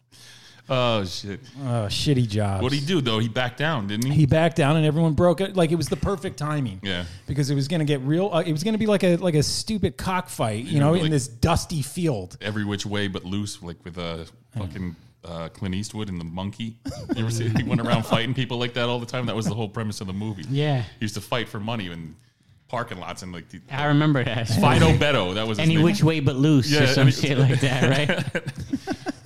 [SPEAKER 3] Oh shit!
[SPEAKER 1] oh, shitty job.
[SPEAKER 3] What would he do though? He backed down, didn't he?
[SPEAKER 1] he backed down and everyone broke it like it was the perfect timing
[SPEAKER 3] Yeah.
[SPEAKER 1] because it was going to get real uh, it was going to be like a like a stupid cockfight you know in
[SPEAKER 3] like-
[SPEAKER 1] this dusty field
[SPEAKER 3] Every which way but loose, like with a fucking. Uh, Clint Eastwood and the monkey. You ever see he went around fighting people like that all the time? That was the whole premise of the movie.
[SPEAKER 2] Yeah.
[SPEAKER 3] he used to fight for money in parking lots and like the,
[SPEAKER 2] I remember that.
[SPEAKER 3] Fido Beto. That was his
[SPEAKER 2] Any
[SPEAKER 3] name.
[SPEAKER 2] which way but loose
[SPEAKER 3] Yeah,
[SPEAKER 2] or some
[SPEAKER 3] any-
[SPEAKER 2] shit like that, right?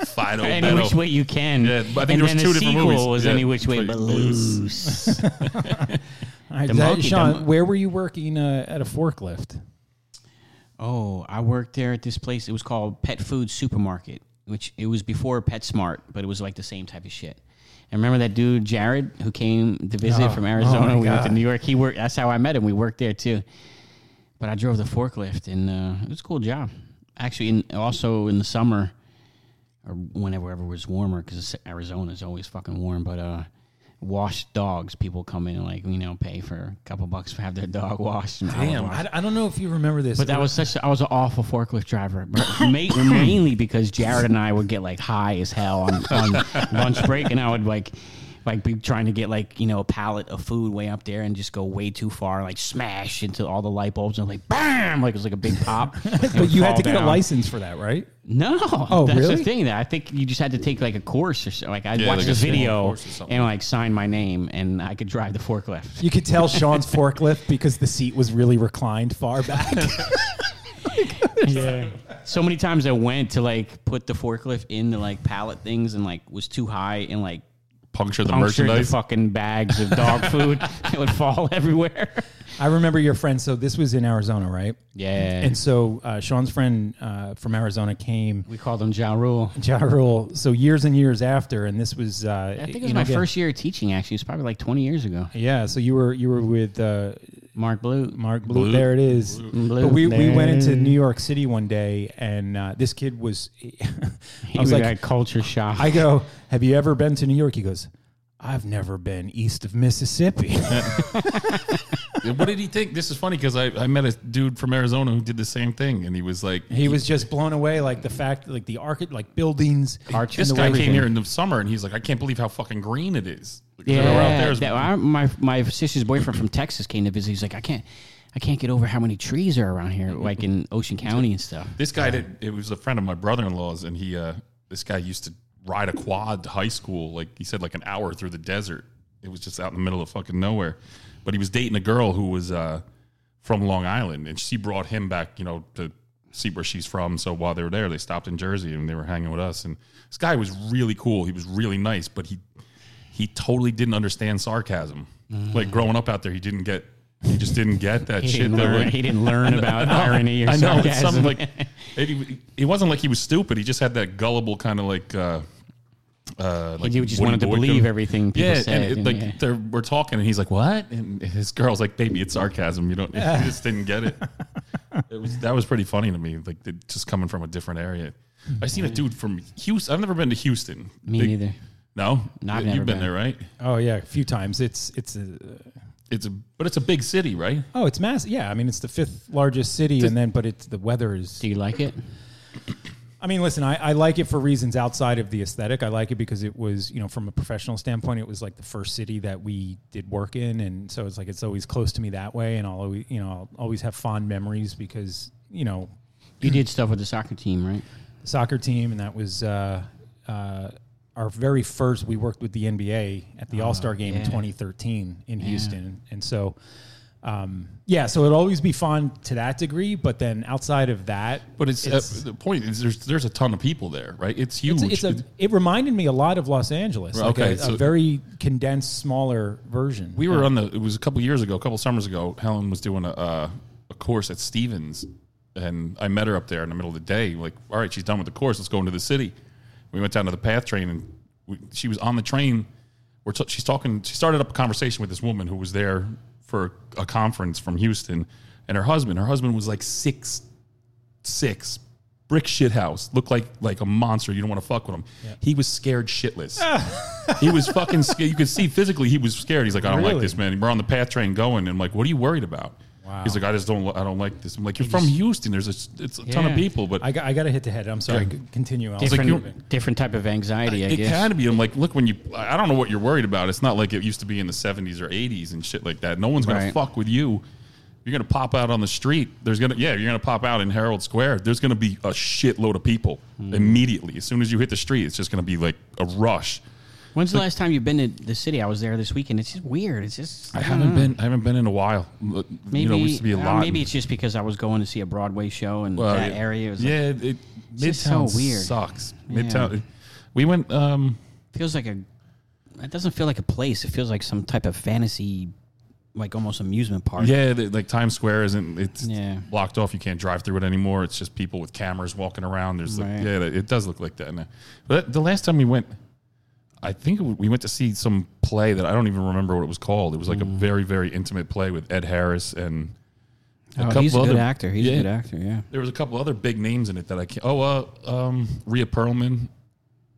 [SPEAKER 3] Fido
[SPEAKER 2] any
[SPEAKER 3] Beto.
[SPEAKER 2] which way you can.
[SPEAKER 3] Yeah, but I think
[SPEAKER 2] and
[SPEAKER 3] there was
[SPEAKER 2] then
[SPEAKER 3] two
[SPEAKER 2] the
[SPEAKER 3] different
[SPEAKER 2] sequel
[SPEAKER 3] movies.
[SPEAKER 2] was
[SPEAKER 3] Yeah,
[SPEAKER 2] any which way
[SPEAKER 3] like
[SPEAKER 2] but
[SPEAKER 3] loose.
[SPEAKER 2] loose.
[SPEAKER 1] All right,
[SPEAKER 2] The
[SPEAKER 1] that-
[SPEAKER 2] monkey- the
[SPEAKER 1] sean
[SPEAKER 2] mon-
[SPEAKER 1] where were you working uh, at a forklift
[SPEAKER 2] Oh, I worked there at this place. It was called Pet Food Supermarket, which it was before PetSmart, but it was like the same type of shit. And remember that dude Jared who came to visit
[SPEAKER 1] Oh,
[SPEAKER 2] from
[SPEAKER 1] oh
[SPEAKER 2] Arizona?
[SPEAKER 1] my
[SPEAKER 2] we went to
[SPEAKER 1] God.
[SPEAKER 2] New York. He worked. That's how I met him. We worked there too. But I drove the forklift, and uh, it was a cool job. Actually, in, also in the summer, or whenever ever was warmer, because Arizona is always fucking warm. But uh, washed dogs. People come in and like you know pay for a couple bucks to have their dog washed. and
[SPEAKER 1] Damn,
[SPEAKER 2] washed.
[SPEAKER 1] I, I don't know if you remember this.
[SPEAKER 2] But that was such. I was an awful forklift driver, but ma- mainly because Jared and I would get like high as hell on, on lunch break, and I would like. Like be trying to get like you know a pallet of food way up there and just go way too far like smash into all the light bulbs and like bam like it was like a big pop.
[SPEAKER 1] But you had to get a license for that, right?
[SPEAKER 2] No,
[SPEAKER 1] Oh,
[SPEAKER 2] that's
[SPEAKER 1] really?
[SPEAKER 2] the thing. That I think you just had to take like a course or so. Like I
[SPEAKER 3] Yeah,
[SPEAKER 2] watched
[SPEAKER 3] like
[SPEAKER 2] the
[SPEAKER 3] a small
[SPEAKER 2] video
[SPEAKER 3] course or something.
[SPEAKER 2] and like sign my name and I could drive the forklift.
[SPEAKER 1] You could tell Sean's forklift because the seat was really reclined far back.
[SPEAKER 2] yeah. So many times I went to like put the forklift in the like pallet things and like was too high and like
[SPEAKER 3] Puncture the
[SPEAKER 2] punctured the
[SPEAKER 3] merchandise.
[SPEAKER 2] fucking bags of dog food. it would fall everywhere.
[SPEAKER 1] I remember your friend. So this was in Arizona, right?
[SPEAKER 2] Yeah.
[SPEAKER 1] And so uh, Sean's friend uh, from Arizona came.
[SPEAKER 2] we called them Ja Rule.
[SPEAKER 1] Ja Rule. So years and years after, and this was. Uh,
[SPEAKER 2] I think it
[SPEAKER 1] you
[SPEAKER 2] was
[SPEAKER 1] know,
[SPEAKER 2] my
[SPEAKER 1] again-
[SPEAKER 2] first year of teaching actually. It's probably like 20 years ago.
[SPEAKER 1] Yeah. So you were you were with uh,
[SPEAKER 2] Mark Blue. Mm,
[SPEAKER 1] Mark Blue. There it is.
[SPEAKER 2] Blue.
[SPEAKER 1] But we, we went into
[SPEAKER 2] There.
[SPEAKER 1] New York City one day, and uh, this kid was.
[SPEAKER 2] He
[SPEAKER 1] I was
[SPEAKER 2] got
[SPEAKER 1] like,
[SPEAKER 2] culture shock.
[SPEAKER 1] I go, have you ever been to New York? He goes, I've never been east of Mississippi.
[SPEAKER 3] what did he think? This is funny because I, I met a dude from Arizona who did the same thing, and he was like,
[SPEAKER 1] he was just blown away, like the fact, like the arch, like buildings, arch,
[SPEAKER 3] "This guy came here in the summer, and he's like, I can't believe how fucking green it is." Like,
[SPEAKER 2] Yeah,
[SPEAKER 3] we're out there is-
[SPEAKER 2] that- I- my my sister's boyfriend from Texas came to visit. He's like, I can't, I can't get over how many trees are around here, like in Ocean County and stuff.
[SPEAKER 3] This guy did. It was a friend of my brother-in-law's, and he. Uh, this guy used to ride a quad to high school. Like he said, like an hour through the desert. It was just out in the middle of fucking nowhere. But he was dating a girl who was uh, from Long Island, and she brought him back, you know, to see where she's from. So while they were there, they stopped in Jersey and they were hanging with us. And this guy was really cool. He was really nice, but he he totally didn't understand sarcasm. Like growing up out there, he didn't get. He just didn't get that
[SPEAKER 2] He
[SPEAKER 3] shit.
[SPEAKER 2] didn't
[SPEAKER 3] that,
[SPEAKER 2] learn.
[SPEAKER 3] like-
[SPEAKER 2] he didn't learn about irony or
[SPEAKER 3] I know it's something
[SPEAKER 2] sarcasm.
[SPEAKER 3] like it, it wasn't like he was stupid. He just had that gullible kind of like. Uh, uh, like
[SPEAKER 2] he just
[SPEAKER 3] Woody
[SPEAKER 2] wanted to
[SPEAKER 3] Boyko.
[SPEAKER 2] believe everything people
[SPEAKER 3] yeah,
[SPEAKER 2] said,
[SPEAKER 3] and it,
[SPEAKER 2] and
[SPEAKER 3] like
[SPEAKER 2] yeah.
[SPEAKER 3] they're, we're talking, and he's like, "What?" And his girl's like, "Baby, it's sarcasm. You don't. He just didn't get it." it was that was pretty funny to me. Like it- just coming from a different area. I seen a dude from Houston. I've never been to Houston.
[SPEAKER 2] Mm-hmm. me
[SPEAKER 3] They-
[SPEAKER 2] neither.
[SPEAKER 3] No,
[SPEAKER 2] No, I've
[SPEAKER 3] you've
[SPEAKER 2] never
[SPEAKER 3] been,
[SPEAKER 2] been.
[SPEAKER 3] there, right?
[SPEAKER 1] Oh yeah, a few times. It's it's a,
[SPEAKER 3] It's a but it's a big city, right?
[SPEAKER 1] oh it's massive. Yeah, I mean it's the fifth largest city, and then but it's the weather is.
[SPEAKER 2] Do you like it?
[SPEAKER 1] I mean, listen, I, I like it for reasons outside of the aesthetic. I like it because it was you know from a professional standpoint, it was like the first city that we did work in, and so it's like it's always close to me that way, and I'll always you know I'll always have fond memories because you know
[SPEAKER 2] You did stuff with the soccer team, right?
[SPEAKER 1] soccer team, and that was uh, uh, our very first. We worked with the NBA at the All Star Game in
[SPEAKER 2] Oh, yeah.
[SPEAKER 1] 2013 in Houston, and so um, yeah, so it'll always be fun to that degree. But then outside of that,
[SPEAKER 3] But it's, uh, the point is there's there's a ton of people there, right? It's huge.
[SPEAKER 1] it's, it's a, it reminded me a lot of Los Angeles, like
[SPEAKER 3] Okay,
[SPEAKER 1] a, a
[SPEAKER 3] so-
[SPEAKER 1] very condensed, smaller version. Uh,
[SPEAKER 3] We were on the. It was a couple years ago, a couple summers ago. Helen was doing a uh, a course at Stevens, and I met her up there in the middle of the day. Like, all right, she's done with the course. Let's go into the city. We went down to the path train, and we, she was on the train. We're t- she's talking. She started up a conversation with this woman who was there for a conference from Houston, and her husband. Her husband was like six six, brick shit house, looked like like a monster. You don't want to fuck with him. He was scared shitless. he was fucking scared. You could see physically he was scared. He's like, I don't like
[SPEAKER 1] Ah. Really?
[SPEAKER 3] this man. We're on the path train going, and I'm like, what are you worried about? He's like, I just don't, li- I don't like this. I'm like, you're from Houston. There's a, s- it's a ton of
[SPEAKER 2] Yeah.
[SPEAKER 3] people, but
[SPEAKER 1] I got, I got to hit the head. I'm sorry.
[SPEAKER 3] Yeah.
[SPEAKER 1] C- Continue. Al.
[SPEAKER 3] like,
[SPEAKER 2] Different,
[SPEAKER 3] you-
[SPEAKER 2] different type of anxiety, I
[SPEAKER 3] it
[SPEAKER 2] guess.
[SPEAKER 3] kind of be. I'm like, look, when you, I I don't know what you're worried about. It's not like it used to be in the 70s or 80s and shit like that. No one's gonna
[SPEAKER 2] Right.
[SPEAKER 3] fuck with you. You're gonna pop out on the street. There's gonna, yeah, you're gonna pop out in Herald Square. There's gonna be a shitload of people
[SPEAKER 1] Hmm.
[SPEAKER 3] immediately as soon as you hit the street. It's just gonna be like a rush.
[SPEAKER 2] When's the last time you've been to the city? I was there this weekend. It's just weird. It's just
[SPEAKER 3] I haven't been, I haven't been in a while. Maybe
[SPEAKER 2] Hmm. maybe
[SPEAKER 3] you know, it used to be a
[SPEAKER 2] uh,
[SPEAKER 3] lot.
[SPEAKER 2] maybe it's just because I was going to see a Broadway show in
[SPEAKER 3] Well,
[SPEAKER 2] that
[SPEAKER 3] yeah.
[SPEAKER 2] area. It was like,
[SPEAKER 3] yeah, it,
[SPEAKER 2] just
[SPEAKER 3] Midtown
[SPEAKER 2] so weird.
[SPEAKER 3] sucks.
[SPEAKER 2] Yeah.
[SPEAKER 3] Midtown. We went. um
[SPEAKER 2] feels like a it doesn't feel like a place it feels like some type of fantasy like almost amusement park
[SPEAKER 3] Yeah, the, like Times Square isn't it's
[SPEAKER 2] Yeah.
[SPEAKER 3] blocked off. You can't drive through it anymore. It's just people with cameras walking around. There's like,
[SPEAKER 2] Right.
[SPEAKER 3] yeah, it does look like that. now. But the last time we went, I think we went to see some play that I don't even remember what it was called. It was like a
[SPEAKER 2] Hmm.
[SPEAKER 3] very very intimate play with Ed Harris and a
[SPEAKER 2] Oh,
[SPEAKER 3] couple
[SPEAKER 2] he's a good
[SPEAKER 3] other-
[SPEAKER 2] actor he's
[SPEAKER 3] yeah.
[SPEAKER 2] a good actor yeah
[SPEAKER 3] There was a couple other big names in it that I can't. Oh, uh, um, Rhea Perlman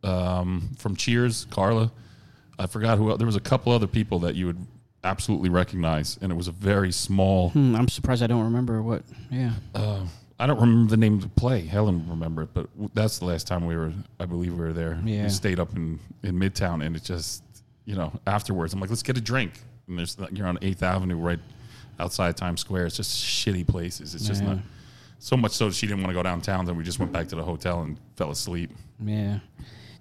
[SPEAKER 3] um, from Cheers, Carla. I forgot who. el- There was a couple other people that you would absolutely recognize, and it was a very small.
[SPEAKER 2] Hmm, I'm surprised I don't remember what. Yeah.
[SPEAKER 3] I don't remember the name of the play. Helen will remember it, but w- that's the last time we were. I believe we were there.
[SPEAKER 2] Yeah.
[SPEAKER 3] We stayed up in in Midtown, and it just you know afterwards, I'm like, let's get a drink. And there's like, you're on Eighth Avenue, right outside Times Square. It's just shitty places. It's just
[SPEAKER 2] Yeah.
[SPEAKER 3] not so much so that she didn't want to go downtown. Then we just went back to the hotel and fell asleep.
[SPEAKER 2] Yeah.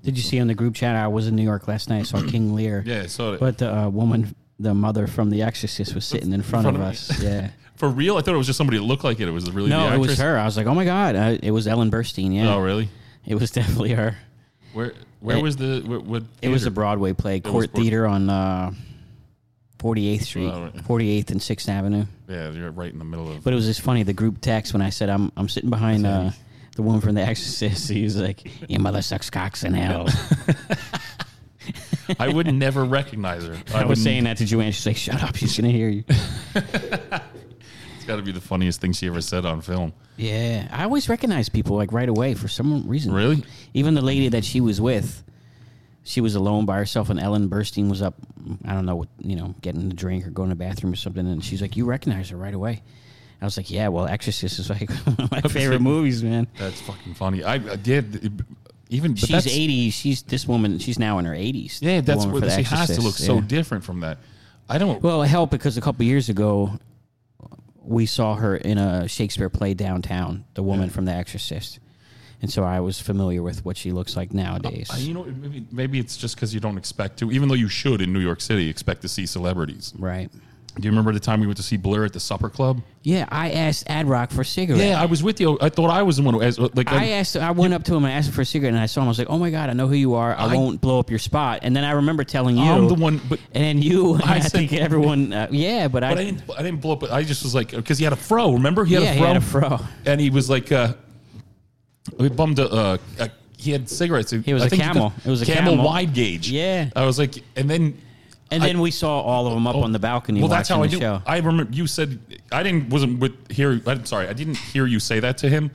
[SPEAKER 2] Did you see on the group chat? I was in New York last night. I saw King Lear.
[SPEAKER 3] Yeah, so
[SPEAKER 2] But the uh, woman, the mother from The Exorcist, was sitting in front,
[SPEAKER 3] front
[SPEAKER 2] of,
[SPEAKER 3] of me.
[SPEAKER 2] us. Yeah.
[SPEAKER 3] for real, I thought it was just somebody that looked like it. It was really
[SPEAKER 2] no,
[SPEAKER 3] the
[SPEAKER 2] it was
[SPEAKER 3] actress?
[SPEAKER 2] her. I was like, oh my god, uh, it was Ellen Burstyn. Yeah.
[SPEAKER 3] Oh, really?
[SPEAKER 2] It was definitely her.
[SPEAKER 3] Where where
[SPEAKER 2] It-
[SPEAKER 3] was the what? what
[SPEAKER 2] It was
[SPEAKER 3] theater?
[SPEAKER 2] the Broadway play,
[SPEAKER 3] was
[SPEAKER 2] Court
[SPEAKER 3] Broadway.
[SPEAKER 2] Theater on uh, 48th Street,
[SPEAKER 3] Oh, right.
[SPEAKER 2] 48th and 6th Avenue.
[SPEAKER 3] Yeah, you're right in the middle of.
[SPEAKER 2] But it was just funny. The group text when I said I'm I'm sitting behind uh, the woman from The Exorcist. He was like, "Your mother sucks cocks in hell."
[SPEAKER 3] I would never recognize her.
[SPEAKER 2] I was
[SPEAKER 3] would
[SPEAKER 2] saying that to Joanne. She's like, "Shut up. She's gonna hear you."
[SPEAKER 3] It's got to be the funniest thing she ever said on film.
[SPEAKER 2] Yeah, I always recognize people like right away for some reason.
[SPEAKER 3] Really?
[SPEAKER 2] Even the lady that she was with, she was alone by herself, and Ellen Burstyn was up. I don't know what you know, getting a drink or going to the bathroom or something, and she's like, "You recognize her right away." I was like, "Yeah, well, Exorcist is like one of my favorite movies, man."
[SPEAKER 3] That's fucking funny. I, I did even. But
[SPEAKER 2] she's
[SPEAKER 3] that's,
[SPEAKER 2] eighty. She's this woman. She's now in her eighties.
[SPEAKER 3] Yeah,
[SPEAKER 2] the
[SPEAKER 3] that's
[SPEAKER 2] woman
[SPEAKER 3] what
[SPEAKER 2] for The
[SPEAKER 3] she has to
[SPEAKER 2] Exorcist,
[SPEAKER 3] look
[SPEAKER 2] yeah.
[SPEAKER 3] so different from that. I don't.
[SPEAKER 2] Well, it helped because a couple years ago, we saw her in a Shakespeare play downtown, the woman from The Exorcist. And so I was familiar with what she looks like nowadays.
[SPEAKER 3] I- you know, maybe, maybe it's just because you don't expect to, even though you should in New York City expect to see celebrities.
[SPEAKER 2] right.
[SPEAKER 3] Do you remember the time we went to see Blur at the Supper Club?
[SPEAKER 2] Yeah, I asked Ad Rock for a cigarette.
[SPEAKER 3] Yeah, I was with you. I thought I was the one who asked. Like,
[SPEAKER 2] I asked. I went up to him and asked him for a cigarette, and I saw him. I was like, "Oh my god, I know who you are. I,
[SPEAKER 3] I-
[SPEAKER 2] won't blow up your spot." And then I remember telling you,
[SPEAKER 3] I'm the one- but-
[SPEAKER 2] and then you, I,
[SPEAKER 3] I said-
[SPEAKER 2] think everyone, uh, yeah, but,
[SPEAKER 3] But
[SPEAKER 2] I,
[SPEAKER 3] I didn't. I didn't blow up. I just was like, because he had a fro. Remember, he had
[SPEAKER 2] Yeah,
[SPEAKER 3] a
[SPEAKER 2] he
[SPEAKER 3] fro.
[SPEAKER 2] had a fro.
[SPEAKER 3] And he was like, uh, we bummed a. Uh, a he had cigarettes. He
[SPEAKER 2] was a camel. It was a
[SPEAKER 3] camel,
[SPEAKER 2] camel.
[SPEAKER 3] wide gauge.
[SPEAKER 2] Yeah.
[SPEAKER 3] I was like, and then. Oh,
[SPEAKER 2] and then we saw all of them up on the balcony.
[SPEAKER 3] Well, that's how I
[SPEAKER 2] watching
[SPEAKER 3] do.
[SPEAKER 2] the show.
[SPEAKER 3] I remember you said I didn't wasn't with here. I'm sorry, I didn't hear you say that to him.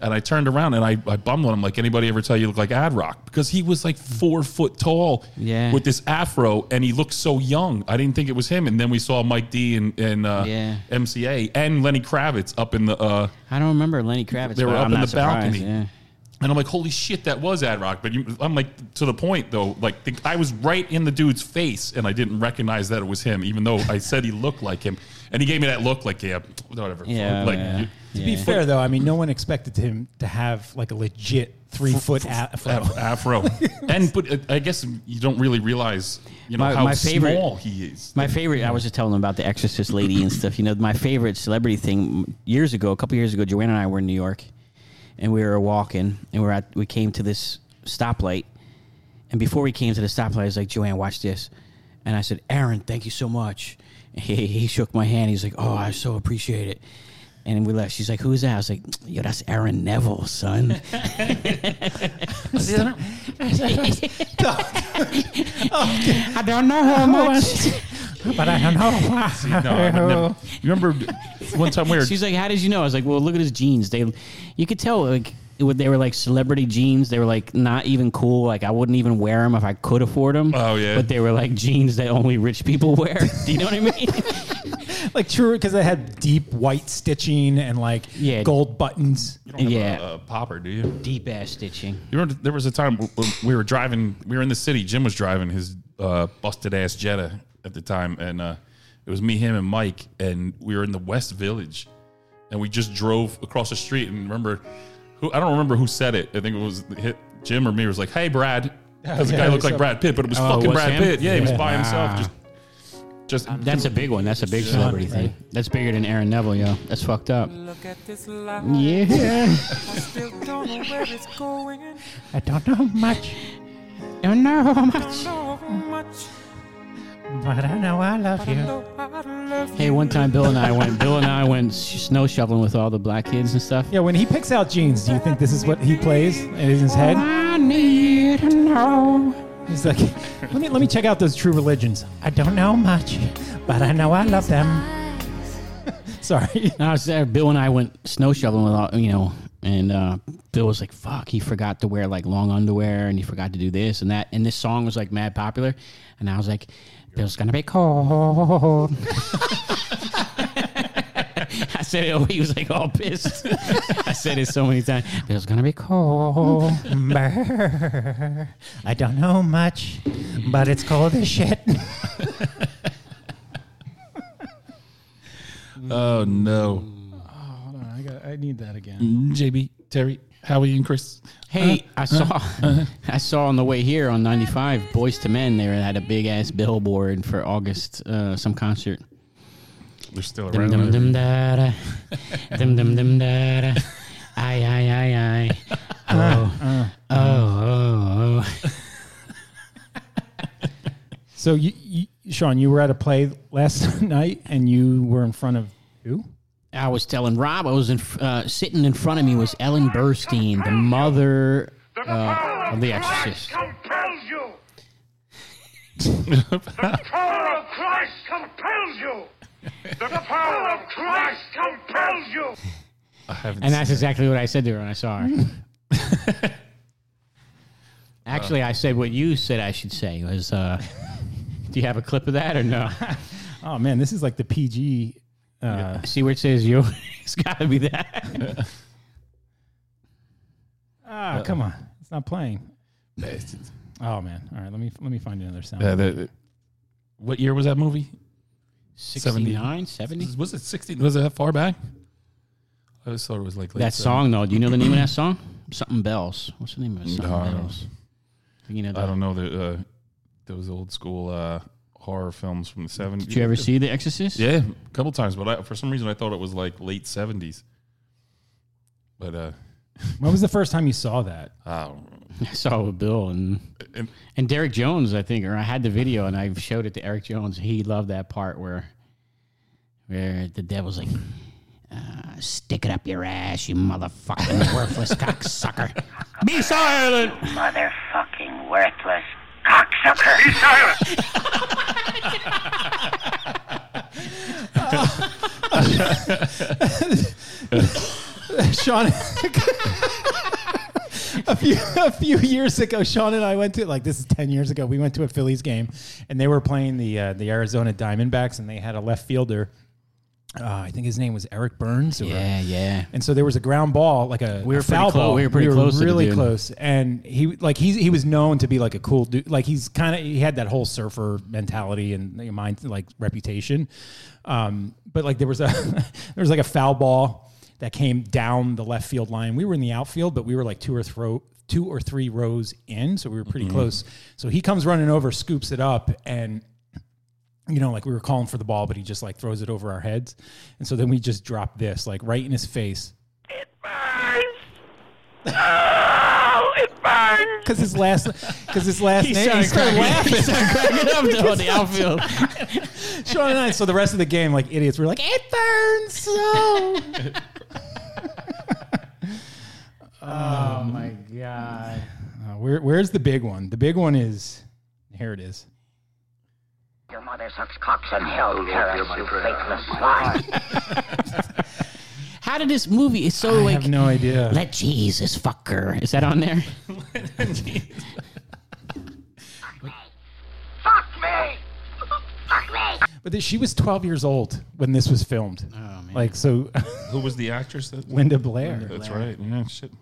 [SPEAKER 3] And I turned around and I, I bummed one. I'm like, anybody ever tell you look like Ad Rock? Because he was like four foot tall
[SPEAKER 2] Yeah.
[SPEAKER 3] with this afro and he looked so young. I didn't think it was him. And then we saw Mike D and, and uh,
[SPEAKER 2] Yeah.
[SPEAKER 3] MCA and Lenny Kravitz up in the. Uh,
[SPEAKER 2] I don't remember Lenny Kravitz.
[SPEAKER 3] They were
[SPEAKER 2] but
[SPEAKER 3] up
[SPEAKER 2] I'm
[SPEAKER 3] in
[SPEAKER 2] not
[SPEAKER 3] the balcony.
[SPEAKER 2] surprised, yeah.
[SPEAKER 3] and I'm like, holy shit, that was Ad Rock. But you, I'm like, to the point though, like the, I was right in the dude's face and I didn't recognize that it was him, even though I said he looked like him. And he gave me that look like, yeah, whatever.
[SPEAKER 2] Yeah,
[SPEAKER 3] like,
[SPEAKER 2] yeah.
[SPEAKER 3] you-
[SPEAKER 1] To be fair, though, I mean, no one expected him to have like a legit three foot afro.
[SPEAKER 3] Af- afro. and but uh, I guess you don't really realize you know
[SPEAKER 2] My-
[SPEAKER 3] how
[SPEAKER 2] my favorite-
[SPEAKER 3] small he is.
[SPEAKER 2] My favorite, I was just telling them about the Exorcist lady and stuff. You know, my favorite celebrity thing years ago, a couple years ago, Joanna and I were in New York and we were walking and we are at, we came to this stoplight. And before we came to the stoplight, I was like, Joanne, watch this. And I said, Aaron, thank you so much. And He, he shook my hand. He's like, oh, I so appreciate it. And we left. She's like, who's that? I was like, yo, that's Aaron Neville, son. I don't know
[SPEAKER 1] Oh,
[SPEAKER 2] how much.
[SPEAKER 1] but I don't know why.
[SPEAKER 3] No, I would never- you remember one time we were
[SPEAKER 2] She's like, "How did you know?" I was like, "Well, look at his jeans. They, you could tell like what they were like celebrity jeans. They were like not even cool. Like I wouldn't even wear them if I could afford them.
[SPEAKER 3] Oh, yeah.
[SPEAKER 2] but they were like jeans that only rich people wear. Do you know what I mean?
[SPEAKER 1] like true because they had deep white stitching and like
[SPEAKER 2] Yeah.
[SPEAKER 1] gold buttons.
[SPEAKER 2] yeah,
[SPEAKER 3] uh, popper, do you?
[SPEAKER 2] deep ass stitching.
[SPEAKER 3] You remember there was a time w- w- we were driving. We were in the city. Jim was driving his uh, busted ass Jetta at the time, and uh, it was me, him, and Mike, and we were in the West Village, and we just drove across the street. And remember, who I don't remember who said it. I think it was hit Jim or me. Was like, "Hey, Brad," because the
[SPEAKER 1] Yeah,
[SPEAKER 3] guy looked
[SPEAKER 1] what's
[SPEAKER 3] like
[SPEAKER 1] up?
[SPEAKER 3] Brad Pitt, but it was
[SPEAKER 2] Oh, it
[SPEAKER 3] fucking
[SPEAKER 2] was
[SPEAKER 3] Brad
[SPEAKER 2] him?
[SPEAKER 3] Pitt. Yeah, he was
[SPEAKER 1] Yeah.
[SPEAKER 3] by
[SPEAKER 2] Wow.
[SPEAKER 3] himself. Just, just
[SPEAKER 2] Um, That's a big one. That's a big celebrity thing. That's bigger than Aaron Neville, yo. That's fucked up.
[SPEAKER 7] Look at this life.
[SPEAKER 2] Yeah,
[SPEAKER 7] I still don't know where it's going.
[SPEAKER 1] I don't know much,
[SPEAKER 2] don't know how
[SPEAKER 7] Don't
[SPEAKER 2] much.
[SPEAKER 7] know much.
[SPEAKER 1] but I know I love
[SPEAKER 7] I know I love
[SPEAKER 2] Hey,
[SPEAKER 7] you.
[SPEAKER 2] one time Bill and I went. Bill and I went s- snow shoveling with all the black kids and stuff.
[SPEAKER 1] Yeah, when he picks out jeans, do you think this is what he plays in his head?
[SPEAKER 2] I need to know.
[SPEAKER 1] He's like, let me let me check out those True Religions. I don't know much, but I know I love them. Sorry,
[SPEAKER 2] And I was there. Bill and I went snow shoveling with all, you know And uh, Bill was like, "Fuck!" He forgot to wear like long underwear, and he forgot to do this and that. And this song was like mad popular, and I was like, "Bill's gonna be cold." I said it. He was like all pissed. I said it so many times. Bill's gonna be cold.
[SPEAKER 1] I don't know much, but it's cold as shit.
[SPEAKER 3] Oh no,
[SPEAKER 1] Hold on, I got. I need that
[SPEAKER 3] Mm.
[SPEAKER 1] again.
[SPEAKER 3] JB, Terry, Howie, and Chris. Uh,
[SPEAKER 2] Hey,
[SPEAKER 3] Uh-huh.
[SPEAKER 2] I saw I saw on the way here on 95 Boys to Men there had a big ass billboard for August uh, some concert.
[SPEAKER 3] They're still
[SPEAKER 2] Dum
[SPEAKER 3] around.
[SPEAKER 2] dum dum da da. Dum dum dum da da. Ay ay ay ay.
[SPEAKER 3] Uh-huh.
[SPEAKER 2] Oh. Oh oh oh.
[SPEAKER 1] So, you, you, Sean, you were at a play last night, and you were in front of who?
[SPEAKER 2] I was telling Rob I was in, uh, sitting in front of me was Ellen Burstyn, the mother uh, of The Exorcist.
[SPEAKER 8] compels you. the power of Christ compels you. The power of Christ compels you.
[SPEAKER 3] I haven't
[SPEAKER 2] And
[SPEAKER 3] seen
[SPEAKER 2] that's exactly what I said to her when I saw her. Actually, I said what you said I should say was, uh, do you have a clip of that or no?
[SPEAKER 1] Oh man, this is like the PG. Uh,
[SPEAKER 2] See where it says you? it's got to be that.
[SPEAKER 1] Ah, come on, it's not playing.
[SPEAKER 3] Bastards.
[SPEAKER 1] Oh man, all right, let me let me find another sound.
[SPEAKER 2] Uh,
[SPEAKER 3] Yeah, the- the- what year was that movie?
[SPEAKER 2] 69, 70?
[SPEAKER 3] Was it 16? Was it that far back? I always thought it was like late
[SPEAKER 2] That
[SPEAKER 3] 70s.
[SPEAKER 2] song, though, do you know the name of that song? Something Bells. What's the name of it? Something
[SPEAKER 3] No, I don't
[SPEAKER 2] Bells. You know,
[SPEAKER 3] I don't know the uh, those old school uh, horror films from the 70s.
[SPEAKER 2] Did you ever see The Exorcist?
[SPEAKER 3] Yeah, a couple times, but I, for some reason I thought it was like late 70s. But uh,
[SPEAKER 1] When was the first time you saw that?
[SPEAKER 3] I don't know.
[SPEAKER 2] I saw it with Bill and
[SPEAKER 3] Oh. And-
[SPEAKER 2] and Derek Jones, I think, or I had the video and I showed it to Eric Jones. He loved that part where where the devil's like, uh, "Stick it up your ass, you motherfucking worthless cocksucker! Be silent!"
[SPEAKER 9] Motherfucking worthless cocksucker.
[SPEAKER 8] Be silent.
[SPEAKER 1] Sean, a few a few years ago, Sean and I went to like this is ten years ago. We went to a Phillies game, and they were playing the uh, the Arizona Diamondbacks, and they had a left fielder. Uh, I think his name was Eric Burns. Or,
[SPEAKER 2] Yeah, yeah.
[SPEAKER 1] And so there was a ground ball, like a
[SPEAKER 2] We were
[SPEAKER 1] a foul
[SPEAKER 2] pretty clo-
[SPEAKER 1] ball.
[SPEAKER 2] we were pretty close to the
[SPEAKER 1] really
[SPEAKER 2] dude.
[SPEAKER 1] close. And he like he he was known to be like a cool dude. Like he's kind of he had that whole surfer mentality and like, mind like reputation. Um, but like there was a there was like a foul ball that came down the left field line. We were in the outfield, but we were like two or throw two or three rows in, so we were
[SPEAKER 2] Mm-hmm.
[SPEAKER 1] pretty close. So he comes running over, scoops it up, and you know, like we were calling for the ball, but he just like throws it over our heads. And so then we just drop this, like right in his face.
[SPEAKER 8] burns. Oh, it burns.
[SPEAKER 1] Cause his last, cause his last name, he started
[SPEAKER 2] He
[SPEAKER 1] laughing.
[SPEAKER 2] started cracking up though in the outfield.
[SPEAKER 1] Sean and I, so the rest of the game, like idiots, we are like, it burns so. oh Oh my God. Uh, where, where's the big one? The big one is, here it is.
[SPEAKER 9] Your mother sucks cocks in hell, Terrence, you faithless swine.
[SPEAKER 2] How did this movie? It's so
[SPEAKER 1] I
[SPEAKER 2] like
[SPEAKER 1] have no idea.
[SPEAKER 2] let Jesus fucker. Is that on there?
[SPEAKER 9] Fuck me! Fuck me!
[SPEAKER 1] But this, she was 12 years old when this was filmed. Like, so
[SPEAKER 3] Who was the actress? That,
[SPEAKER 1] Linda Blair.
[SPEAKER 3] That's right. Yeah, shit.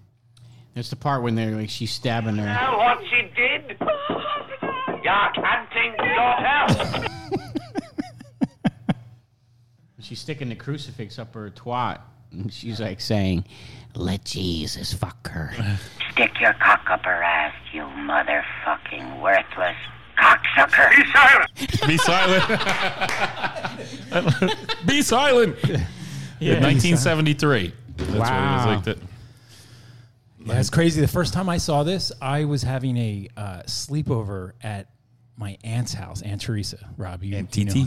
[SPEAKER 2] It's the part when they're like she's stabbing her.
[SPEAKER 8] Know what she did? Your hunting daughter.
[SPEAKER 2] She's sticking the crucifix up her twat. And she's like saying, Let Jesus fuck her.
[SPEAKER 9] Stick your cock up her ass, you motherfucking worthless cocksucker.
[SPEAKER 8] Be silent.
[SPEAKER 3] Be silent. Be silent. 1973. That's
[SPEAKER 2] Wow.
[SPEAKER 3] what it was like. That.
[SPEAKER 1] Yeah, it's crazy. The first time I saw this, I was having a uh, sleepover at my aunt's house, Aunt Teresa, Rob. You, you know.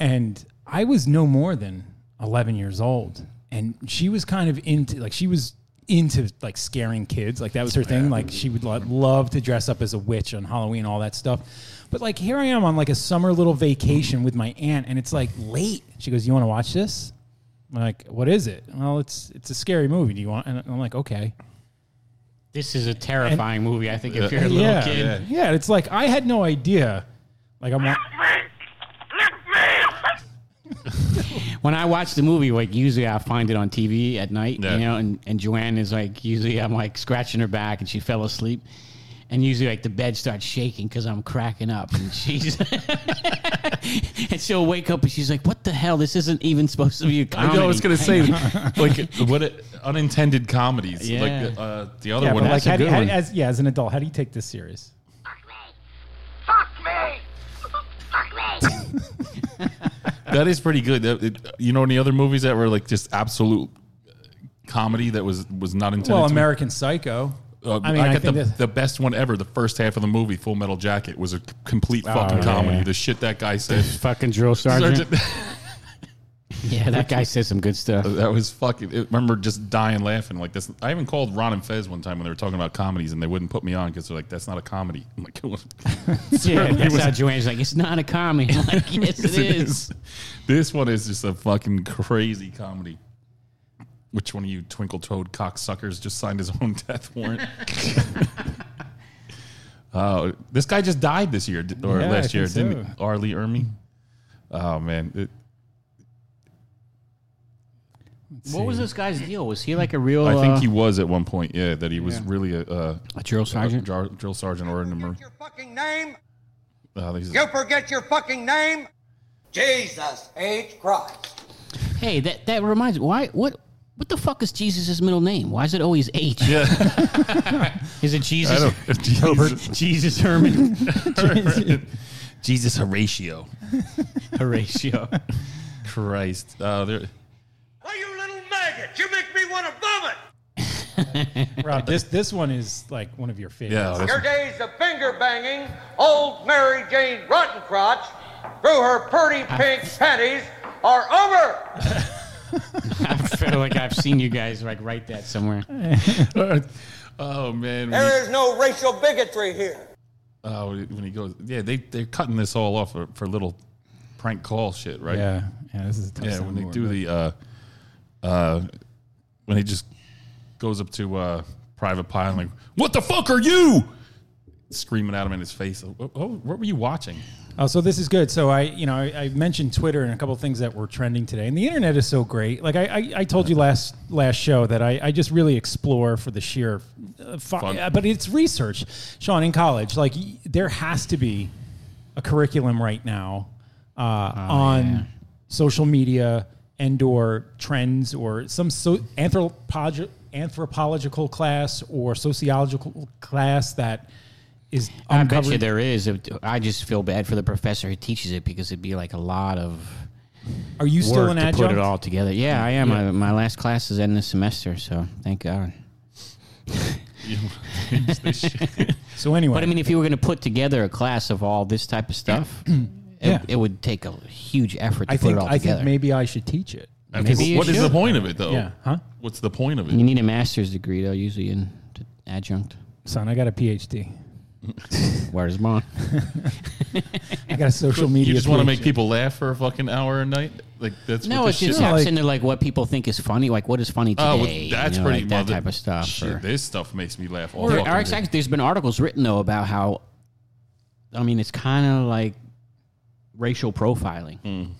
[SPEAKER 1] And I was no more than 11 years old. And she was kind of into, like, she was into, like, scaring kids. Like, that was her thing. Like, she would lo- love to dress up as a witch on Halloween, all that stuff. But, like, here I am on, like, a summer little vacation with my aunt, and it's, like, late. She goes, You want to watch this? I'm like, what is it? Well, it's it's a scary movie. Do you want? And I'm like, okay.
[SPEAKER 2] This is a terrifying movie. I think if you're a little
[SPEAKER 1] yeah,
[SPEAKER 2] kid,
[SPEAKER 1] yeah, yeah. It's like I had no idea. Like I'm, like,
[SPEAKER 2] when I watch the movie, like usually I find it on TV at night,
[SPEAKER 3] Yeah.
[SPEAKER 2] you know, and, and Joanne is like, usually I'm like scratching her back and she fell asleep. And usually like the bed starts shaking because I'm cracking up and she's, and she'll wake up and she's like, what the hell? This isn't even supposed to be a
[SPEAKER 3] I
[SPEAKER 2] comedy.
[SPEAKER 3] know. I was gonna say, like, what it, unintended comedies?
[SPEAKER 2] Yeah.
[SPEAKER 3] Like uh, the other
[SPEAKER 1] yeah,
[SPEAKER 3] one.
[SPEAKER 1] but like,
[SPEAKER 3] That's a
[SPEAKER 1] how do,
[SPEAKER 3] good
[SPEAKER 1] how,
[SPEAKER 3] one.
[SPEAKER 1] as yeah, as an adult, how do you take this serious?
[SPEAKER 9] Fuck me! Fuck me!
[SPEAKER 3] that is pretty good. That- it- you know, any other movies that were like just absolute comedy that was was not intended.
[SPEAKER 1] Well,
[SPEAKER 3] to-
[SPEAKER 1] American Psycho.
[SPEAKER 3] Uh,
[SPEAKER 1] I mean, I,
[SPEAKER 3] got
[SPEAKER 1] think
[SPEAKER 3] the,
[SPEAKER 1] that-
[SPEAKER 3] the best one ever. The first half of the movie, Full Metal Jacket, was a c- complete fucking
[SPEAKER 2] Oh, yeah,
[SPEAKER 3] comedy.
[SPEAKER 2] yeah.
[SPEAKER 3] The shit that guy said.
[SPEAKER 2] Fucking drill
[SPEAKER 3] Sergeant-
[SPEAKER 2] Yeah, that guy says some good stuff.
[SPEAKER 3] that was fucking. I remember just dying laughing like this. I even called Ron and Fez one time when they were talking about comedies, and they wouldn't put me on because they're like, "That's not a comedy." I'm like,
[SPEAKER 2] Yeah,
[SPEAKER 3] It
[SPEAKER 2] that's
[SPEAKER 3] was-
[SPEAKER 2] how Joanne's like, it's not a comedy. I'm like, yes, it is.
[SPEAKER 3] This one is just a fucking crazy comedy. Which one of you twinkle toed cocksuckers just signed his own death warrant? Oh, this guy just died this year d- or
[SPEAKER 1] Yeah, I
[SPEAKER 3] last year,
[SPEAKER 1] think
[SPEAKER 3] didn't he? Arlie Ermy? Oh man, It-
[SPEAKER 2] What was this guy's deal? Was he like a real
[SPEAKER 3] I think
[SPEAKER 2] uh,
[SPEAKER 3] he was at one point. Yeah, that he was really a, a,
[SPEAKER 2] a drill
[SPEAKER 3] a
[SPEAKER 2] sergeant?
[SPEAKER 3] jar- drill sergeant or a number.
[SPEAKER 10] Your fucking name?
[SPEAKER 3] Uh, he's-
[SPEAKER 10] You forget your fucking name? Jesus H. Christ.
[SPEAKER 2] Hey, that, that reminds me. Why? What? What the fuck is Jesus' middle name? Why is it always H?
[SPEAKER 3] yeah,
[SPEAKER 2] Is it Jesus?
[SPEAKER 3] I don't, Jesus,
[SPEAKER 2] Jesus Herman
[SPEAKER 3] Jesus Horatio,
[SPEAKER 2] Horatio.
[SPEAKER 3] Christ. Uh, there,
[SPEAKER 10] Why, you little maggot! You make me want to vomit!
[SPEAKER 1] Rob, this this one is like one of your favorites.
[SPEAKER 3] yeah,
[SPEAKER 10] Your
[SPEAKER 3] that's-
[SPEAKER 10] days of finger banging old Mary Jane Rottencrotch through her pretty pink panties are over!
[SPEAKER 2] I feel like I've seen you guys like write that somewhere.
[SPEAKER 3] Uh, oh man. when he-
[SPEAKER 10] There is no racial bigotry here.
[SPEAKER 3] Uh, when he goes, yeah, they they're cutting this all off for, for little prank call shit, right?
[SPEAKER 1] yeah, yeah. This is a tough
[SPEAKER 3] yeah. When they
[SPEAKER 1] soundboard,
[SPEAKER 3] do
[SPEAKER 1] but-
[SPEAKER 3] the, uh, uh, when he just goes up to uh, Private Pie and like, what the fuck are you? Screaming at him in his face. Oh, oh, what were you watching?
[SPEAKER 1] Oh, so this is good. So I, you know, I, I mentioned Twitter and a couple of things that were trending today, and the internet is so great. Like I, I, I told you last last show that I, I just really explore for the sheer uh, fun,
[SPEAKER 3] Fun.
[SPEAKER 1] Uh, but it's research. Sean, in college, like y- there has to be a curriculum right now uh,
[SPEAKER 2] Oh,
[SPEAKER 1] on social media and or trends or some so anthropological anthropological class or sociological class that is
[SPEAKER 2] I bet
[SPEAKER 1] uncovering-
[SPEAKER 2] you there is. I just feel bad for the professor who teaches it because it'd be like a lot of
[SPEAKER 1] Are you
[SPEAKER 2] work
[SPEAKER 1] still an
[SPEAKER 2] to
[SPEAKER 1] adjunct?
[SPEAKER 2] put it all together. Yeah, I am. I, my last class is end this semester, so thank God.
[SPEAKER 1] So anyway,
[SPEAKER 2] But I mean, if you were going to put together a class of all this type of stuff,
[SPEAKER 1] Yeah.
[SPEAKER 2] it, it would take a huge effort to
[SPEAKER 1] I
[SPEAKER 2] put
[SPEAKER 1] think
[SPEAKER 2] it all
[SPEAKER 1] I
[SPEAKER 2] together.
[SPEAKER 1] think maybe I should teach it.
[SPEAKER 2] Maybe you
[SPEAKER 3] what is the
[SPEAKER 2] should.
[SPEAKER 3] point of it though?
[SPEAKER 1] Yeah, huh?
[SPEAKER 3] What's the point of
[SPEAKER 2] You
[SPEAKER 3] it?
[SPEAKER 2] need a master's degree though, usually in t- adjunct.
[SPEAKER 1] Son, I got a PhD.
[SPEAKER 2] Where's mom?
[SPEAKER 1] I got a social media.
[SPEAKER 3] You just want to
[SPEAKER 1] PhD.
[SPEAKER 3] make people laugh for a fucking hour a night? Like that's
[SPEAKER 2] No,
[SPEAKER 3] what
[SPEAKER 2] it
[SPEAKER 3] this shit
[SPEAKER 2] just
[SPEAKER 3] is.
[SPEAKER 2] taps
[SPEAKER 1] like-
[SPEAKER 2] into like what people think is funny. Like what is funny today?
[SPEAKER 3] Oh, well,
[SPEAKER 2] you
[SPEAKER 3] that's
[SPEAKER 2] know,
[SPEAKER 3] pretty
[SPEAKER 2] like that
[SPEAKER 3] mother-
[SPEAKER 2] type of stuff.
[SPEAKER 3] Shit,
[SPEAKER 2] Or,
[SPEAKER 3] this stuff makes me laugh. All
[SPEAKER 2] or, or
[SPEAKER 3] fucking day.
[SPEAKER 2] actually, there's been articles written though about how, I mean, it's kind of like racial profiling
[SPEAKER 3] Hmm.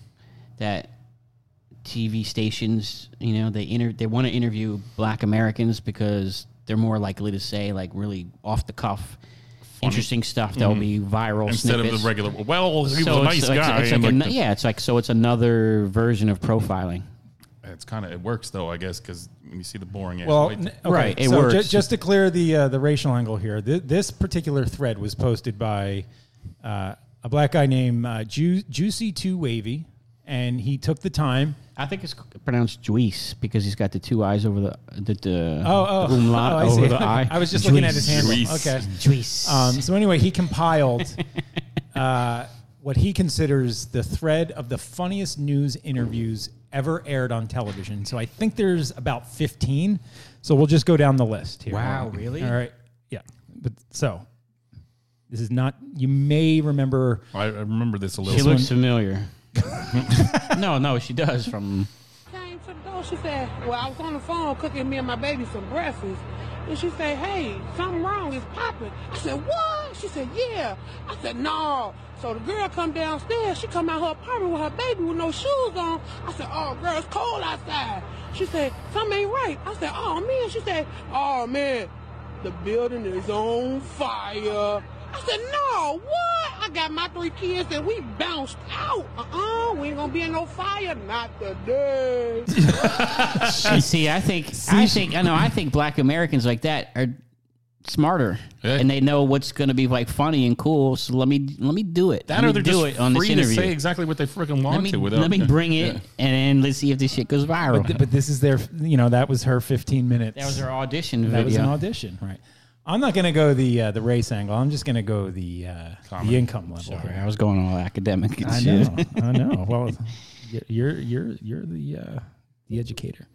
[SPEAKER 2] that TV stations, you know, they inter- they want to interview Black Americans because they're more likely to say like really off the cuff. Interesting stuff that will be viral
[SPEAKER 3] Hmm. instead
[SPEAKER 2] snippets.
[SPEAKER 3] of the regular. Well, he was
[SPEAKER 2] So
[SPEAKER 3] a nice
[SPEAKER 2] like-
[SPEAKER 3] guy.
[SPEAKER 2] it's
[SPEAKER 3] and,
[SPEAKER 2] like
[SPEAKER 3] like,
[SPEAKER 2] an-
[SPEAKER 3] the-
[SPEAKER 2] yeah, it's like so it's another version of profiling.
[SPEAKER 3] It's kind of it works though, I guess, because when you see the boring ass.
[SPEAKER 1] Well,
[SPEAKER 3] white-
[SPEAKER 1] n- okay,
[SPEAKER 2] Right, it
[SPEAKER 1] so ju-
[SPEAKER 2] works.
[SPEAKER 1] just to clear the uh, the racial angle here, th- this particular thread was posted by uh, a black guy named uh, Ju- Juicy Two Wavy, and he took the time.
[SPEAKER 2] I think it's pronounced Juice because he's got the two eyes over the the, the
[SPEAKER 3] Uh-huh.
[SPEAKER 1] Oh, oh,
[SPEAKER 2] the umlaut
[SPEAKER 1] oh, I
[SPEAKER 2] over
[SPEAKER 1] see.
[SPEAKER 2] the eye.
[SPEAKER 1] I was just looking at his handle.
[SPEAKER 3] Juice.
[SPEAKER 1] Okay.
[SPEAKER 2] Juice.
[SPEAKER 1] Um, so anyway, he compiled uh, what he considers the thread of the funniest news interviews ever aired on television. So I think there's about 15. So we'll just go down the list here.
[SPEAKER 2] Wow, really?
[SPEAKER 1] All right. Yeah. But so this is not. You may remember.
[SPEAKER 3] I, I remember this a
[SPEAKER 2] she
[SPEAKER 3] little.
[SPEAKER 2] looks familiar. no, no, she does from
[SPEAKER 4] Came from
[SPEAKER 8] phone. She said, Well, I was on the phone cooking me and my baby some breakfast. And she said, Hey, something wrong. It's popping. I said, What? She said, Yeah. I said, No. So the girl come downstairs. She come out her apartment with her baby with no shoes on. I said, Oh, girl, it's cold outside. She said, Something ain't right. I said, Oh, man. She said, Oh, man. The building is on fire. I said, no, what? I got my three kids and we bounced out. Uh-uh, we ain't gonna be in no fire, not today.
[SPEAKER 2] You see, I think, I think, I know, I think black Americans like that are smarter and they know what's going to be like funny and cool. So let me, let me do it.
[SPEAKER 3] That
[SPEAKER 2] let
[SPEAKER 3] or
[SPEAKER 2] me
[SPEAKER 3] they're
[SPEAKER 2] do
[SPEAKER 3] just
[SPEAKER 2] it on this
[SPEAKER 3] free to
[SPEAKER 2] interview.
[SPEAKER 3] say exactly what they freaking want
[SPEAKER 2] let me,
[SPEAKER 3] to without.
[SPEAKER 2] let me bring it
[SPEAKER 3] Yeah.
[SPEAKER 2] and then let's see if this shit goes viral.
[SPEAKER 1] But, but this is their, you know, that was her 15 minutes.
[SPEAKER 2] that was her audition
[SPEAKER 1] That
[SPEAKER 2] video.
[SPEAKER 1] was an audition, right? I'm not going to go the uh, the race angle. I'm just going to go the uh, the income level.
[SPEAKER 2] Sorry, I was going all academic. and
[SPEAKER 1] I
[SPEAKER 2] shit.
[SPEAKER 1] know, I know. Well, y- you're you're you're the uh, the educator.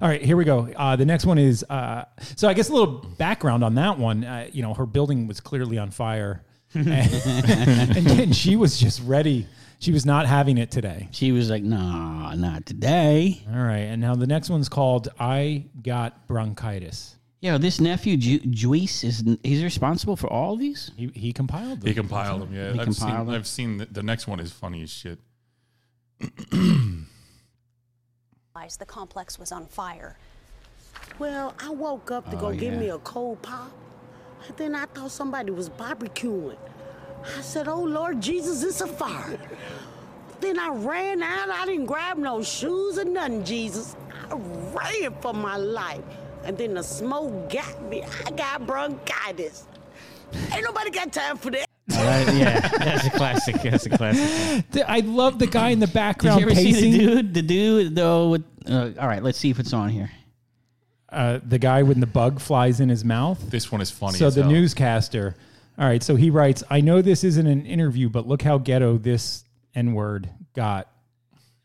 [SPEAKER 1] All right, here we go. Uh, the next one is uh, so I guess a little background on that one. Uh, you know, her building was clearly on fire, and, and then she was just ready. She was not having it today.
[SPEAKER 2] She was like, "Nah, not today."
[SPEAKER 1] All right, and now the next one's called "I Got Bronchitis."
[SPEAKER 2] Yo, this nephew Ju- Juice is he's responsible for all of these.
[SPEAKER 1] He, he compiled them.
[SPEAKER 3] He compiled them. Yeah,
[SPEAKER 2] He
[SPEAKER 3] I've seen.
[SPEAKER 2] compiled them.
[SPEAKER 3] I've seen the, the next one is funny as shit.
[SPEAKER 5] realized the complex was on fire.
[SPEAKER 11] Well, I woke up to
[SPEAKER 5] Oh,
[SPEAKER 11] go get
[SPEAKER 5] yeah.
[SPEAKER 11] me a cold pop. And then I thought somebody was barbecuing. I said, Oh Lord Jesus, it's a fire. then I ran out. I didn't grab no shoes or nothing, Jesus. I ran for my life. And then the smoke got me. I got bronchitis. Ain't nobody got time for that.
[SPEAKER 2] yeah, that's a classic. That's a classic.
[SPEAKER 1] I love the guy in the
[SPEAKER 2] Did
[SPEAKER 1] background
[SPEAKER 2] you ever see
[SPEAKER 1] pacing.
[SPEAKER 2] the dude? The dude though. With, uh, all right, let's see if it's on here.
[SPEAKER 1] uh, the guy when the bug flies in his mouth.
[SPEAKER 3] This one is funny.
[SPEAKER 1] So
[SPEAKER 3] as
[SPEAKER 1] the
[SPEAKER 3] hell.
[SPEAKER 1] newscaster. All right. So he writes, I know this isn't an interview, but look how ghetto this N word got.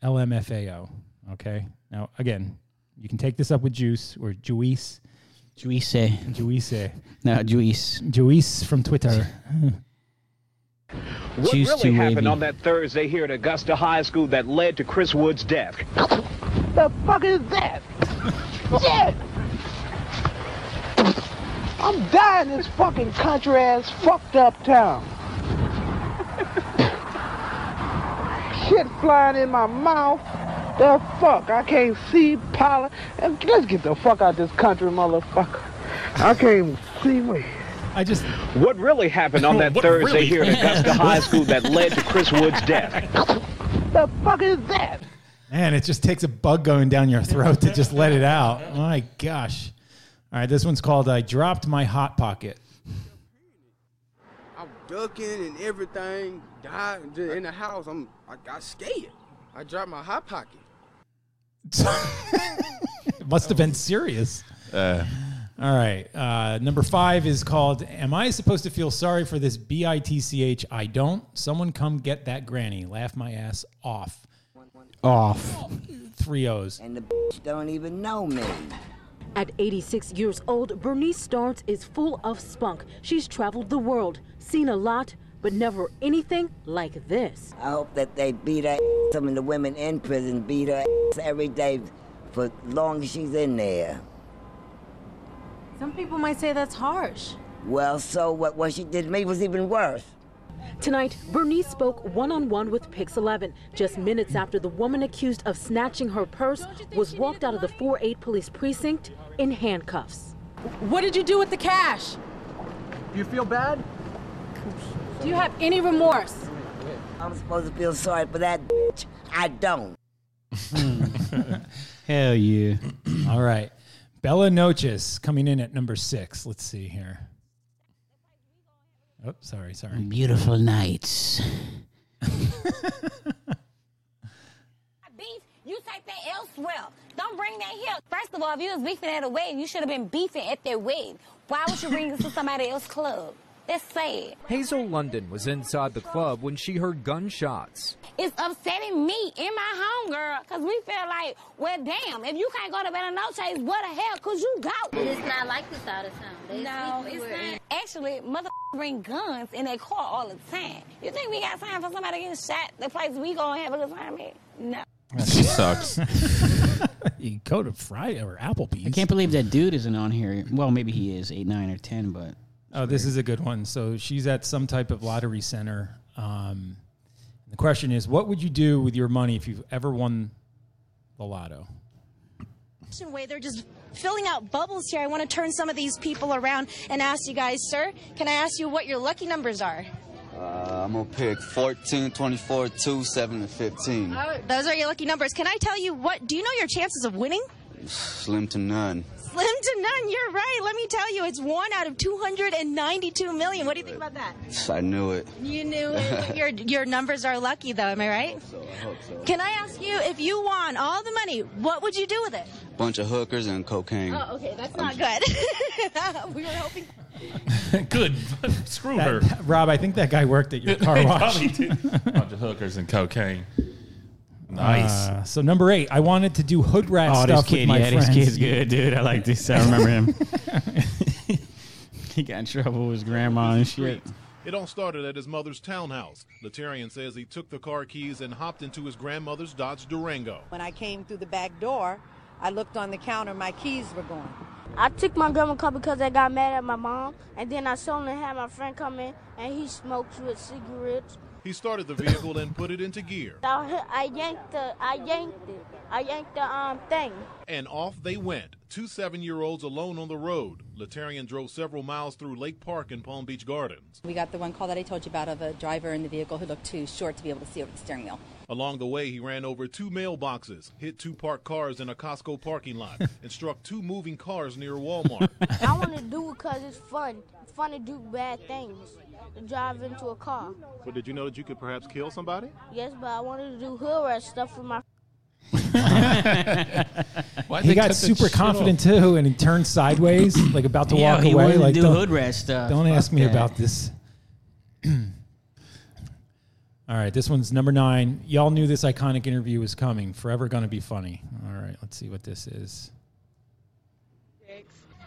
[SPEAKER 1] LMFAO. Okay. Now, again, you can take this up with Juice or Juice.
[SPEAKER 2] Juice.
[SPEAKER 1] Juice.
[SPEAKER 2] No, Juice.
[SPEAKER 1] Juice from Twitter.
[SPEAKER 12] What
[SPEAKER 1] Choose
[SPEAKER 12] really
[SPEAKER 1] to,
[SPEAKER 12] happened
[SPEAKER 1] Wavy.
[SPEAKER 12] on that Thursday here at Augusta High School that led to Chris Wood's death?
[SPEAKER 11] The fuck is that? Shit! I'm dying in this fucking country ass fucked up town. Shit flying in my mouth. The fuck? I can't see pollen. And Let's get the fuck out of this country, motherfucker. I can't see me.
[SPEAKER 1] I just.
[SPEAKER 12] What really happened on that
[SPEAKER 11] What
[SPEAKER 12] Thursday
[SPEAKER 11] really?
[SPEAKER 12] here at Augusta High School that led to Chris Wood's death?
[SPEAKER 11] The fuck is that?
[SPEAKER 1] Man, it just takes a bug going down your throat to just let it out. My gosh. All right. This one's called I Dropped My Hot Pocket.
[SPEAKER 13] I'm ducking and everything. Died and just in the house. I'm I got scared. I dropped my hot pocket.
[SPEAKER 1] It must have been serious. All right. Uh, number five is called Am I Supposed to Feel Sorry for This B I T C H? I Don't. Someone come get that granny. Laugh my ass off.
[SPEAKER 2] Off.
[SPEAKER 1] Three O's.
[SPEAKER 14] And the bitch don't even know me.
[SPEAKER 15] At 86 years old, Bernice Starnes is full of spunk. She's traveled the world, seen a lot, but never anything like this.
[SPEAKER 14] I hope that they beat her. ass. Some of the women in prison beat her ass every day for long as she's in there.
[SPEAKER 16] Some people might say that's harsh.
[SPEAKER 14] Well, so what? What she did to me was even worse.
[SPEAKER 15] Tonight, Bernice spoke one on one with Pix 11, just minutes after the woman accused of snatching her purse was walked out of the 4 8 police precinct in handcuffs.
[SPEAKER 16] What did you do with the cash?
[SPEAKER 14] Do you feel bad?
[SPEAKER 16] Do you have any remorse?
[SPEAKER 14] I'm supposed to feel sorry for that bitch. I don't.
[SPEAKER 2] Hell yeah.
[SPEAKER 1] All right. Bella Noches coming in at number six. Let's see here. Oh, sorry, sorry.
[SPEAKER 2] Beautiful nights.
[SPEAKER 17] beef, you take that elsewhere. Don't bring that here. First of all, if you was beefing at a wedding, you should have been beefing at that wedding. Why would you bring this to somebody else's club? That's sad.
[SPEAKER 18] Hazel London was inside the club when she heard gunshots.
[SPEAKER 17] It's upsetting me and my homegirl because we feel like, well, damn, if you can't go to Better No Chase, where the hell could you go?
[SPEAKER 19] It's not like this all the time. They
[SPEAKER 17] No,
[SPEAKER 19] sleep
[SPEAKER 17] it's
[SPEAKER 19] where
[SPEAKER 17] not. Actually, mother bring guns in their car all the time. You think we got time for somebody getting shot the place we go and have a good time at? No.
[SPEAKER 3] She sucks.
[SPEAKER 2] you go to Fry or Applebee's. I can't believe that dude isn't on here. Well, maybe he is eight, nine, or ten, but
[SPEAKER 1] Oh, this is a good one. So she's at some type of lottery center. Um, the question is, what would you do with your money if you've ever won the lotto?
[SPEAKER 5] Ocean way. They're just filling out bubbles here. I want to turn some of these people around and ask you guys, sir, can I ask you what your lucky numbers are?
[SPEAKER 20] Uh, I'm gonna pick 14, 24, 2, 7, and 15.
[SPEAKER 5] Oh, those are your lucky numbers. Can I tell you what? Do you know your chances of winning?
[SPEAKER 20] Slim to none.
[SPEAKER 5] Slim to none. You're right. Let me tell you, it's one out of 292 million. What do you think about that?
[SPEAKER 20] I knew it.
[SPEAKER 5] You knew it. your your numbers are lucky, though. Am I right?
[SPEAKER 20] I hope so.
[SPEAKER 5] Can I ask you if you won all the money, what would you do with it?
[SPEAKER 20] Bunch of hookers and cocaine.
[SPEAKER 5] Oh, okay, that's not good. we were hoping.
[SPEAKER 3] Good. Screw
[SPEAKER 1] That-
[SPEAKER 3] her.
[SPEAKER 1] that- Rob, I think that guy worked at your car wash.
[SPEAKER 3] Bunch of hookers and cocaine. Nice.
[SPEAKER 1] Uh, so number eight, I wanted to do hood rat
[SPEAKER 2] Oh, this
[SPEAKER 1] stuff
[SPEAKER 2] kid,
[SPEAKER 1] with my
[SPEAKER 2] yeah, this
[SPEAKER 1] friends.
[SPEAKER 2] kid's good, dude. I like this. I remember him. he got in trouble with his grandma and shit.
[SPEAKER 21] It all started at his mother's townhouse. Letarian says he took the car keys and hopped into his grandmother's Dodge Durango.
[SPEAKER 22] When I came through the back door, I looked on the counter, my keys were gone.
[SPEAKER 23] I took my grandma car because I got mad at my mom, and then I sold and had my friend come in, and he smoked with cigarettes.
[SPEAKER 21] He started the vehicle and put it into gear,
[SPEAKER 23] I, hit- I yanked the, I yanked it, I yanked the um thing.
[SPEAKER 21] and off they went. Two seven year olds alone on the road. Letarian drove several miles through Lake Park and Palm Beach Gardens.
[SPEAKER 24] We got the one call that I told you about of a driver in the vehicle who looked too short to be able to see over the steering wheel.
[SPEAKER 21] Along the way, he ran over two mailboxes, hit two parked cars in a Costco parking lot, and struck two moving cars near Walmart.
[SPEAKER 23] I want to do it because it's fun. It's fun to do bad things, to drive into a car.
[SPEAKER 21] But did you know that you could perhaps kill somebody?
[SPEAKER 23] Yes, but I wanted to do hood rat stuff with my.
[SPEAKER 1] he got super confident too, and he turned sideways, like about to
[SPEAKER 2] Yeah,
[SPEAKER 1] walk
[SPEAKER 2] he wanted
[SPEAKER 1] away.
[SPEAKER 2] to
[SPEAKER 1] Like
[SPEAKER 2] do
[SPEAKER 1] don't-
[SPEAKER 2] hood rat stuff.
[SPEAKER 1] Don't ask
[SPEAKER 2] Fuck
[SPEAKER 1] me
[SPEAKER 2] that.
[SPEAKER 1] about this. All right, this one's number nine. Y'all knew this iconic interview was coming. Forever gonna be funny. All right, let's see what this is.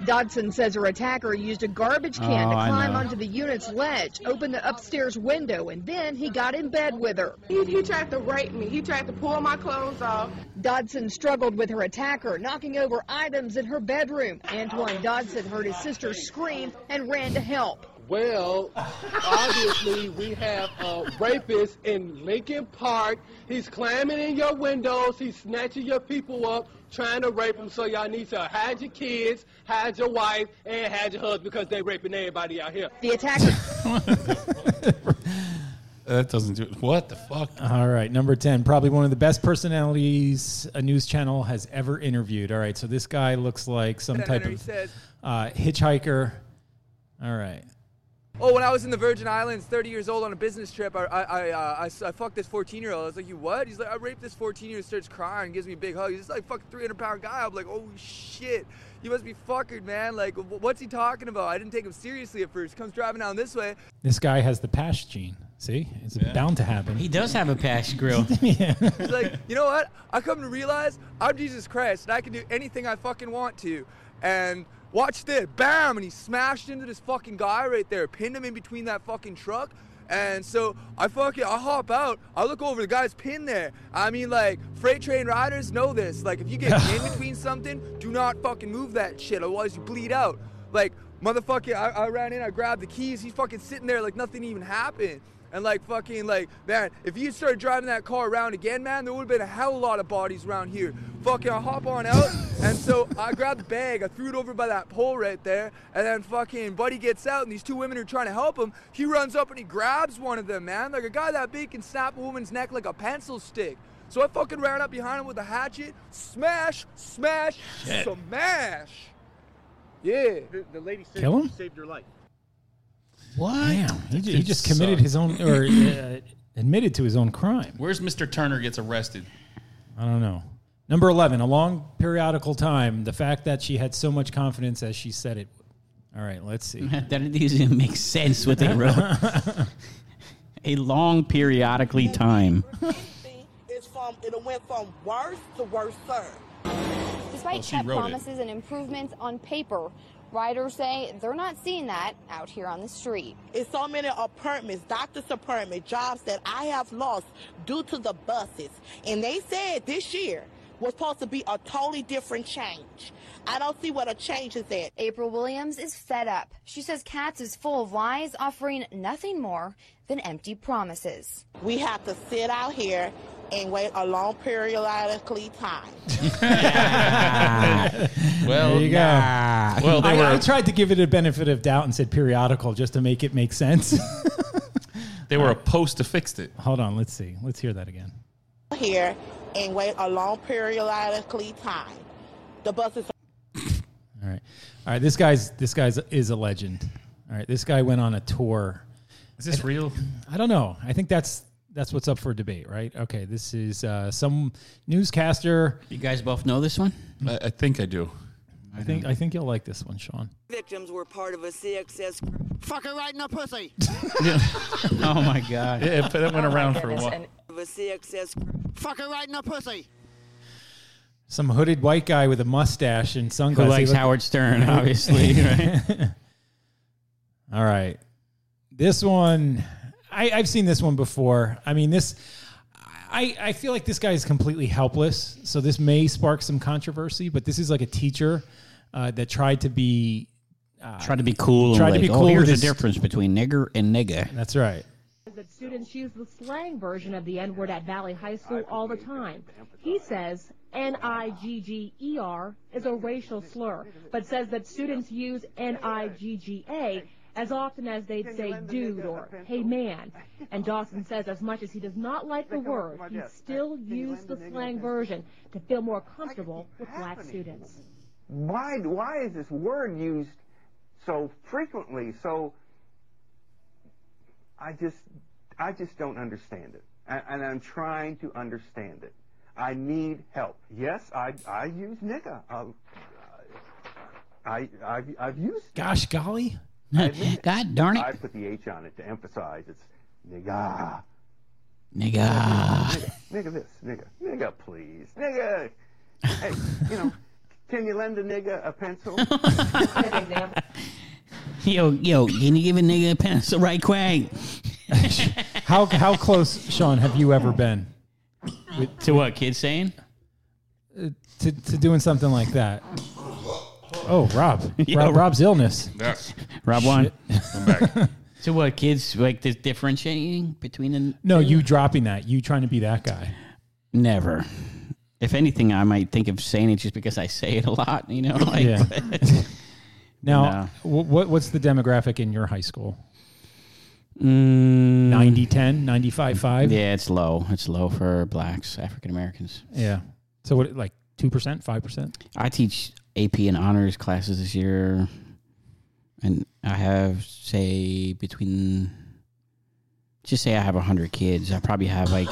[SPEAKER 25] Dodson says her attacker used a garbage can
[SPEAKER 1] Oh,
[SPEAKER 25] to
[SPEAKER 1] I
[SPEAKER 25] climb
[SPEAKER 1] know.
[SPEAKER 25] onto the unit's ledge, opened the upstairs window, and then he got in bed with her. He, he tried to rape me. He tried to pull my clothes off. Dodson struggled with her attacker, knocking over items in her bedroom. Antoine Dodson heard his sister scream and ran to help.
[SPEAKER 15] Well, obviously, we have a rapist in Lincoln Park. He's climbing in your windows. He's snatching your people up, trying to rape them. So y'all need to hide your kids, hide your wife, and hide your husband because they raping everybody out here.
[SPEAKER 25] The attacker.
[SPEAKER 3] Uh, That doesn't do it. What the fuck?
[SPEAKER 1] All right, number 10. Probably one of the best personalities a news channel has ever interviewed. All right, so this guy looks like some type
[SPEAKER 18] He
[SPEAKER 1] of
[SPEAKER 18] says-
[SPEAKER 1] uh, hitchhiker. All right.
[SPEAKER 18] Oh, when I was in the Virgin Islands, 30 years old on a business trip, I I I, uh, I, s- I fucked this 14 year old. I was like, you what? He's like, I raped this 14 year old. Starts crying, gives me a big hug. He's just like, fuck, 300 pound guy. I'm like, oh shit, you must be fuckered, man. Like, wh- what's he talking about? I didn't take him seriously at first. Comes driving down this way.
[SPEAKER 1] This guy has the pash gene. See? It's bound to happen. He
[SPEAKER 2] does have a pash grill.
[SPEAKER 18] He's like, you know what? I come to realize I'm Jesus Christ and I can do anything I fucking want to. And watch this, bam! And he smashed into this fucking guy right there, pinned him in between that fucking truck. And so I fucking I hop out. I look over the guy's pinned there. I mean, like freight train riders know this. Like if you get in between something, do not fucking move that shit. Otherwise you bleed out. Like motherfucking, I, I ran in. I grabbed the keys. He's fucking sitting there like nothing even happened. And like fucking like man, if you started driving that car around again, man, there would have been a hell of a lot of bodies around here. Fucking I hop on out, and so I grabbed the bag, I threw it over by that pole right there, and then fucking Buddy gets out, and these two women are trying to help him. He runs up and he grabs one of them, man. Like a guy that big can snap a woman's neck like a pencil stick. So I fucking ran up behind him with a hatchet, smash, smash,
[SPEAKER 1] Shit.
[SPEAKER 18] smash. Yeah. The, lady
[SPEAKER 1] saved- Kill him?
[SPEAKER 18] saved your life.
[SPEAKER 1] What? Damn. He, ju- he
[SPEAKER 3] Dude
[SPEAKER 1] just committed
[SPEAKER 3] sucked.
[SPEAKER 1] his own, or uh, admitted to his own crime.
[SPEAKER 3] Where's Mr. Turner gets arrested?
[SPEAKER 1] I don't know. Number 11. A long periodical time. The fact that she had so much confidence as she said it. All right, let's see.
[SPEAKER 2] that doesn't even make sense what they wrote. a long periodically time.
[SPEAKER 26] It's from it went from worse to worse, sir.
[SPEAKER 27] Despite
[SPEAKER 2] Well, she
[SPEAKER 27] kept
[SPEAKER 2] wrote it.
[SPEAKER 27] promises and improvements on paper,
[SPEAKER 4] Riders say they're not seeing that out here on the street.
[SPEAKER 26] It's so many apartments, doctor's apartment, jobs that I have lost due to the buses. And they said this year was supposed to be a totally different change. I don't see what a change is at.
[SPEAKER 4] April Williams is fed up. She says Katz is full of lies, offering nothing more than empty promises.
[SPEAKER 26] We have to sit out here and wait a long periodically time.
[SPEAKER 1] Well, there you go.
[SPEAKER 2] nah.
[SPEAKER 1] Well,
[SPEAKER 2] Well, there
[SPEAKER 1] I, I
[SPEAKER 2] were-
[SPEAKER 1] tried to give it a benefit of doubt and said periodical just to make it make sense.
[SPEAKER 3] They were opposed to fixed it.
[SPEAKER 1] Hold on, let's see. Let's hear that again.
[SPEAKER 26] Here and wait a long periodically time. The buses
[SPEAKER 1] All right, all right. This guy's this guy's is a legend. All right, this guy went on a tour.
[SPEAKER 3] Is this real?
[SPEAKER 1] I don't know. I think that's that's what's up for debate, right? Okay, this is uh, some newscaster.
[SPEAKER 2] You guys both know this one?
[SPEAKER 3] I, I think I do.
[SPEAKER 1] I think I think you'll like this one, Sean.
[SPEAKER 6] Victims were part of a CXS. Fucking right in the pussy.
[SPEAKER 2] oh my god.
[SPEAKER 3] Yeah, but that went
[SPEAKER 1] Oh
[SPEAKER 3] around for a while.
[SPEAKER 6] Of a CXS. Fucking right in the pussy.
[SPEAKER 1] Some hooded white guy with a mustache and sunglasses. He
[SPEAKER 2] likes
[SPEAKER 1] looked-
[SPEAKER 2] Howard Stern, obviously, right?
[SPEAKER 1] All right. This one, I, I've seen this one before. I mean, this, I, I feel like this guy is completely helpless. So this may spark some controversy, but this is like a teacher uh, that tried to be. Uh,
[SPEAKER 2] Try to be cool.
[SPEAKER 1] Tried
[SPEAKER 2] and
[SPEAKER 1] to
[SPEAKER 2] like,
[SPEAKER 1] be cool.
[SPEAKER 2] Oh,
[SPEAKER 1] with
[SPEAKER 2] here's the
[SPEAKER 1] his-
[SPEAKER 2] difference between nigger and nigga.
[SPEAKER 1] That's right.
[SPEAKER 7] that students use the slang version of the N-word at Valley High School all the time. He says N-I-G-G-E-R E is a racial slur, but says that students use N-I-G-G-A as often as they'd say dude or hey man. And Dawson says as much as he does not like the word, he still used the slang version to feel more comfortable with black students.
[SPEAKER 8] why why is this word used so frequently so i just i just don't understand it and, and i'm trying to understand it i need help yes i i use nigga um, i i've, I've used
[SPEAKER 1] gosh golly
[SPEAKER 2] God darn it.
[SPEAKER 8] i put the h on it to emphasize it's nigga
[SPEAKER 2] Nigga.
[SPEAKER 8] nigga this nigga nigga please nigga hey you know can you lend a nigga a pencil
[SPEAKER 2] Yo, yo, can you give a nigga a pencil right quick?
[SPEAKER 1] How how close, Sean, have you ever been
[SPEAKER 2] to what kids saying?
[SPEAKER 1] Uh, to, to doing something like that? Oh, Rob.
[SPEAKER 2] Yo,
[SPEAKER 1] Rob Rob's illness.
[SPEAKER 2] Rob one.
[SPEAKER 1] I'm back.
[SPEAKER 2] So what kids like this differentiating between the
[SPEAKER 1] No, you dropping that. You trying to be that guy.
[SPEAKER 2] Never. If anything, I might think of saying it just because I say it a lot. You know, like
[SPEAKER 1] Yeah.
[SPEAKER 2] No.
[SPEAKER 1] Now, wh- what what's the demographic in your high school?
[SPEAKER 2] Mm,
[SPEAKER 1] 90 10, 95 5?
[SPEAKER 2] Yeah, it's low. It's low for blacks, African Americans.
[SPEAKER 1] Yeah. So what like 2%, 5%?
[SPEAKER 2] I teach AP and honors classes this year, and I have say between, just say I have hundred kids. I probably have like,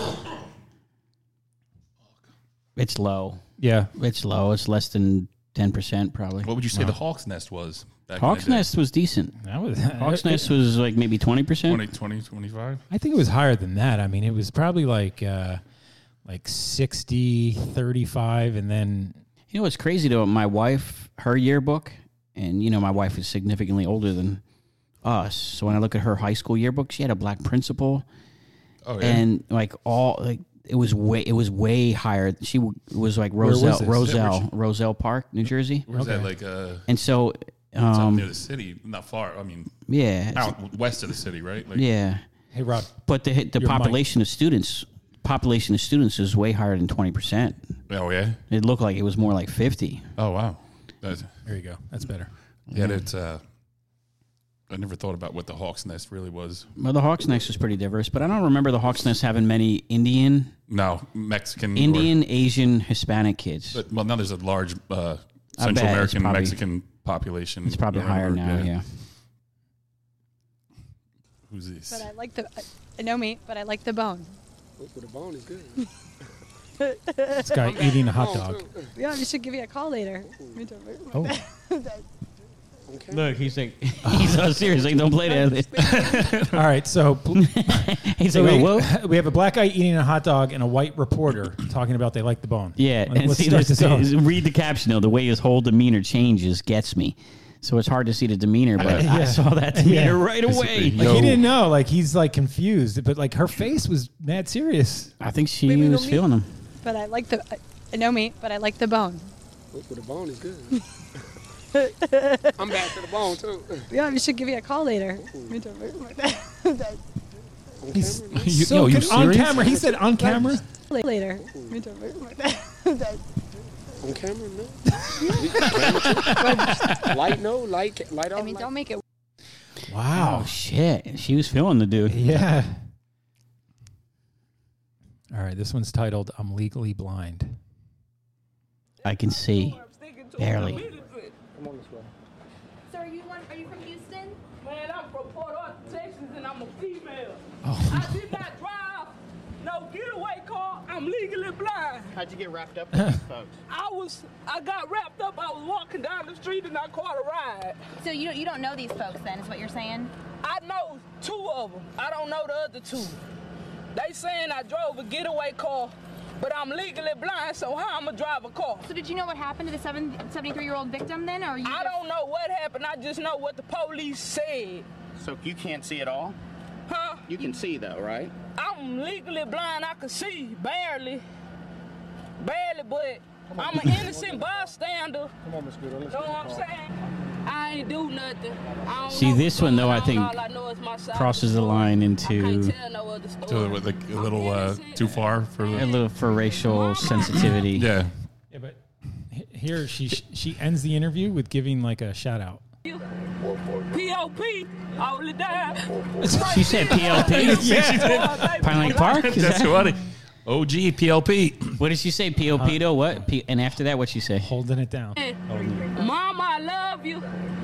[SPEAKER 2] it's low.
[SPEAKER 1] Yeah,
[SPEAKER 2] it's low. It's less than ten percent probably.
[SPEAKER 3] What would you say
[SPEAKER 2] Wow.
[SPEAKER 3] the Hawk's Nest was? back in the
[SPEAKER 2] Hawk's
[SPEAKER 3] day?
[SPEAKER 2] Nest was decent.
[SPEAKER 1] That was
[SPEAKER 2] Hawk's Nest was like maybe twenty percent.
[SPEAKER 3] 20, 20, 25?
[SPEAKER 1] I think it was higher than that. I mean, it was probably like uh like 60 35 and then
[SPEAKER 2] You know what's crazy though? My wife, her yearbook, and you know my wife is significantly older than us. So when I look at her high school yearbook, she had a black principal,
[SPEAKER 3] Oh, yeah.
[SPEAKER 2] and like all like it was way it was way higher. She w- was like
[SPEAKER 3] Where was
[SPEAKER 2] Roselle
[SPEAKER 3] this? Yeah,
[SPEAKER 2] Roselle
[SPEAKER 3] where's-
[SPEAKER 2] Roselle Park, New Jersey.
[SPEAKER 3] Where's that? Like, uh,
[SPEAKER 2] and so
[SPEAKER 3] it's up
[SPEAKER 2] um,
[SPEAKER 3] near the city, not far. I mean,
[SPEAKER 2] Yeah.
[SPEAKER 3] out west of the city, right? Like,
[SPEAKER 2] yeah.
[SPEAKER 1] Hey Rob.
[SPEAKER 2] But the
[SPEAKER 3] your
[SPEAKER 2] the
[SPEAKER 3] mic.
[SPEAKER 2] population of students population of students is way higher than twenty percent.
[SPEAKER 3] Oh yeah.
[SPEAKER 2] It looked like it was more like fifty.
[SPEAKER 3] Oh wow. That's,
[SPEAKER 1] there you go. That's better.
[SPEAKER 3] Yeah, it's. Uh, I never thought about what the Hawk's Nest really was.
[SPEAKER 2] Well, the Hawks Nest was pretty diverse, but I don't remember the Hawks Nest having many Indian,
[SPEAKER 3] No, Mexican. or-
[SPEAKER 2] Indian, Asian, Hispanic kids.
[SPEAKER 3] but well, now there's a large uh,
[SPEAKER 2] I
[SPEAKER 3] Central
[SPEAKER 2] bet it's
[SPEAKER 3] American
[SPEAKER 2] probably-
[SPEAKER 3] Mexican population.
[SPEAKER 2] It's probably
[SPEAKER 3] around
[SPEAKER 2] higher
[SPEAKER 3] the-
[SPEAKER 2] now. Yeah.
[SPEAKER 3] Who's this?
[SPEAKER 9] But I like the, I know me, but I like the bone.
[SPEAKER 28] With a bone is good.
[SPEAKER 1] This guy eating a hot dog.
[SPEAKER 9] Yeah, we should give you a call later. Let me tell you.
[SPEAKER 1] Oh.
[SPEAKER 2] Look, he's like, he's so serious. Like, don't play that.
[SPEAKER 1] All right, so pl-
[SPEAKER 2] He's
[SPEAKER 1] so
[SPEAKER 2] like,
[SPEAKER 1] we,
[SPEAKER 2] "Whoa,
[SPEAKER 1] we have a black guy eating a hot dog and a white reporter talking about they like the bone.
[SPEAKER 2] Yeah,
[SPEAKER 1] Let-
[SPEAKER 2] and
[SPEAKER 1] let's
[SPEAKER 2] see,
[SPEAKER 1] start
[SPEAKER 2] this,
[SPEAKER 1] this off.
[SPEAKER 2] read the caption though. The way his whole demeanor changes gets me. So it's hard to see the demeanor, but I
[SPEAKER 1] Yeah.
[SPEAKER 2] saw that
[SPEAKER 1] Yeah.
[SPEAKER 2] demeanor right away.
[SPEAKER 1] Like he didn't know. Like he's like confused, but like her face was mad serious.
[SPEAKER 2] I think she was feeling him.
[SPEAKER 29] But I like the. I- I know me, but I like the bone.
[SPEAKER 9] With the bone is good. I'm back to the bone too.
[SPEAKER 29] Yeah, you should give me a call later. Me too.
[SPEAKER 1] He's
[SPEAKER 9] You-
[SPEAKER 1] so
[SPEAKER 9] yo, you
[SPEAKER 1] con- on
[SPEAKER 9] serious?
[SPEAKER 1] camera. He said on camera.
[SPEAKER 29] Later. Me too.
[SPEAKER 9] On camera, no. light, no light, ca- light off.
[SPEAKER 29] I mean, don't make it.
[SPEAKER 1] Wow.
[SPEAKER 2] Oh, shit. She was feeling the dude.
[SPEAKER 1] Yeah. All right, this one's titled "I'm Legally Blind."
[SPEAKER 2] I can see. Barely.
[SPEAKER 9] Come on this way.
[SPEAKER 10] So are you one, are you from Houston? Man, I'm from Port Arthur, Texas, and I'm a female.
[SPEAKER 3] Oh.
[SPEAKER 10] I did not drive no getaway car. I'm legally blind. How'd you get wrapped up with these folks? I was, I got wrapped up. I was walking down the street and I caught a ride. So you don't, you don't know these folks then, is what you're saying? I know two of them. I don't know the other two. They saying I drove a getaway car, but I'm legally blind, so how I'ma drive a car?
[SPEAKER 30] So did you know what happened to the seven, 73-year-old victim then, or you?
[SPEAKER 10] I
[SPEAKER 30] just-
[SPEAKER 10] don't know what happened. I just know what the police said.
[SPEAKER 31] So you can't see at all?
[SPEAKER 10] Huh?
[SPEAKER 31] You can see though, right?
[SPEAKER 10] I'm legally blind. I can see barely, barely, but I'm an innocent bystander.
[SPEAKER 9] Come on, Miss Goodall.
[SPEAKER 10] Know what I'm saying? I ain't do nothing. I don't
[SPEAKER 2] See,
[SPEAKER 10] know
[SPEAKER 2] this
[SPEAKER 10] what's
[SPEAKER 2] one, though,
[SPEAKER 10] going
[SPEAKER 2] I
[SPEAKER 10] on.
[SPEAKER 2] think
[SPEAKER 10] All I know is my side.
[SPEAKER 2] crosses the line into
[SPEAKER 10] Tell no other story.
[SPEAKER 3] So with like a little uh, too far for
[SPEAKER 2] a
[SPEAKER 3] the.
[SPEAKER 2] little for racial sensitivity.
[SPEAKER 3] Yeah.
[SPEAKER 1] Yeah, but he- here she she ends the interview with giving like a shout out.
[SPEAKER 10] P.O.P. all the time.
[SPEAKER 2] She said PLP.
[SPEAKER 10] Yeah.
[SPEAKER 2] Pine Lake Park. Is
[SPEAKER 3] That's
[SPEAKER 2] that?
[SPEAKER 3] funny. OG PLP.
[SPEAKER 2] What did she say? PLP though? What? P- and after that, what she say?
[SPEAKER 1] Holding it down.
[SPEAKER 10] Mama, I love you. P.O.P.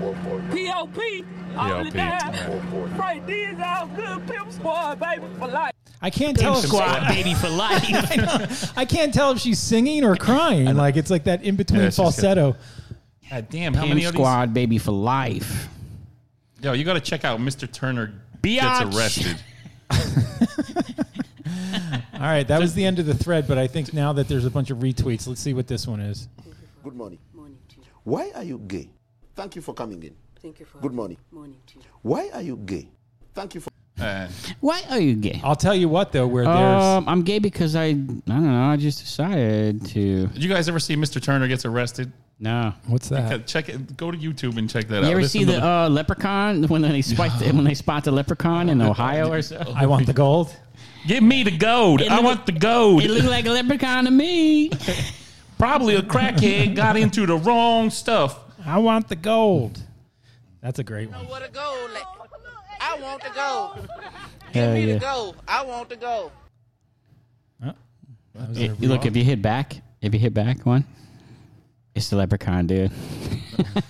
[SPEAKER 10] all the
[SPEAKER 2] P.O.P., all
[SPEAKER 10] time. Right, these all good pimp squad, baby, for life.
[SPEAKER 1] I can't
[SPEAKER 2] Pimp
[SPEAKER 1] tell if
[SPEAKER 2] squad, baby, for life.
[SPEAKER 1] I, know. I can't tell if she's singing or crying. Like it's like that in between
[SPEAKER 3] Yeah, she's good.
[SPEAKER 1] falsetto.
[SPEAKER 3] God damn, how
[SPEAKER 2] Pam
[SPEAKER 3] many of these?
[SPEAKER 2] Squad, baby, for life.
[SPEAKER 3] Yo, you got to check out Mr. Turner
[SPEAKER 2] Biatch.
[SPEAKER 3] gets arrested.
[SPEAKER 1] All right, that was the end of the thread. But I think now that there's a bunch of retweets, let's see what this one is.
[SPEAKER 32] Good morning. Morning to you. Why are you gay? Thank you for coming in. Thank you for Good morning. Morning to you. Why are you gay? Thank you for
[SPEAKER 2] Why are you gay?
[SPEAKER 1] I'll tell you what though, where there's
[SPEAKER 2] Um, I'm gay because I I don't know. I just decided to.
[SPEAKER 3] Did you guys ever see Mr. Turner gets arrested?
[SPEAKER 2] No.
[SPEAKER 1] What's
[SPEAKER 3] Check it. Go to YouTube and check that out.
[SPEAKER 2] You ever
[SPEAKER 3] Listen
[SPEAKER 2] see
[SPEAKER 3] to
[SPEAKER 2] the uh, leprechaun when they spot the, when they spot the leprechaun in Ohio or so?
[SPEAKER 1] I want the gold.
[SPEAKER 3] Give me the gold. I want the gold.
[SPEAKER 2] It looked like a leprechaun to me.
[SPEAKER 3] Probably a crackhead got into the wrong stuff.
[SPEAKER 1] I want the gold. That's a great one.
[SPEAKER 12] What a goal. like- I want to go.
[SPEAKER 2] Hell
[SPEAKER 12] Need
[SPEAKER 2] yeah.
[SPEAKER 12] to go. I want to go.
[SPEAKER 2] It- look, if you hit back, if you hit back one, it's the leprechaun, dude.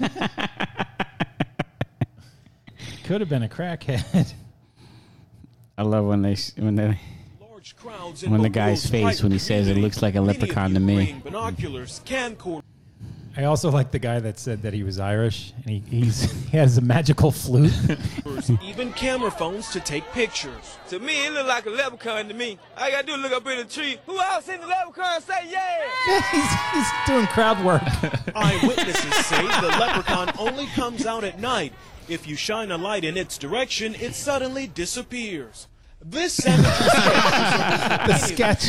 [SPEAKER 1] Could have been a crackhead.
[SPEAKER 2] I love when they s- when they when the guy's face when he says it looks like a leprechaun to me.
[SPEAKER 8] Binoculars, camcorder.
[SPEAKER 1] I also like the guy that said that he was Irish and he, he's he has a magical flute.
[SPEAKER 8] even camera phones to take pictures.
[SPEAKER 9] To me, it look like a leprechaun to me. I gotta do look up in the tree. Who else in the leprechaun say yeah?
[SPEAKER 1] he's, he's doing crowd work.
[SPEAKER 8] Eyewitnesses say the leprechaun only comes out at night. If you shine a light in its direction, it suddenly disappears. This savage
[SPEAKER 1] the sketch.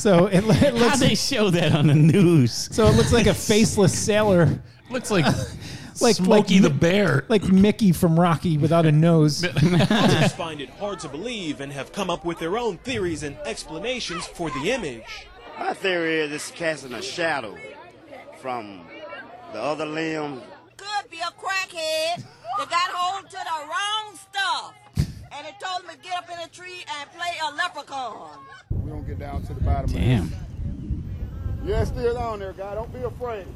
[SPEAKER 1] so it, lo- it looks.
[SPEAKER 2] How they show that on the news?
[SPEAKER 1] So it looks like a faceless sailor.
[SPEAKER 3] Looks like
[SPEAKER 1] like
[SPEAKER 3] Smokey
[SPEAKER 1] like,
[SPEAKER 3] the Bear.
[SPEAKER 1] like Mickey from Rocky without a nose.
[SPEAKER 8] Others find it hard to believe and have come up with their own theories and explanations for the image.
[SPEAKER 14] My theory is it's casting a shadow from the other limb. Could be a crackhead that got hold to the wrong stuff. And it told him to get up in a tree and play a leprechaun.
[SPEAKER 33] We don't get down to the bottom of
[SPEAKER 2] Damn.
[SPEAKER 33] it. Yeah, it's still down there, guy. Don't be afraid.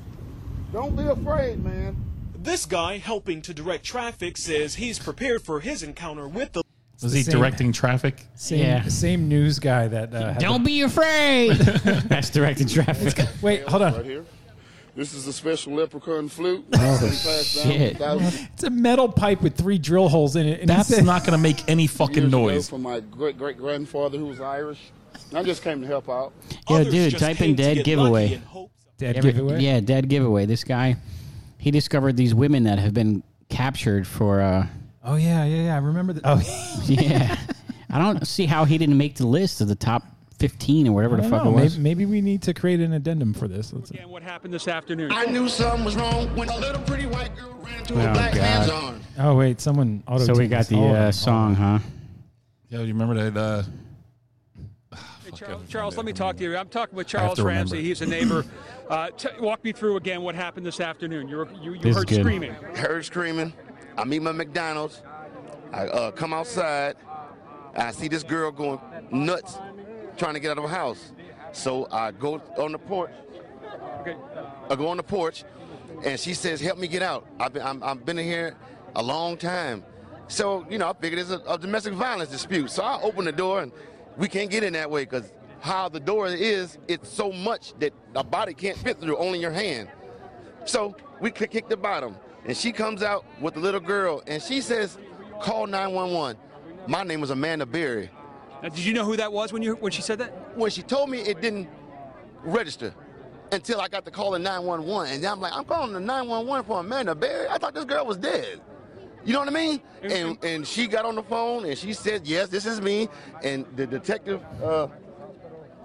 [SPEAKER 33] Don't be afraid, man.
[SPEAKER 8] This guy helping to direct traffic says he's prepared for his encounter with the
[SPEAKER 3] Was he directing traffic?
[SPEAKER 1] Same, same news guy that. Uh, had
[SPEAKER 2] Don't
[SPEAKER 1] the-
[SPEAKER 2] be afraid. That's directing traffic.
[SPEAKER 1] Wait, hold on.
[SPEAKER 33] Right here. This is a special leprechaun flute.
[SPEAKER 1] Oh,
[SPEAKER 33] Been passed down
[SPEAKER 1] shit.
[SPEAKER 33] for thousands of
[SPEAKER 1] It's a metal pipe with three drill holes in it. And
[SPEAKER 33] That's
[SPEAKER 1] not
[SPEAKER 3] going to make any
[SPEAKER 33] years ago From my great great grandfather who was Irish. I just came to help out.
[SPEAKER 2] Yo, dude, type in dead giveaway.
[SPEAKER 1] Dead
[SPEAKER 2] Every-
[SPEAKER 1] giveaway?
[SPEAKER 2] Yeah, dead giveaway. This guy, He discovered these women that have been captured for. Uh,
[SPEAKER 1] Oh yeah, yeah, yeah. I remember that. Oh
[SPEAKER 2] yeah, I don't see how he didn't make the list of the top fifteen or whatever
[SPEAKER 1] I
[SPEAKER 2] the
[SPEAKER 1] don't
[SPEAKER 2] fuck
[SPEAKER 1] know.
[SPEAKER 2] it was.
[SPEAKER 1] Maybe, maybe we need to create an addendum for this. Let's see.
[SPEAKER 5] What happened this afternoon?
[SPEAKER 33] I knew something was wrong when a little pretty white girl ran into a
[SPEAKER 2] Oh,
[SPEAKER 33] black
[SPEAKER 2] God.
[SPEAKER 33] man's arm.
[SPEAKER 1] Oh wait, someone. auto-tuned
[SPEAKER 2] So we got
[SPEAKER 1] this.
[SPEAKER 2] the
[SPEAKER 1] Hold on,
[SPEAKER 2] uh,
[SPEAKER 1] hold
[SPEAKER 2] song, huh?
[SPEAKER 3] Yeah, you remember that? Uh,
[SPEAKER 5] Hey, Charles, Charles, let me talk to you. I'm talking with Charles
[SPEAKER 3] to remember.
[SPEAKER 5] Ramsey. He's a neighbor. Uh, t- walk me through again what happened this afternoon. You, were, you, you heard screaming.
[SPEAKER 33] Heard screaming. I'm eating my McDonald's. I uh, come outside. I see this girl going nuts, trying to get out of her house. So I go on the porch. I go on the porch, and she says, "Help me get out. I've been, I'm, I've been in here a long time." So you know, I figured it's a, a domestic violence dispute. So I open the door, and we can't get in that way because how the door is, it's so much that a body can't fit through, only your hand. So we kick, kick the bottom, and she comes out with the little girl, and she says, "Call 911." My name was Amanda Berry.
[SPEAKER 5] Now, did you know who that was when you when she said that?
[SPEAKER 33] When she told me, it didn't register until I got the call in 911, and then I'm like, "I'm calling the 911 for Amanda Berry. I thought this girl was dead." You know what I mean? And and she got on the phone and she said, "Yes, this is me." And the detective uh,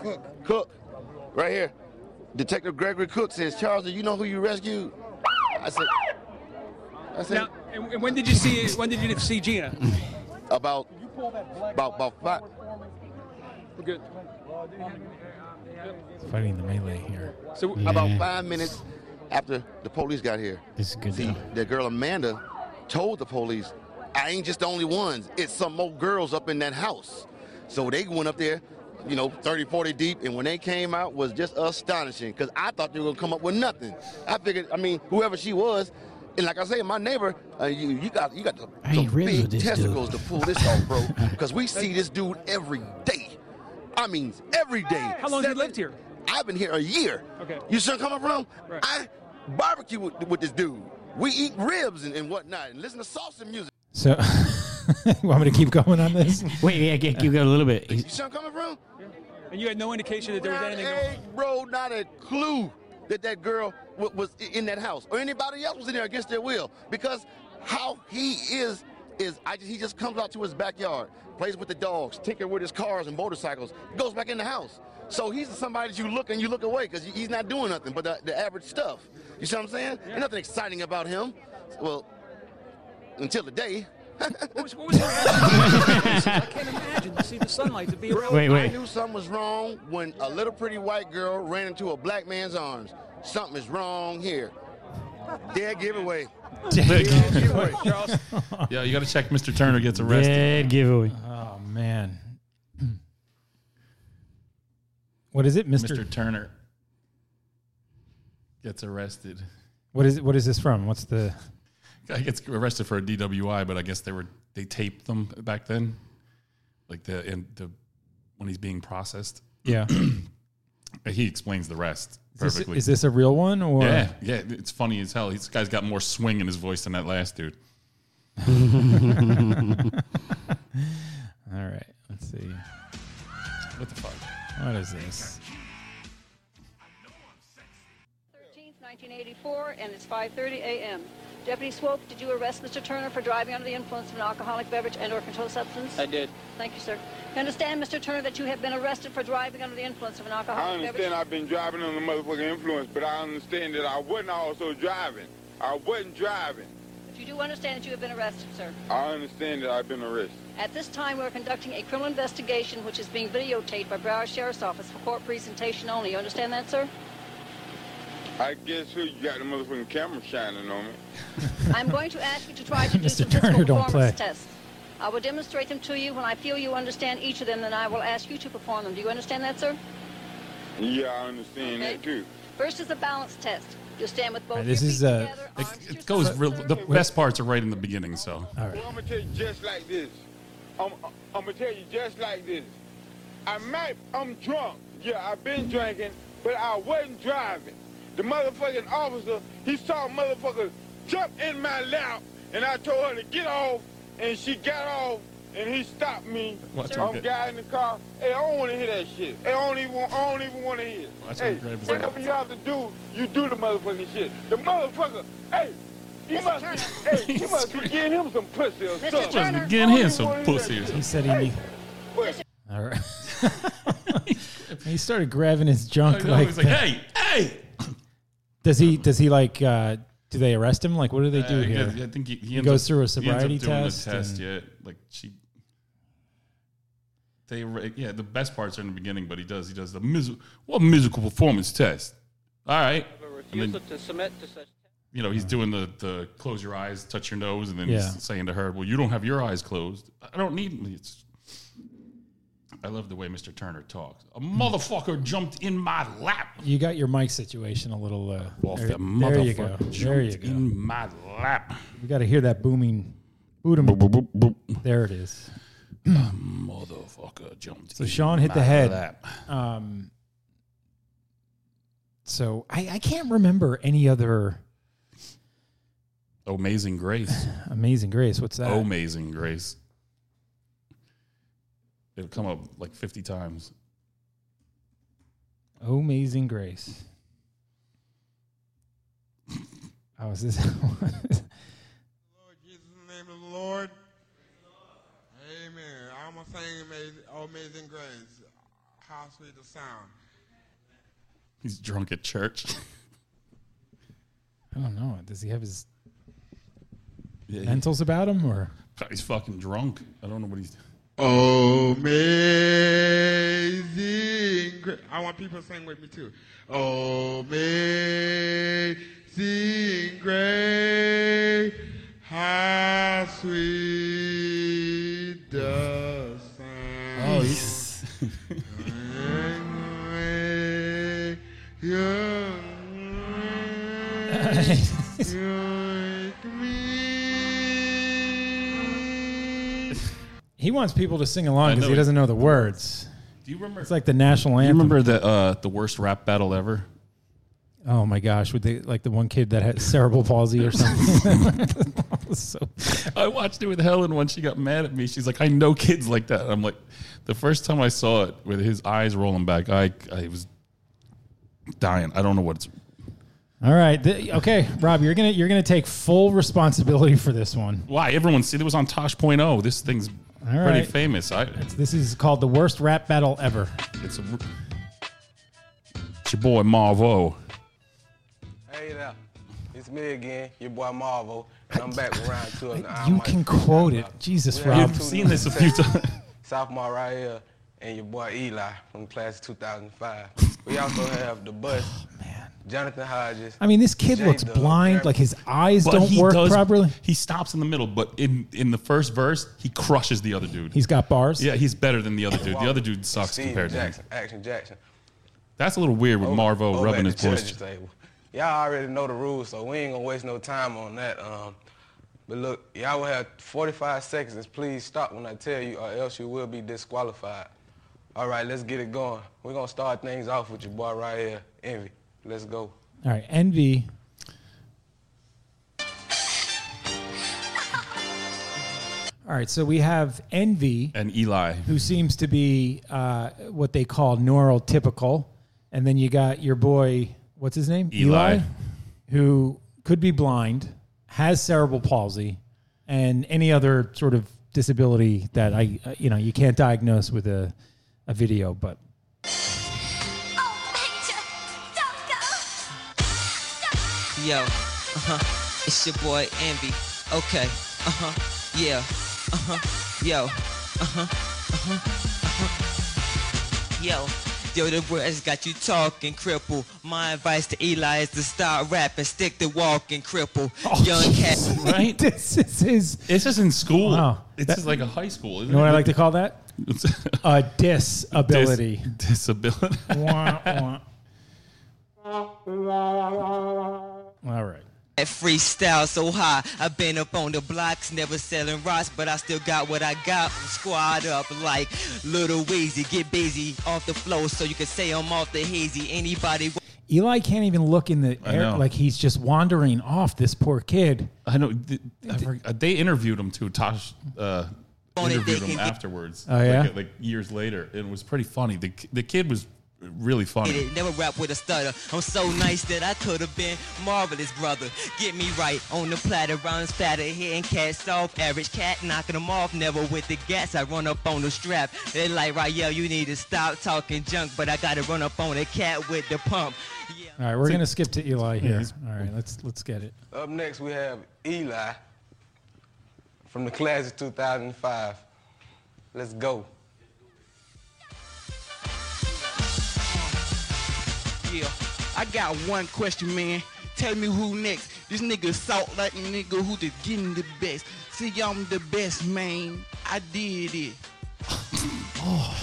[SPEAKER 33] Cook, Cook, right here, Detective Gregory Cook says, "Charles, do you know who you rescued?" I said, "I said."
[SPEAKER 5] Now, and, and when did you see when did you see Gina?
[SPEAKER 33] about about about five.
[SPEAKER 5] We're good.
[SPEAKER 1] on. Fighting the melee here.
[SPEAKER 33] So about five minutes after the police got here,
[SPEAKER 2] this is good.
[SPEAKER 33] The, the girl Amanda told the police, "I ain't just the only ones. It's some more girls up in that house." So they went up there, you know, 30, 40 deep, and when they came out, was just astonishing because I thought they were gonna come up with nothing. I figured, I mean, whoever she was. And like I say, my neighbor, uh, you, you got you got some, some big testicles to pull this off, bro. Because we see this dude every day. I mean, every day. How long have you lived
[SPEAKER 5] here?
[SPEAKER 33] I've been here a year.
[SPEAKER 5] Okay.
[SPEAKER 33] You see where I'm coming from? I barbecue with, with this dude. We eat ribs and, and whatnot and listen to salsa music.
[SPEAKER 1] So, want me to keep going on this?
[SPEAKER 2] Wait, yeah, get, you got a little bit.
[SPEAKER 33] You see where I'm coming from?
[SPEAKER 5] And you had no indication that there was
[SPEAKER 33] Not
[SPEAKER 5] anything.
[SPEAKER 33] a, bro, not a clue that that girl wa- was i- in that house or anybody else was in there against their will because how he is is I, he just comes out to his backyard, plays with the dogs, tinker with his cars and motorcycles, goes back in the house. So he's somebody that you look and you look away because he's not doing nothing but the, the average stuff. You see what I'm saying? Ain't nothing exciting about him. Well, until the day.
[SPEAKER 5] what was, what was I can't imagine to see the sunlight to be around.
[SPEAKER 33] Bro, I knew something was wrong when a little pretty white girl ran into a black man's arms. Something is wrong here. Dead giveaway. giveaway, Charles.
[SPEAKER 3] yeah, you got to check. Mr. Turner gets arrested.
[SPEAKER 1] Dead giveaway. Oh man. What is it, Mr.
[SPEAKER 3] Mr. Turner gets arrested.
[SPEAKER 1] What is what is this from? What's the
[SPEAKER 3] Guy gets arrested for a DWI, but I guess they were they taped them back then, like the and the when he's being processed.
[SPEAKER 1] Yeah.
[SPEAKER 3] he explains the rest
[SPEAKER 1] Is this-
[SPEAKER 3] perfectly.
[SPEAKER 1] is this a real one, or-
[SPEAKER 3] yeah, yeah? It's funny as hell. This guy's got more swing in his voice than that last dude.
[SPEAKER 1] All right, let's see.
[SPEAKER 3] What the fuck?
[SPEAKER 1] What is this?
[SPEAKER 34] 1984, and it's 5:30 a.m. Deputy Swope, did you arrest Mr. Turner for driving under the influence of an alcoholic beverage and/or controlled substance?
[SPEAKER 33] I did.
[SPEAKER 34] Thank you, sir. You understand, Mr. Turner, that you have been arrested for driving under the influence of an
[SPEAKER 35] I
[SPEAKER 34] alcoholic
[SPEAKER 35] understand
[SPEAKER 34] beverage?
[SPEAKER 35] I've been driving under motherfucking influence, but I understand that I wasn't also driving. I wasn't driving.
[SPEAKER 34] But you do understand that you have been arrested, sir.
[SPEAKER 35] I understand that I've been arrested.
[SPEAKER 34] At this time, we're conducting a criminal investigation which is being videotaped by Broward Sheriff's Office for court presentation only. You understand that, sir?
[SPEAKER 35] I guess who you got the motherfucking camera shining on me.
[SPEAKER 34] I'm going to ask you to try to do
[SPEAKER 35] Mr.
[SPEAKER 34] some
[SPEAKER 35] Turner
[SPEAKER 34] physical
[SPEAKER 35] don't
[SPEAKER 34] performance
[SPEAKER 35] play.
[SPEAKER 34] tests. I will demonstrate them to you when I feel you understand each of them, then I will ask you to perform them. Do you understand that, sir?
[SPEAKER 35] Yeah, I understand that too.
[SPEAKER 34] First is a balance test. You'll stand with both
[SPEAKER 3] Alright,
[SPEAKER 34] your
[SPEAKER 3] this
[SPEAKER 34] feet
[SPEAKER 3] is, uh,
[SPEAKER 34] together.
[SPEAKER 3] It,
[SPEAKER 34] arms to
[SPEAKER 3] it
[SPEAKER 34] your
[SPEAKER 3] goes
[SPEAKER 34] sides.
[SPEAKER 3] real. The best parts are right in the beginning. So
[SPEAKER 35] Well, I'm gonna tell you just like this. I'm, I'm gonna tell you just like this. I might, I'm drunk. Yeah, I've been drinking, but I wasn't driving. The motherfucking officer, he saw a motherfucker jump in my lap, and I told her to get off, and she got off, and he stopped me.
[SPEAKER 3] Watch him
[SPEAKER 35] I'm
[SPEAKER 3] get-
[SPEAKER 35] guy in the car. Hey, I don't want to hear that shit. Hey, I don't even, I don't even want to hear. it.
[SPEAKER 3] Watch
[SPEAKER 35] hey,
[SPEAKER 3] him grab his
[SPEAKER 35] whatever you have to do, you do the motherfucking shit. The motherfucker, hey, he must, hey, he must be getting him some pussy or
[SPEAKER 3] Mr.
[SPEAKER 35] something.
[SPEAKER 3] Turner. Must be getting him some pussy or
[SPEAKER 1] He said he knew. All right. he started grabbing his
[SPEAKER 3] I
[SPEAKER 1] junk.
[SPEAKER 3] know,
[SPEAKER 1] like
[SPEAKER 3] he's like,
[SPEAKER 1] that.
[SPEAKER 3] hey, hey.
[SPEAKER 1] Does he? Does he like? Uh, do they arrest him? Like, what do they
[SPEAKER 3] Uh,
[SPEAKER 1] do
[SPEAKER 3] yeah,
[SPEAKER 1] here?
[SPEAKER 3] I think he, he ends
[SPEAKER 1] goes
[SPEAKER 3] up-
[SPEAKER 1] through
[SPEAKER 3] he
[SPEAKER 1] a
[SPEAKER 3] ends up
[SPEAKER 1] sobriety
[SPEAKER 3] doing a
[SPEAKER 1] test.
[SPEAKER 3] test,
[SPEAKER 1] and-
[SPEAKER 3] yeah. Like she, they, re- yeah. The best parts are in the beginning, but he does, he does the mis- what musical performance test. All right, and then
[SPEAKER 4] to submit to such.
[SPEAKER 3] you know he's doing the the close your eyes, touch your nose, and then
[SPEAKER 1] Yeah.
[SPEAKER 3] he's saying to her, "Well, you don't have your eyes closed. I don't need it's." I love the way Mr. Turner talks. A motherfucker jumped in my lap.
[SPEAKER 1] You got your mic situation a little. Uh,
[SPEAKER 3] Off
[SPEAKER 1] there,
[SPEAKER 3] that
[SPEAKER 1] there you go.
[SPEAKER 3] motherfucker
[SPEAKER 1] There you
[SPEAKER 3] jumped
[SPEAKER 1] go.
[SPEAKER 3] in my lap.
[SPEAKER 1] We got to hear that booming. Boom, There it is.
[SPEAKER 3] Motherfucker jumped.
[SPEAKER 1] So
[SPEAKER 3] in
[SPEAKER 1] Sean hit the
[SPEAKER 3] my
[SPEAKER 1] head.
[SPEAKER 3] lap.
[SPEAKER 1] Um, so I, I can't remember any other
[SPEAKER 3] Amazing Grace.
[SPEAKER 1] Amazing Grace. What's that?
[SPEAKER 3] Amazing Grace. It'll come up like 50 times.
[SPEAKER 1] Oh, Amazing Grace. Oh, is this?
[SPEAKER 36] name of the Lord. Amen. I'm a sing amazing, amazing grace. How sweet the sound.
[SPEAKER 3] He's drunk at church.
[SPEAKER 1] I don't know. Does he have his
[SPEAKER 3] Yeah, he-
[SPEAKER 1] mentals about him, or
[SPEAKER 3] He's fucking drunk. I don't know what he's.
[SPEAKER 36] Amazing grace. I want people to sing with me too. Amazing grace. How sweet the sound.
[SPEAKER 3] Oh, he's-
[SPEAKER 1] he wants people to sing along
[SPEAKER 3] I
[SPEAKER 1] because
[SPEAKER 3] know
[SPEAKER 1] he
[SPEAKER 3] he-
[SPEAKER 1] doesn't know the words?
[SPEAKER 3] Do you remember?
[SPEAKER 1] It's like the national
[SPEAKER 3] Do you
[SPEAKER 1] anthem.
[SPEAKER 3] remember the uh, the worst rap battle ever?
[SPEAKER 1] Oh my gosh! With the like the one kid that had cerebral palsy or something. so
[SPEAKER 3] I watched it with Helen when she got mad at me. She's like, I know kids like that. And I'm like, the first time I saw it with his eyes rolling back, I I was dying. I don't know what it's.
[SPEAKER 1] All right, th- okay, Rob, you're gonna you're gonna take full responsibility for this one.
[SPEAKER 3] Why? Everyone see it was on Tosh.0. This thing's
[SPEAKER 1] All
[SPEAKER 3] pretty
[SPEAKER 1] right.
[SPEAKER 3] famous. I,
[SPEAKER 1] This is called the worst rap battle ever.
[SPEAKER 3] It's a, it's your boy Marvo.
[SPEAKER 13] Hey there, it's me again, your boy Marvel, and I'm back with round two of the Iron
[SPEAKER 1] You
[SPEAKER 13] Mike.
[SPEAKER 1] can quote it, Jesus,
[SPEAKER 13] We have
[SPEAKER 1] Rob.
[SPEAKER 13] two new contestants, Sophomore right here, and your boy Eli from class of 2005. We also have the bus, Jonathan Hodges.
[SPEAKER 1] Oh, I mean, this kid
[SPEAKER 13] J
[SPEAKER 1] looks
[SPEAKER 13] Dub.
[SPEAKER 1] blind. Like his eyes
[SPEAKER 3] But
[SPEAKER 1] don't
[SPEAKER 3] he
[SPEAKER 1] work
[SPEAKER 3] does-
[SPEAKER 1] properly.
[SPEAKER 3] He stops in the middle, but in in the first verse, he crushes the other dude.
[SPEAKER 1] He's got bars.
[SPEAKER 3] yeah, he's better than the other dude. The other dude sucks
[SPEAKER 13] Steve
[SPEAKER 3] compared to him.
[SPEAKER 13] Jackson, Action Jackson.
[SPEAKER 3] That's a little weird with Marvo
[SPEAKER 13] Over
[SPEAKER 3] rubbing
[SPEAKER 13] at
[SPEAKER 3] his
[SPEAKER 13] the
[SPEAKER 3] voice.
[SPEAKER 13] judges table. Y'all already know the rules, so we ain't gonna waste no time on that. Um, but look, y'all will have 45 seconds. Please stop when I tell you, or else you will be disqualified. All right, let's get it going. We're gonna start things off with your boy right here, Envy. Let's go.
[SPEAKER 1] All right, envy. All right, so we have envy
[SPEAKER 3] and Eli,
[SPEAKER 1] who seems to be uh, what they call neurotypical, and then you got your boy. What's his name?
[SPEAKER 3] Eli.
[SPEAKER 1] who could be blind, has cerebral palsy, and any other sort of disability that I, uh, you know, you can't diagnose with a, a video, but.
[SPEAKER 20] Yo, uh huh. It's your boy Envy. Okay, uh huh. Yeah, uh huh. Yo, uh huh. Uh huh. Uh huh. Uh-huh. Yo. Yo, the word has got you talking, cripple. My advice to Eli is to stop rapping, stick to walking, cripple. Young cat,
[SPEAKER 3] right?
[SPEAKER 1] this is his.
[SPEAKER 3] This is in school.
[SPEAKER 1] Wow.
[SPEAKER 3] It's
[SPEAKER 1] That-
[SPEAKER 3] just like a high school. Isn't
[SPEAKER 1] You know what
[SPEAKER 3] it?
[SPEAKER 1] I like to call that? a disability.
[SPEAKER 3] Dis- disability.
[SPEAKER 1] Wah, wah. All right.
[SPEAKER 20] That freestyle so high. I've been up on the blocks, never selling rocks, but I still got what I got. I'm squad up like Little Weezy. Get busy off the flow so you can say I'm off the hazy. Anybody.
[SPEAKER 1] Eli can't even look in the
[SPEAKER 3] I
[SPEAKER 1] air.
[SPEAKER 3] know.
[SPEAKER 1] Like he's just wandering off this poor kid.
[SPEAKER 3] I know. Th- I forg- uh, they interviewed him too. Tosh, uh,
[SPEAKER 26] on it, they
[SPEAKER 3] interviewed
[SPEAKER 26] can
[SPEAKER 3] him
[SPEAKER 26] get
[SPEAKER 3] afterwards.
[SPEAKER 1] Oh, yeah?
[SPEAKER 3] like, like years later, and it was pretty funny. The ki- the kid was really funny.
[SPEAKER 26] it. Never rap with a stutter. I'm so nice that I could have been marvelous, brother. Get me right on the platter, rhymes fatter, hitting cats off. Average cat knocking them off. Never with the gas. I run up on the strap. They like, right, yo, you need to stop talking junk, but I gotta run up on a cat with the pump.
[SPEAKER 1] All right, we're gonna skip to Eli
[SPEAKER 3] Yeah,
[SPEAKER 1] here.
[SPEAKER 3] he's-
[SPEAKER 1] All right, let's let's get it.
[SPEAKER 13] Up next, we have Eli from the class of 2005. Let's go.
[SPEAKER 12] Yeah, I got one question, man. Tell me who next. This nigga salt like nigga who just getting the best. See, I'm the best, man. I did it.
[SPEAKER 1] Oh,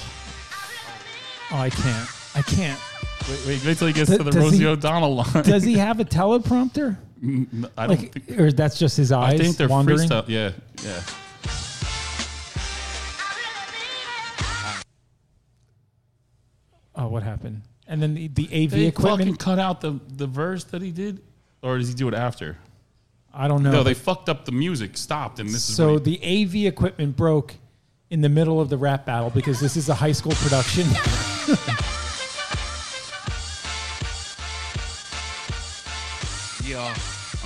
[SPEAKER 1] I can't. I can't.
[SPEAKER 3] Wait, wait, wait till he gets to the
[SPEAKER 1] Does
[SPEAKER 3] Rosie
[SPEAKER 1] he-
[SPEAKER 3] O'Donnell line.
[SPEAKER 1] Does he have a teleprompter?
[SPEAKER 3] Mm, I don't
[SPEAKER 1] like,
[SPEAKER 3] think.
[SPEAKER 1] or that's just his eyes
[SPEAKER 3] I think they're
[SPEAKER 1] wandering.
[SPEAKER 3] freestyle. Yeah, yeah.
[SPEAKER 1] Oh, what happened? And then the, the AV
[SPEAKER 3] They
[SPEAKER 1] equipment.
[SPEAKER 3] fucking cut out the the verse that he did, or does he do it after?
[SPEAKER 1] I don't know.
[SPEAKER 3] No, they fucked up the music. Stopped, and this is
[SPEAKER 1] so
[SPEAKER 3] what he-
[SPEAKER 1] the AV equipment broke in the middle of the rap battle because this is a high school production.
[SPEAKER 12] Yeah,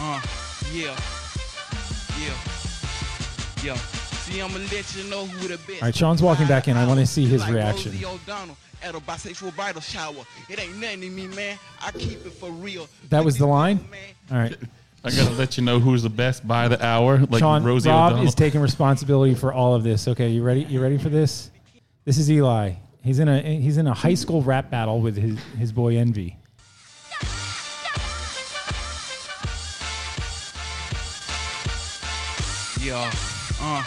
[SPEAKER 12] uh, yeah, yeah, yeah. See, I'ma let you know who the best.
[SPEAKER 1] All right, Sean's walking back in. I want to see his
[SPEAKER 12] like
[SPEAKER 1] reaction.
[SPEAKER 12] Rosie O'Donnell at a bisexual bridal shower. It ain't nothing to me, man. I keep it for real.
[SPEAKER 1] That was the line. All right,
[SPEAKER 3] I gotta let you know who's the best by the hour. Like
[SPEAKER 1] Sean
[SPEAKER 3] Rosie
[SPEAKER 1] Rob
[SPEAKER 3] O'Donnell.
[SPEAKER 1] is taking responsibility for all of this. Okay, you ready? You ready for this? This is Eli. He's in a he's in a high school rap battle with his his boy Envy.
[SPEAKER 12] Yeah, uh,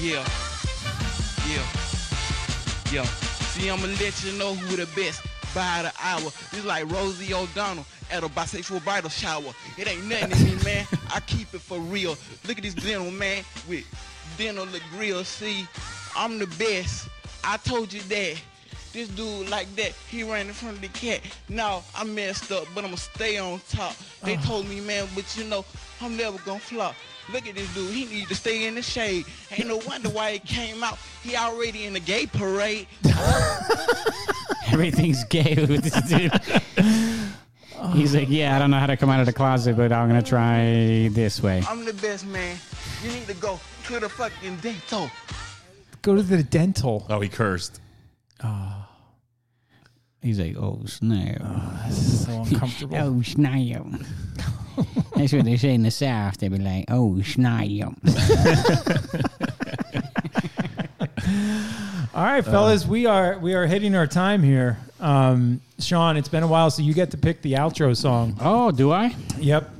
[SPEAKER 12] yeah, yeah, yeah. See, I'ma let you know who the best by the hour. This like Rosie O'Donnell at a bisexual bridal shower. It ain't nothing to me, man. I keep it for real. Look at this dental man with dental grill. See, I'm the best. I told you that. This dude like that, he ran in front of the cat. Now I messed up, but I'ma stay on top. They told me, man, but you know, I'm never gonna flop. Look at this dude, he need to stay in the shade. Ain't no wonder why he came out. He already in the gay parade.
[SPEAKER 2] Everything's gay with this dude. He's like, yeah, I don't know how to come out of the closet, but I'm gonna try this way.
[SPEAKER 12] I'm the best man. You need to go to the fucking dental.
[SPEAKER 1] Go to the dental. Ah.
[SPEAKER 3] Oh, he cursed.
[SPEAKER 2] He's like, oh snap.
[SPEAKER 1] so uncomfortable.
[SPEAKER 2] oh snap. That's what they say in the South. They be like, oh snap.
[SPEAKER 1] All right,
[SPEAKER 2] Uh,
[SPEAKER 1] fellas, we are we are hitting our time here. Um, Sean, it's been a while, so you get to pick the outro song.
[SPEAKER 2] Oh, do I?
[SPEAKER 1] Yep.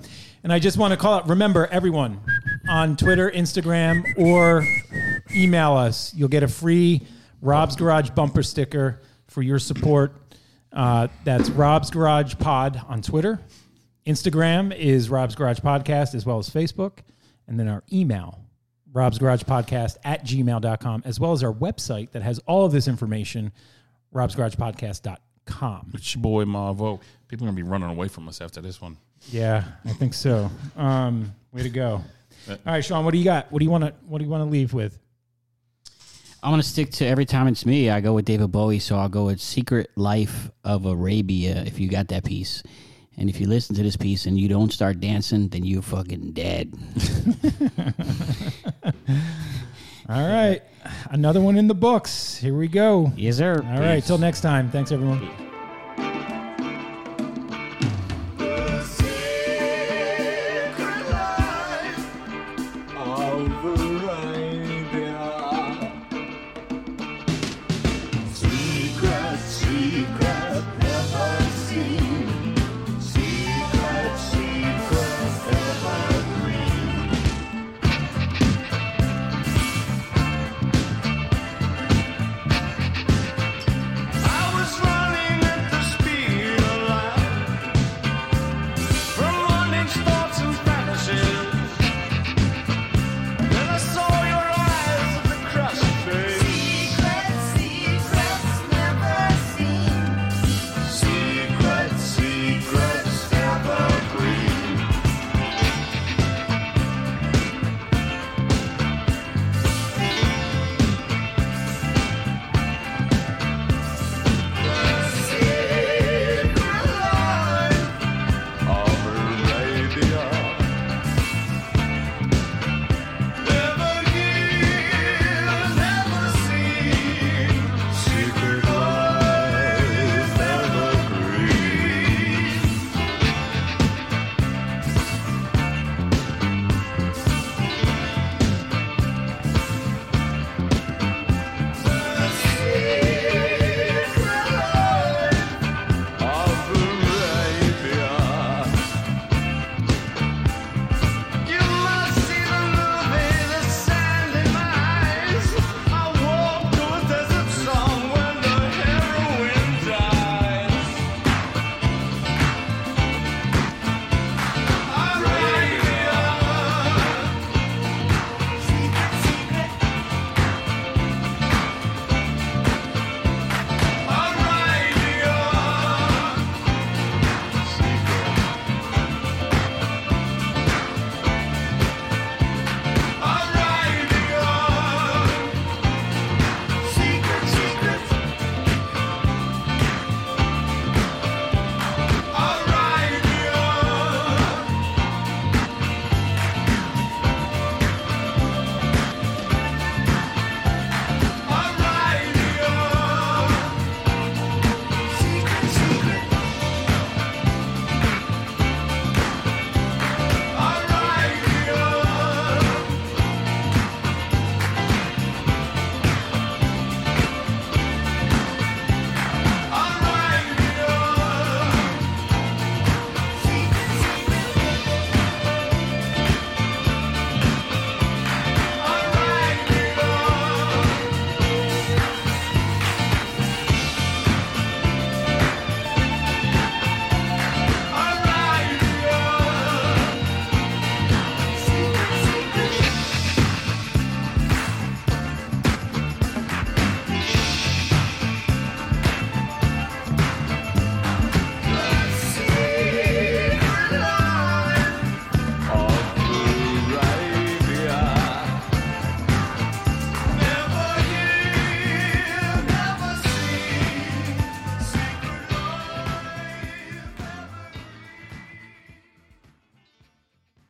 [SPEAKER 1] And I just want to call out. Remember, everyone on Twitter, Instagram, or email us. You'll get a free Rob's Garage bumper sticker for your support. Uh, that's Rob's Garage Pod on Twitter. Instagram is Rob's Garage Podcast, as well as Facebook. And then our email, Rob's Garage Podcast at gmail.com, as well as our website that has all of this information, Rob's Garage Podcast.com.
[SPEAKER 3] It's your boy Marvo. People are gonna be running away from us after this one.
[SPEAKER 1] Yeah, I think so. Um, way to go. All right, Sean, what do you got? What do you want to What do you want to leave with?
[SPEAKER 2] I'm gonna stick to every time it's me. I go with David Bowie, so I'll go with "Secret Life of Arabia." If you got that piece, and if you listen to this piece and you don't start dancing, then you're fucking dead.
[SPEAKER 1] All right, another one in the books. Here we go.
[SPEAKER 2] Yes, sir.
[SPEAKER 1] All right, till next time. Thanks, everyone.